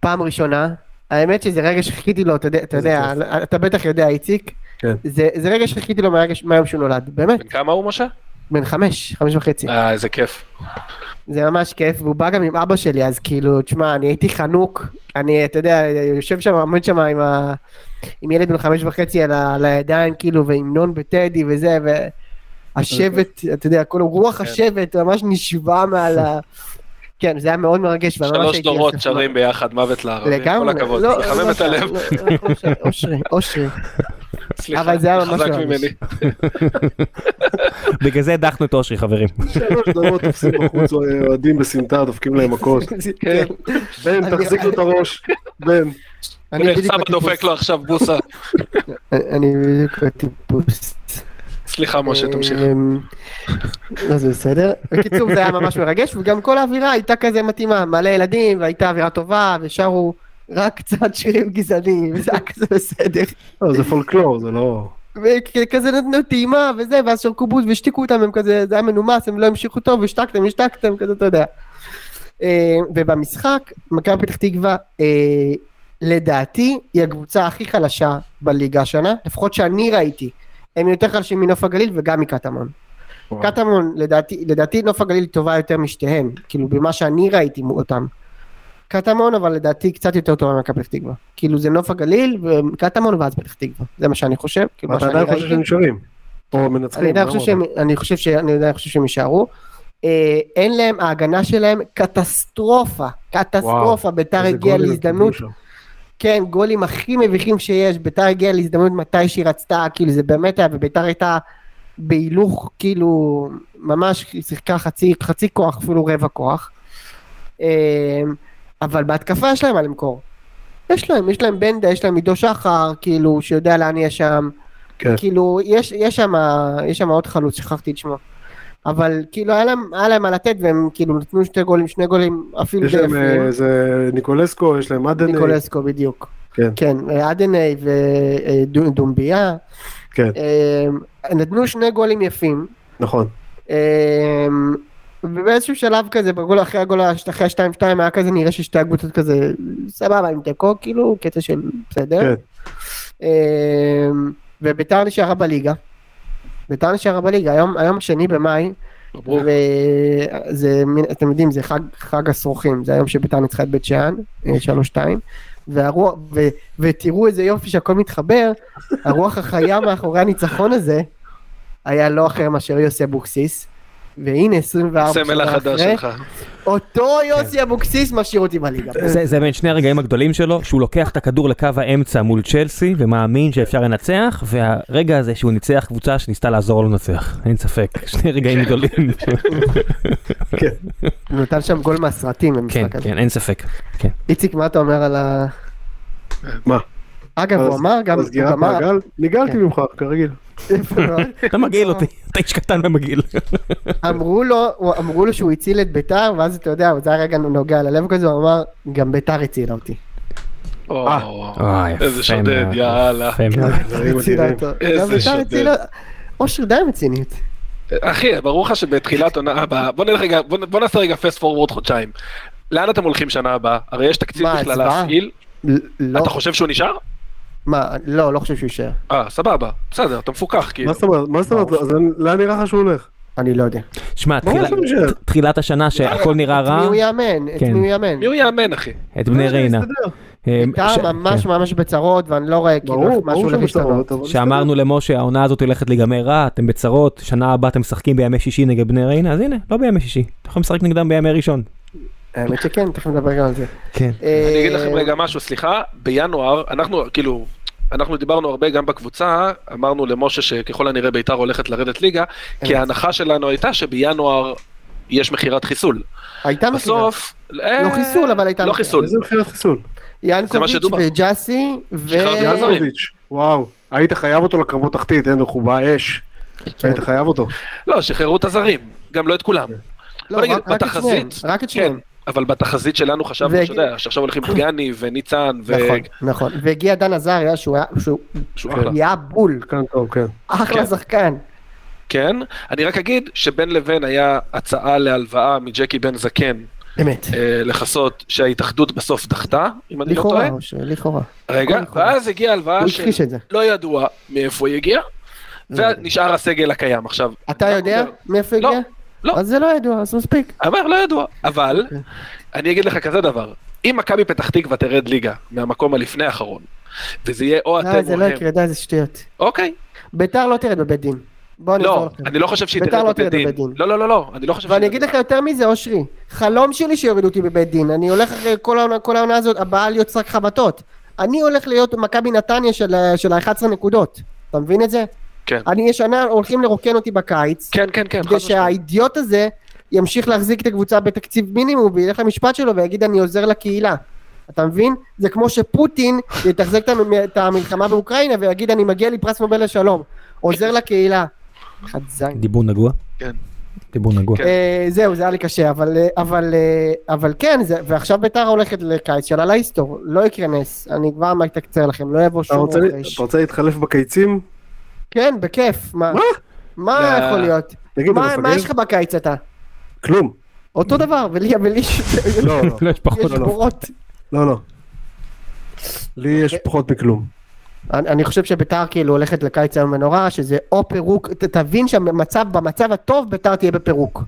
Speaker 3: פעם ראשונה. האמת שזה רגע שחיכיתי לו, אתה יודע, אתה,
Speaker 1: איזה
Speaker 3: יודע אתה בטח יודע, איציק.
Speaker 1: כן.
Speaker 3: זה, זה רגע שחיכיתי לו מהרגע, ש- מהיום שהוא נולד, באמת,
Speaker 4: בן כמה הוא, משה?
Speaker 3: בן חמש, חמש וחצי.
Speaker 4: אה, איזה כיף.
Speaker 3: זה ממש כיף, והוא בא גם עם אבא שלי, אז כאילו, תשמע, אני הייתי חנוק, אני, אתה יודע, יושב שם, עומד שם עם, ה... עם ילד בן חמש וחצי על, ה... על הידיים, כאילו, ועם נון בטדי וזה, והשבט, אתה יודע, כל רוח
Speaker 4: כן.
Speaker 3: השבט ממש נשבה מעל ה... כן, זה היה מאוד מרגש, ואני ממש
Speaker 4: שלוש
Speaker 3: הייתי
Speaker 4: דורות
Speaker 3: אסף-
Speaker 4: שרים ביחד, מוות לערבים. כל
Speaker 3: לגמרי,
Speaker 4: הכבוד,
Speaker 3: לא,
Speaker 4: זה מחמם
Speaker 3: לא,
Speaker 4: את הלב.
Speaker 3: לא, לא, אושר, אושרי, אושרי,
Speaker 4: סליחה,
Speaker 3: אבל זה היה ממש
Speaker 4: חזק
Speaker 3: מרגש.
Speaker 4: ממני.
Speaker 2: בגלל זה הדחנו את אושרי, חברים.
Speaker 1: שלוש דורות תופסים בחוץ אה, אוהדים בסמטה, דופקים להם מכות.
Speaker 3: כן,
Speaker 1: בן, תחזיק לו את הראש. בן.
Speaker 3: אני
Speaker 4: הנה,
Speaker 3: בדיוק
Speaker 4: אה, סבא
Speaker 3: הטיפוס.
Speaker 4: דופק לו עכשיו בוסה.
Speaker 3: אני בדיוק הטיפוס.
Speaker 4: סליחה, משה, תמשיך.
Speaker 3: אמ, לא, זה בסדר. בקיצור, זה היה ממש מרגש, וגם כל האווירה הייתה כזה מתאימה, מלא ילדים, והייתה אווירה טובה, ושרו רק קצת שירים גזעניים, וזה היה כזה בסדר.
Speaker 1: לא, זה פולקלור, זה לא...
Speaker 3: וכזה נתנו טעימה וזה, ואז שרקו בוז והשתיקו אותם, הם כזה, זה היה מנומס, הם לא המשיכו טוב, השתקתם, השתקתם, כזה, אתה יודע. אה, ובמשחק, מכבי פתח תקווה, אה, לדעתי, היא הקבוצה הכי חלשה בליגה השנה, לפחות שאני ראיתי. הם יותר חלשים מנוף הגליל וגם מקטמון. קטמון, לדעתי, לדעתי נוף הגליל טובה יותר משתיהם, כאילו במה שאני ראיתי מו- אותם. קטמון אבל לדעתי קצת יותר טובה ממכבי פתח תקווה. כאילו זה נוף הגליל וקטמון ואז פתח תקווה. זה מה שאני חושב. כאילו מה
Speaker 1: אתה
Speaker 3: שאני
Speaker 1: עדיין חושב
Speaker 3: ראיתי.
Speaker 1: שהם נשארים. או מנצחים.
Speaker 3: אני עדיין
Speaker 1: לא?
Speaker 3: חושב שהם, אני חושב ש- אני עדיין חושב שהם יישארו. אה, אין להם, ההגנה שלהם קטסטרופה. קטסטרופה. ביתר
Speaker 1: איזה
Speaker 3: הגיעה
Speaker 1: גולים הם
Speaker 3: להזדמנות
Speaker 1: קיבלו שם.
Speaker 3: כן, גולים הכי מביכים שיש, ביתר הגיעה להזדמנות מתי שהיא רצתה, כאילו זה באמת היה, וביתר הייתה בהילוך, כאילו, ממש היא שיחקה חצי, חצי כוח, אפילו רבע כוח. אמ, אבל בהתקפה יש להם מה למכור. יש להם, יש להם בנדה, יש להם עידו שחר, כאילו, שיודע לאן יש שם.
Speaker 1: כן.
Speaker 3: כאילו, יש, יש שם יש שם עוד חלוץ, שכחתי את שמו. אבל כאילו, היה להם, היה להם מה לתת, והם כאילו נתנו שתי גולים, שני גולים, אפילו
Speaker 1: יש
Speaker 3: די
Speaker 1: להם
Speaker 3: יפים.
Speaker 1: אה, איזה ניקולסקו, יש להם עדן.
Speaker 3: כאילו ניקולסקו בדיוק.
Speaker 1: כן.
Speaker 3: כן, עדני אה, ודומביה,
Speaker 1: כן,
Speaker 3: אה, נתנו שני גולים יפים.
Speaker 1: נכון.
Speaker 3: אה, ובאיזשהו שלב כזה, בגול אחרי הגול, הש- אחרי ה-2-2 היה כזה נראה ששתי הקבוצות כזה סבבה עם תיקו, כאילו קטע של בסדר.
Speaker 1: כן.
Speaker 3: אה, וביתר נשארה בליגה. ביתר נשארה בליגה, היום, היום שני במאי,
Speaker 4: מברוק.
Speaker 3: וזה, מין- אתם יודעים, זה חג, חג הסרוכים, זה היום שביתר ניצחה את בית שאן, אה, 3-2, והרוח, ו, ותראו איזה יופי שהכל מתחבר, הרוח החיה מאחורי הניצחון הזה, היה לא אחר מאשר יוסי אבוקסיס, והנה 24
Speaker 4: הסמל
Speaker 3: שנה
Speaker 4: החדש
Speaker 3: אחרי,
Speaker 4: שלך. כן.
Speaker 3: אותו יוסי אבוקסיס משאיר אותי בליגה.
Speaker 2: זה, זה בין שני הרגעים הגדולים שלו, שהוא לוקח את הכדור לקו האמצע מול צ'לסי ומאמין שאפשר לנצח, והרגע הזה שהוא ניצח קבוצה שניסתה לעזור לו לנצח, אין ספק, שני רגעים גדולים.
Speaker 3: הוא נתן שם גול מהסרטים
Speaker 2: כן,
Speaker 3: במשחק הזה.
Speaker 2: כן, אין ספק.
Speaker 3: איציק, מה אתה אומר על ה...
Speaker 1: מה?
Speaker 3: אגב,
Speaker 1: אז-
Speaker 3: הוא אמר גם,
Speaker 1: אז
Speaker 3: הוא
Speaker 1: גירת
Speaker 3: גם אמר,
Speaker 1: מעגל? ניגרתי
Speaker 3: כן.
Speaker 1: ממך, כרגיל.
Speaker 3: יפה מאוד.
Speaker 2: אתה מגעיל אותי, אתה איש קטן ומגעיל.
Speaker 3: אמרו לו, הוא- אמרו לו שהוא הציל את ביתר, ואז אתה יודע, זה היה רגע נוגע ללב כזה, הוא אמר, גם ביתר הצילה אותי.
Speaker 4: או,
Speaker 2: אה, יפה
Speaker 4: איזה שודד,
Speaker 2: מאוד,
Speaker 4: יאללה.
Speaker 2: יפה מאוד.
Speaker 1: דברים
Speaker 3: הצילה
Speaker 1: אדירים.
Speaker 3: אותו.
Speaker 4: איזה
Speaker 3: גם ביתר
Speaker 4: שודד.
Speaker 3: הצילה... אושר די רצינית.
Speaker 4: אחי, ברור לך שבתחילת עונה הבאה, בוא נלך רגע, בוא, בוא נעשה רגע פסט פורוורד חודשיים. לאן אתם הולכים שנה הבאה? הרי יש תקציב
Speaker 3: מה,
Speaker 4: בכלל
Speaker 3: הצבעה?
Speaker 4: להפעיל.
Speaker 3: ל- לא,
Speaker 4: אתה חושב שהוא נשאר?
Speaker 3: מה, לא, לא חושב שהוא יישאר.
Speaker 4: אה, סבבה, בסדר, אתה מפוקח, כאילו.
Speaker 1: מה זאת אומרת? מה זאת אומרת? אז לאן נראה לך שהוא הולך?
Speaker 3: אני לא יודע.
Speaker 2: שמע,
Speaker 1: ברור
Speaker 2: תחילה-
Speaker 1: שהוא יישאר.
Speaker 2: ת- תחילת השנה שהכל נראה
Speaker 3: את מי
Speaker 2: רע,
Speaker 3: הוא יאמן? את
Speaker 2: כן.
Speaker 3: מי הוא יאמן?
Speaker 4: מי הוא יאמן, אחי?
Speaker 2: את בני ריינה. אמ, ש-
Speaker 3: ביתר ממש
Speaker 2: כן.
Speaker 3: ממש בצרות, ואני לא רואה כאילו
Speaker 1: ברור,
Speaker 3: איך משהו
Speaker 1: ברור
Speaker 3: הולך
Speaker 1: שהוא
Speaker 3: להשתנות.
Speaker 1: בצרות, אבל...
Speaker 2: שאמרנו למשה העונה הזאת הולכת להיגמר רע, אתם בצרות, שנה הבאה אתם משחקים בימי שישי נגד בני ריינה, אז הנה, לא בימי שישי, אתם יכולים לשחק נגדם בימי ראשון.
Speaker 3: האמת שכן, תכף נדבר גם על זה. אה,
Speaker 2: כן.
Speaker 4: אני אגיד לכם רגע משהו, סליחה, בינואר, אנחנו כאילו, אנחנו דיברנו הרבה גם בקבוצה, אמרנו למשה שככל הנראה ביתר הולכת לרדת ליגה, כי ההנחה שלנו הייתה שבינואר יש מכירת חיסול.
Speaker 3: הייתה מכירה.
Speaker 4: בסוף... אה,
Speaker 3: לא חיסול, אבל הייתה
Speaker 4: לא
Speaker 3: מכירה.
Speaker 4: חיסול.
Speaker 1: איזה מכירת חיסול?
Speaker 3: ינקוביץ'
Speaker 4: שדובר.
Speaker 3: וג'אסי, ו... לא,
Speaker 4: שחררתי את הזרים.
Speaker 1: יאנוביץ', וואו. היית חייב אותו לקרבות תחתית, אין לו חובה אש.
Speaker 3: כן.
Speaker 1: היית חייב אותו.
Speaker 4: לא, שחררו את הזרים, גם לא את כולם.
Speaker 3: לא,
Speaker 4: בוא נגיד,
Speaker 3: רק- רק את שניהם,
Speaker 4: בתחזית,
Speaker 3: רק את
Speaker 4: כן,
Speaker 3: שניהם.
Speaker 4: אבל בתחזית שלנו חשבנו,
Speaker 3: והגיע-
Speaker 4: שאתה יודע, שעכשיו הולכים דגני וניצן ו...
Speaker 3: נכון, נכון. והגיע דן עזריה שהוא היה- שהוא
Speaker 4: שהוא
Speaker 1: כן.
Speaker 4: אחלה.
Speaker 3: נהיה בול,
Speaker 1: כאן טוב, כן.
Speaker 3: אחלה
Speaker 4: כן.
Speaker 3: שחקן.
Speaker 4: כן, אני רק אגיד שבין לבין היה הצעה להלוואה מג'קי בן זקן
Speaker 3: אמת.
Speaker 4: אה, לכסות שההתאחדות בסוף דחתה, אם אני לא טועה.
Speaker 3: לכאורה, אושר, לכאורה.
Speaker 4: רגע, אה,
Speaker 3: הכל לכאורה.
Speaker 4: ואז הגיעה הלוואה
Speaker 3: הוא הכחיש
Speaker 4: שלא
Speaker 3: את זה. לא
Speaker 4: ידוע מאיפה היא הגיעה, ונשאר הסגל הקיים עכשיו.
Speaker 3: אתה
Speaker 4: אני רק
Speaker 3: יודע
Speaker 4: אומר,
Speaker 3: מאיפה
Speaker 4: לא,
Speaker 3: הגיע?
Speaker 4: לא.
Speaker 3: אז זה לא ידוע, אז מספיק.
Speaker 4: אמר לא ידוע, אבל
Speaker 3: אוקיי.
Speaker 4: אני אגיד לך כזה דבר, אם מכבי פתח תקווה תרד ליגה מהמקום הלפני האחרון, וזה יהיה או
Speaker 3: די,
Speaker 4: אתם
Speaker 3: זה
Speaker 4: או
Speaker 3: לא
Speaker 4: הם,
Speaker 3: יקרה, די, זה שטויות.
Speaker 4: אוקיי,
Speaker 3: ביתר לא תרד בבית דין. בואו נעזור
Speaker 4: לא,
Speaker 3: לכם.
Speaker 4: אני לא חושב שהיא
Speaker 3: בית"ר
Speaker 4: תרד
Speaker 3: לא
Speaker 4: בבית
Speaker 3: תרד
Speaker 4: דין,
Speaker 3: בבית דין.
Speaker 4: לא לא לא לא, אני לא חושב,
Speaker 3: ואני
Speaker 4: שהיא
Speaker 3: אגיד
Speaker 4: תרד.
Speaker 3: לך יותר מזה, אושרי, חלום שלי שיורידו אותי בבית דין. אני הולך אחרי כל העונה, כל העונה הזאת, הבאה להיות שק חבטות. אני הולך להיות מכבי נתניה של, ה- של ה-11 נקודות. אתה מבין את זה?
Speaker 4: כן.
Speaker 3: אני השנה, הולכים לרוקן אותי בקיץ,
Speaker 4: כן כן כן, חד
Speaker 3: כדי
Speaker 4: משמעית.
Speaker 3: שהאידיוט הזה ימשיך להחזיק את הקבוצה בתקציב מינימום, וילך למשפט שלו ויגיד אני עוזר לקהילה. אתה מבין? זה כמו שפוטין יתחזק את המ- את המלחמה באוקראינה ויגיד אני מגיע לי פרס נובל לשלום. עוזר לקהילה. חד זין.
Speaker 2: דיבור נגוע?
Speaker 4: כן.
Speaker 2: דיבור נגוע.
Speaker 4: כן.
Speaker 3: אה, זהו, זה היה לי קשה, אבל, אה, אבל, אה, אבל כן, זה, ועכשיו ביתר הולכת לקיץ של הלייסטור, לא יקרה נס, אני כבר מתקצר לכם, לא יבוא
Speaker 1: אתה
Speaker 3: שום
Speaker 1: רוצה לי-
Speaker 3: רוכש.
Speaker 1: אתה רוצה להתחלף בקיצים?
Speaker 3: כן, בכיף, מה?
Speaker 1: מה?
Speaker 3: מה
Speaker 4: לא.
Speaker 3: יכול להיות?
Speaker 1: תגיד,
Speaker 3: מה-
Speaker 1: אתה
Speaker 3: מה
Speaker 1: מפגר?
Speaker 3: יש לך בקיץ אתה?
Speaker 1: כלום.
Speaker 3: אותו
Speaker 4: נכון.
Speaker 3: דבר, ולי ולי ש-
Speaker 1: לא, לא.
Speaker 2: לא, יש פחות.
Speaker 3: יש
Speaker 1: לא.
Speaker 3: בורות.
Speaker 1: לא, לא. לי יש
Speaker 3: אוקיי.
Speaker 1: פחות מכלום.
Speaker 3: אני אני חושב שביתר כאילו הולכת לקיץ היום ונורא, שזה או פירוק, ת- תבין שהמצב, במצב הטוב ביתר תהיה בפירוק.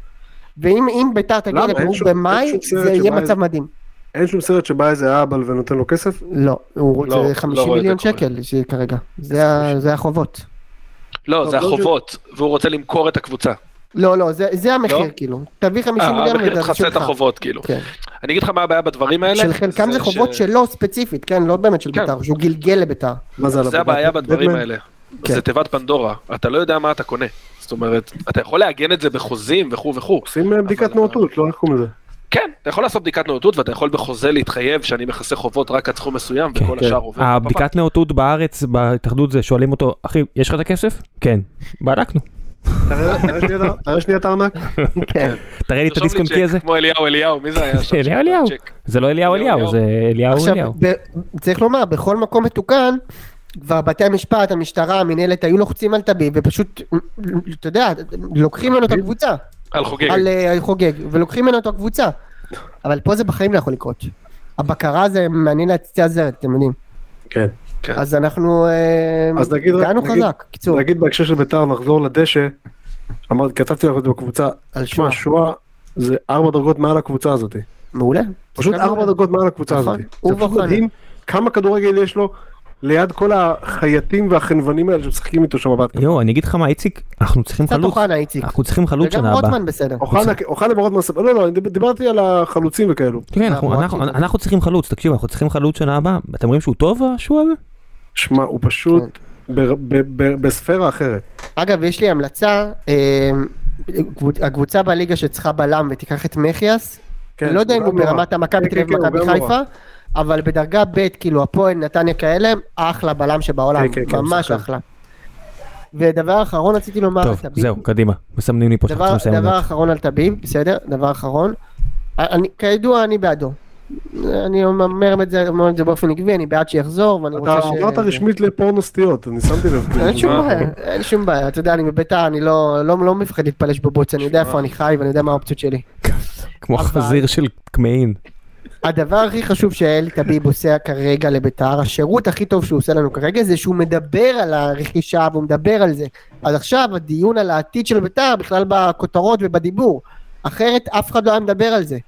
Speaker 3: ואם אם ביתר תגיע
Speaker 1: למה? אין
Speaker 3: לפירוק
Speaker 1: שום- אין
Speaker 3: במאי,
Speaker 1: שום סרט
Speaker 3: זה יהיה
Speaker 1: שבא-
Speaker 3: מצב מדהים.
Speaker 1: אין שום סרט שבא איזה אהבל ונותן לו כסף?
Speaker 3: לא, הוא
Speaker 4: לא,
Speaker 3: רוצה
Speaker 4: לא
Speaker 3: 50
Speaker 4: רואה את זה
Speaker 3: מיליון
Speaker 4: קורה.
Speaker 3: שקל ש- כרגע. זה ה- זה החובות.
Speaker 4: לא, זה
Speaker 1: לא, לא
Speaker 4: החובות, והוא רוצה למכור את הקבוצה.
Speaker 3: לא, לא, זה, זה המחיר
Speaker 4: לא?
Speaker 3: כאילו. תביא 50
Speaker 4: אה,
Speaker 3: מיליון
Speaker 4: המחיר תכסה את החובות, כאילו.
Speaker 3: כן.
Speaker 4: אני אגיד לך מה הבעיה בדברים האלה.
Speaker 3: של חלקם זה חובות
Speaker 4: ש-
Speaker 3: שלו ספציפיל, כן? לא באמת של
Speaker 4: כן.
Speaker 3: בית"ר, שהוא גלגל לבית"ר.
Speaker 1: מה
Speaker 3: לא,
Speaker 1: זה על עבודת
Speaker 4: זה הבעיה בדברים
Speaker 1: בטמן?
Speaker 4: האלה.
Speaker 3: כן.
Speaker 4: זה תיבת פנדורה, אתה לא יודע מה אתה קונה. זאת אומרת, אתה יכול לעגן את זה בחוזים וכו' וכו'.
Speaker 1: עושים אה, בדיקת
Speaker 4: אבל-
Speaker 1: נאותות, לא איך קוראים לזה.
Speaker 4: כן, אתה יכול לעשות בדיקת נאותות ואתה יכול בחוזה להתחייב שאני מכסה חובות רק עד סכום מסוים וכל
Speaker 1: כן.
Speaker 4: השאר עובר.
Speaker 2: אה, הבדיקת נאותות בארץ, בהתאחדות זה, שואלים אותו, אחי, יש לך את הכסף? כן. בדקנו.
Speaker 1: תראה תראה שנייה את ה- תראה שנייה את הארנק.
Speaker 3: כן.
Speaker 2: תראה לי את
Speaker 4: תרשום לי
Speaker 2: הדיסק און קי
Speaker 4: צ'ק,
Speaker 2: הזה.
Speaker 4: כמו אליהו אליהו, מי זה היה שם?
Speaker 2: אליהו אליהו.
Speaker 4: צ'ק.
Speaker 2: זה לא אליהו
Speaker 4: אליהו,
Speaker 2: אליהו, זה אליהו
Speaker 3: עכשיו,
Speaker 2: אליהו.
Speaker 3: ב- צריך לומר, בכל מקום מתוקן, כבר בתי המשפט, המשטרה, המינהלת, היו לוחצים על טביב, ופשוט, אתה יודע, לוקחים ממנו את הקבוצה,
Speaker 4: על חוגג.
Speaker 3: על אה, חוגג, ולוקחים ממנו את הקבוצה. אבל פה זה בחיים לא יכול לקרות. הבקרה זה מעניין להציצי הזרת, אתם יודעים.
Speaker 1: כן.
Speaker 4: כן.
Speaker 3: אז אנחנו... אה,
Speaker 1: אז נגיד רק-
Speaker 3: הגענו
Speaker 1: נגיד-
Speaker 3: חזק, קיצור,
Speaker 1: נגיד בהקשר של ביתר נחזור לדשא. אמרתי כתבתי לך את זה בקבוצה.
Speaker 3: על
Speaker 1: תשמע
Speaker 3: שמע.
Speaker 1: שואה זה ארבע דרגות מעל הקבוצה הזאת.
Speaker 3: מעולה.
Speaker 1: פשוט
Speaker 3: שחקן
Speaker 1: ארבע
Speaker 3: מעולה.
Speaker 1: דרגות מעל הקבוצה
Speaker 3: נכון.
Speaker 1: הזאת.
Speaker 3: הוא
Speaker 1: זה פשוט
Speaker 3: ואוחנה.
Speaker 1: מדהים כמה כדורגל יש לו ליד כל החייטים והחנוונים האלה שמשחקים איתו שם בבת.
Speaker 2: יואו, אני אגיד לך מה, איציק, אנחנו צריכים
Speaker 3: קצת
Speaker 2: חלוץ.
Speaker 3: אוחנה, איציק.
Speaker 2: אנחנו צריכים אה, חלוץ
Speaker 3: וגם
Speaker 2: שנה הבאה.
Speaker 3: רוטמן בסדר.
Speaker 1: אוחנה אוחנה מאוד מעשה, לא לא, אני דיב- דיברתי על החלוצים וכאלו.
Speaker 2: כן, אנחנו-
Speaker 3: אה,
Speaker 2: אנחנו-
Speaker 3: רוטמן.
Speaker 2: אנחנו צריכים חלוץ, תקשיב, אנחנו צריכים חלוץ שנה הבאה. אתם רואים שהוא טוב, השוע הזה?
Speaker 1: שמע, הוא פשוט ב- ב- ב- בספירה אחרת.
Speaker 3: אגב, יש לי המלצה, אה, קבוצ- הקבוצה בליגה שצריכה בלם ותיקח את מחיאס,
Speaker 1: כן,
Speaker 3: אני לא יודע אם
Speaker 1: גם
Speaker 3: הוא
Speaker 1: נורא.
Speaker 3: ברמת המכבי
Speaker 1: כן,
Speaker 3: תל אביב
Speaker 1: כן, כן,
Speaker 3: ומכבי
Speaker 1: הוא גם
Speaker 3: חיפה, אבל בדרגה ב', כאילו הפועל, נתניה כאלה, אחלה בלם שבעולם,
Speaker 1: כן, כן, כן,
Speaker 3: ממש
Speaker 1: שחקן.
Speaker 3: אחלה. ודבר אחרון רציתי לומר, על
Speaker 1: אה,
Speaker 2: טוב,
Speaker 3: טביב.
Speaker 2: זהו, קדימה. מסמנים לי פה שאנחנו
Speaker 3: דבר,
Speaker 2: צריכים לסיים.
Speaker 3: דבר
Speaker 2: לדעת.
Speaker 3: אחרון על טביב, בסדר? דבר אחרון. אה, אני, כידוע, אני בעדו. אני אומר את זה, אומר את זה באופן עקבי, אני בעד שיחזור, ואני
Speaker 1: אתה
Speaker 3: רוצה ש...
Speaker 1: אמרת רשמית לפורנו סטיות, אני שמתי לב. כאילו,
Speaker 3: אין שום
Speaker 1: מה-
Speaker 3: בעיה, אין שום בעיה, אתה יודע, אני בביתר, אני לא, לא, לא מפחד להתפלש בבוץ, אני יודע איפה אני חי ואני יודע מה האופציות שלי.
Speaker 2: כמו
Speaker 3: אבל-
Speaker 2: חזיר של קמעין.
Speaker 3: הדבר הכי חשוב שאלי טביב עושה כרגע לביתר, השירות הכי טוב שהוא עושה לנו כרגע זה שהוא מדבר על הרכישה והוא מדבר על זה. אז עכשיו הדיון על העתיד של ביתר בכלל בכותרות ובדיבור. אחרת אף אחד לא היה מדבר על זה.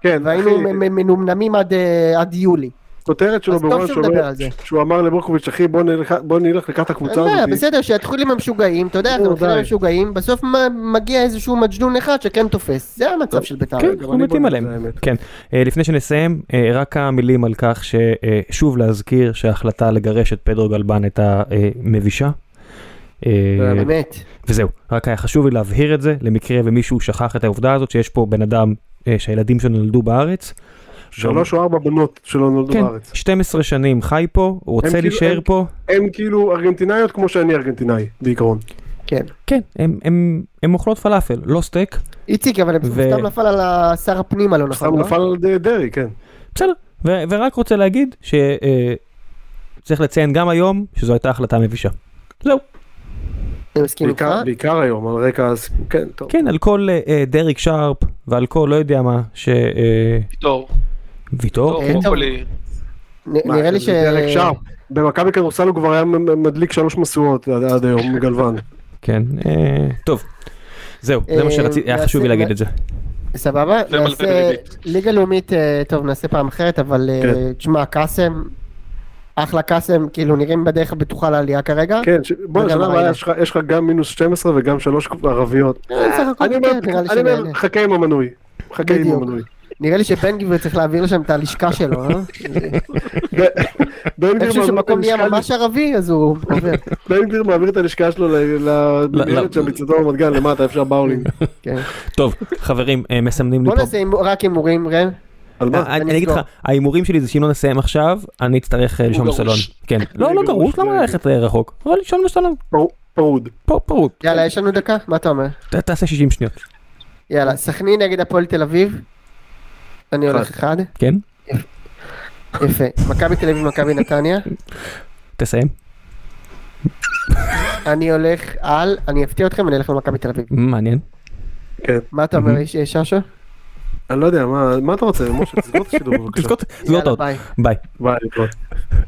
Speaker 1: כן,
Speaker 3: והיינו
Speaker 1: אחי,
Speaker 3: מ- מ- מנומנמים עד, אה, עד יולי.
Speaker 1: כותרת שלו
Speaker 3: אז טוב
Speaker 1: בוואן
Speaker 3: שהוא
Speaker 1: שאומר-
Speaker 3: מדבר על זה.
Speaker 1: שהוא אמר לברקוביץ', אחי, בוא נלך- בוא נלך לקחת הקבוצה
Speaker 3: אין בעיה,
Speaker 1: הזאת.
Speaker 3: בסדר, שיתחילו עם המשוגעים, אתה יודע,
Speaker 1: נו,
Speaker 3: אתה מתחיל עם
Speaker 1: די.
Speaker 3: המשוגעים, בסוף מ- מגיע איזשהו מג'נון אחד שכן תופס. זה המצב של ביתר.
Speaker 2: כן,
Speaker 1: גם
Speaker 2: אנחנו
Speaker 1: אני
Speaker 2: מתים
Speaker 1: בודק את
Speaker 2: עליהם.
Speaker 1: זה, האמת.
Speaker 2: כן. אה, לפני שנסיים, אה, רק כמה מילים על כך ששוב להזכיר שההחלטה לגרש את פדרו גלבן הייתה אה, מבישה. אה,
Speaker 3: באמת.
Speaker 2: וזהו, רק היה חשוב לי להבהיר את זה, למקרה ומישהו שכח את העובדה הזאת שיש פה בן אדם אה, שהילדים שלו נולדו בארץ.
Speaker 1: שלוש או ארבע בנות שלא נולדו
Speaker 2: כן,
Speaker 1: בארץ.
Speaker 2: 12 שנים חי פה, הוא רוצה
Speaker 1: כאילו-
Speaker 2: להישאר
Speaker 1: הם-
Speaker 2: פה.
Speaker 1: הן כאילו ארגנטינאיות כמו שאני ארגנטינאי, בעיקרון.
Speaker 3: כן.
Speaker 2: כן, הם- הם- הם אוכלות פלאפל, לא סטייק.
Speaker 3: איציק, אבל
Speaker 2: ו-
Speaker 3: סתם נפל על שר הפנים הלא נכון,
Speaker 1: סתם
Speaker 3: לא?
Speaker 1: נפל על ד- דרעי, כן.
Speaker 2: בסדר, ו- ורק רוצה להגיד שצריך לציין גם היום שזו הייתה החלטה מבישה. זהו.
Speaker 3: אני מסכים איתך.
Speaker 1: בעיקר- בעיקר היום, על רקע הסיפור, כן, טוב.
Speaker 2: כן, על כל אה, אה, דריק שרפ ועל כל לא יודע מה, ש... אה,
Speaker 4: ויטור,
Speaker 2: ויטור,
Speaker 4: ויטור,
Speaker 2: כן.
Speaker 4: מוקולי.
Speaker 3: נ-
Speaker 1: מה,
Speaker 3: כן, נראה לי ש...
Speaker 1: זה דרק שרפ. במכבי כדורסל הוא כבר היה מ- מ- מדליק שלוש משואות עד עד היום, גלוון.
Speaker 2: כן, אה, טוב. זהו, זה מה
Speaker 3: אה,
Speaker 2: שרציתי, היה
Speaker 3: נעשה-
Speaker 2: חשוב לי להגיד את זה.
Speaker 3: סבבה?
Speaker 4: זה מלווה
Speaker 3: נעשה-
Speaker 4: בריבית.
Speaker 3: ליגה לאומית, אה, טוב, נעשה פעם אחרת, אבל אה,
Speaker 1: כן.
Speaker 3: תשמע, קאסם, אחלה קאסם, כאילו נראים בדרך הבטוחה לעלייה כרגע.
Speaker 1: כן, ש- בוא,
Speaker 3: וגם
Speaker 1: שנה הבאה
Speaker 3: ריינה.
Speaker 1: יש לך- יש לך גם מינוס 12 וגם שלוש ערביות.
Speaker 3: אה, בסך הכל,
Speaker 1: אני אומר,
Speaker 3: כן, נראה לי
Speaker 1: אני אומר,
Speaker 3: שנהנה.
Speaker 1: חכה עם המנוי. חכה עם
Speaker 3: בדיוק.
Speaker 1: המנוי.
Speaker 3: נראה לי שבן גביר צריך להעביר לשם את הלשכה שלו, אה?
Speaker 1: בן גביר
Speaker 3: איכשהו
Speaker 1: מעביר את
Speaker 3: שמקום נהיה
Speaker 1: הלשכה-
Speaker 3: ממש ערבי, אז הוא עובר.
Speaker 1: בן גביר מעביר את הלשכה שלו
Speaker 2: ל-
Speaker 1: למילד שם בצדו רמת גן למטה, איפה שהבאולינג.
Speaker 3: כן.
Speaker 2: טוב, חברים, אה, מסמנים לי
Speaker 3: בוא
Speaker 2: פה.
Speaker 3: נעשה הימור- רק הימורים, ראם.
Speaker 1: על
Speaker 2: אה,
Speaker 1: מה?
Speaker 2: אני
Speaker 3: אני
Speaker 2: אני אגיד לך,
Speaker 3: אסגור.
Speaker 2: ההימורים שלי זה שאם לא נסיים עכשיו, אני אצטרך אה, לישון
Speaker 4: גרוש.
Speaker 2: בסלון. כן. לא, לא
Speaker 1: גרוש,
Speaker 2: גרוש, למה
Speaker 1: זה-
Speaker 2: ללכת אה, רחוק? אבל לישון בסלון,
Speaker 1: פר- פרוד.
Speaker 2: פה פרוט.
Speaker 3: יאללה, יש לנו דקה? מה אתה אומר?
Speaker 2: ת- תעשה 60 שניות.
Speaker 3: יאללה, סכנין נגד הפועל תל אביב. אני הולך אחד.
Speaker 2: כן?
Speaker 3: יפה. מכבי תל אביב, מכבי נתניה.
Speaker 2: תסיים.
Speaker 3: אני הולך על, אני אפתיע אתכם, אני אלך למכבי תל אביב.
Speaker 2: מעניין.
Speaker 1: כן.
Speaker 3: מה אתה אומר, איש- ששו?
Speaker 1: אני לא יודע, מה- מה אתה רוצה? משה, תסגור את השידור בבקשה.
Speaker 2: תזכור את- תזכור את
Speaker 3: יאללה,
Speaker 2: האות.
Speaker 3: ביי.
Speaker 2: ביי.
Speaker 1: ביי, להתראות.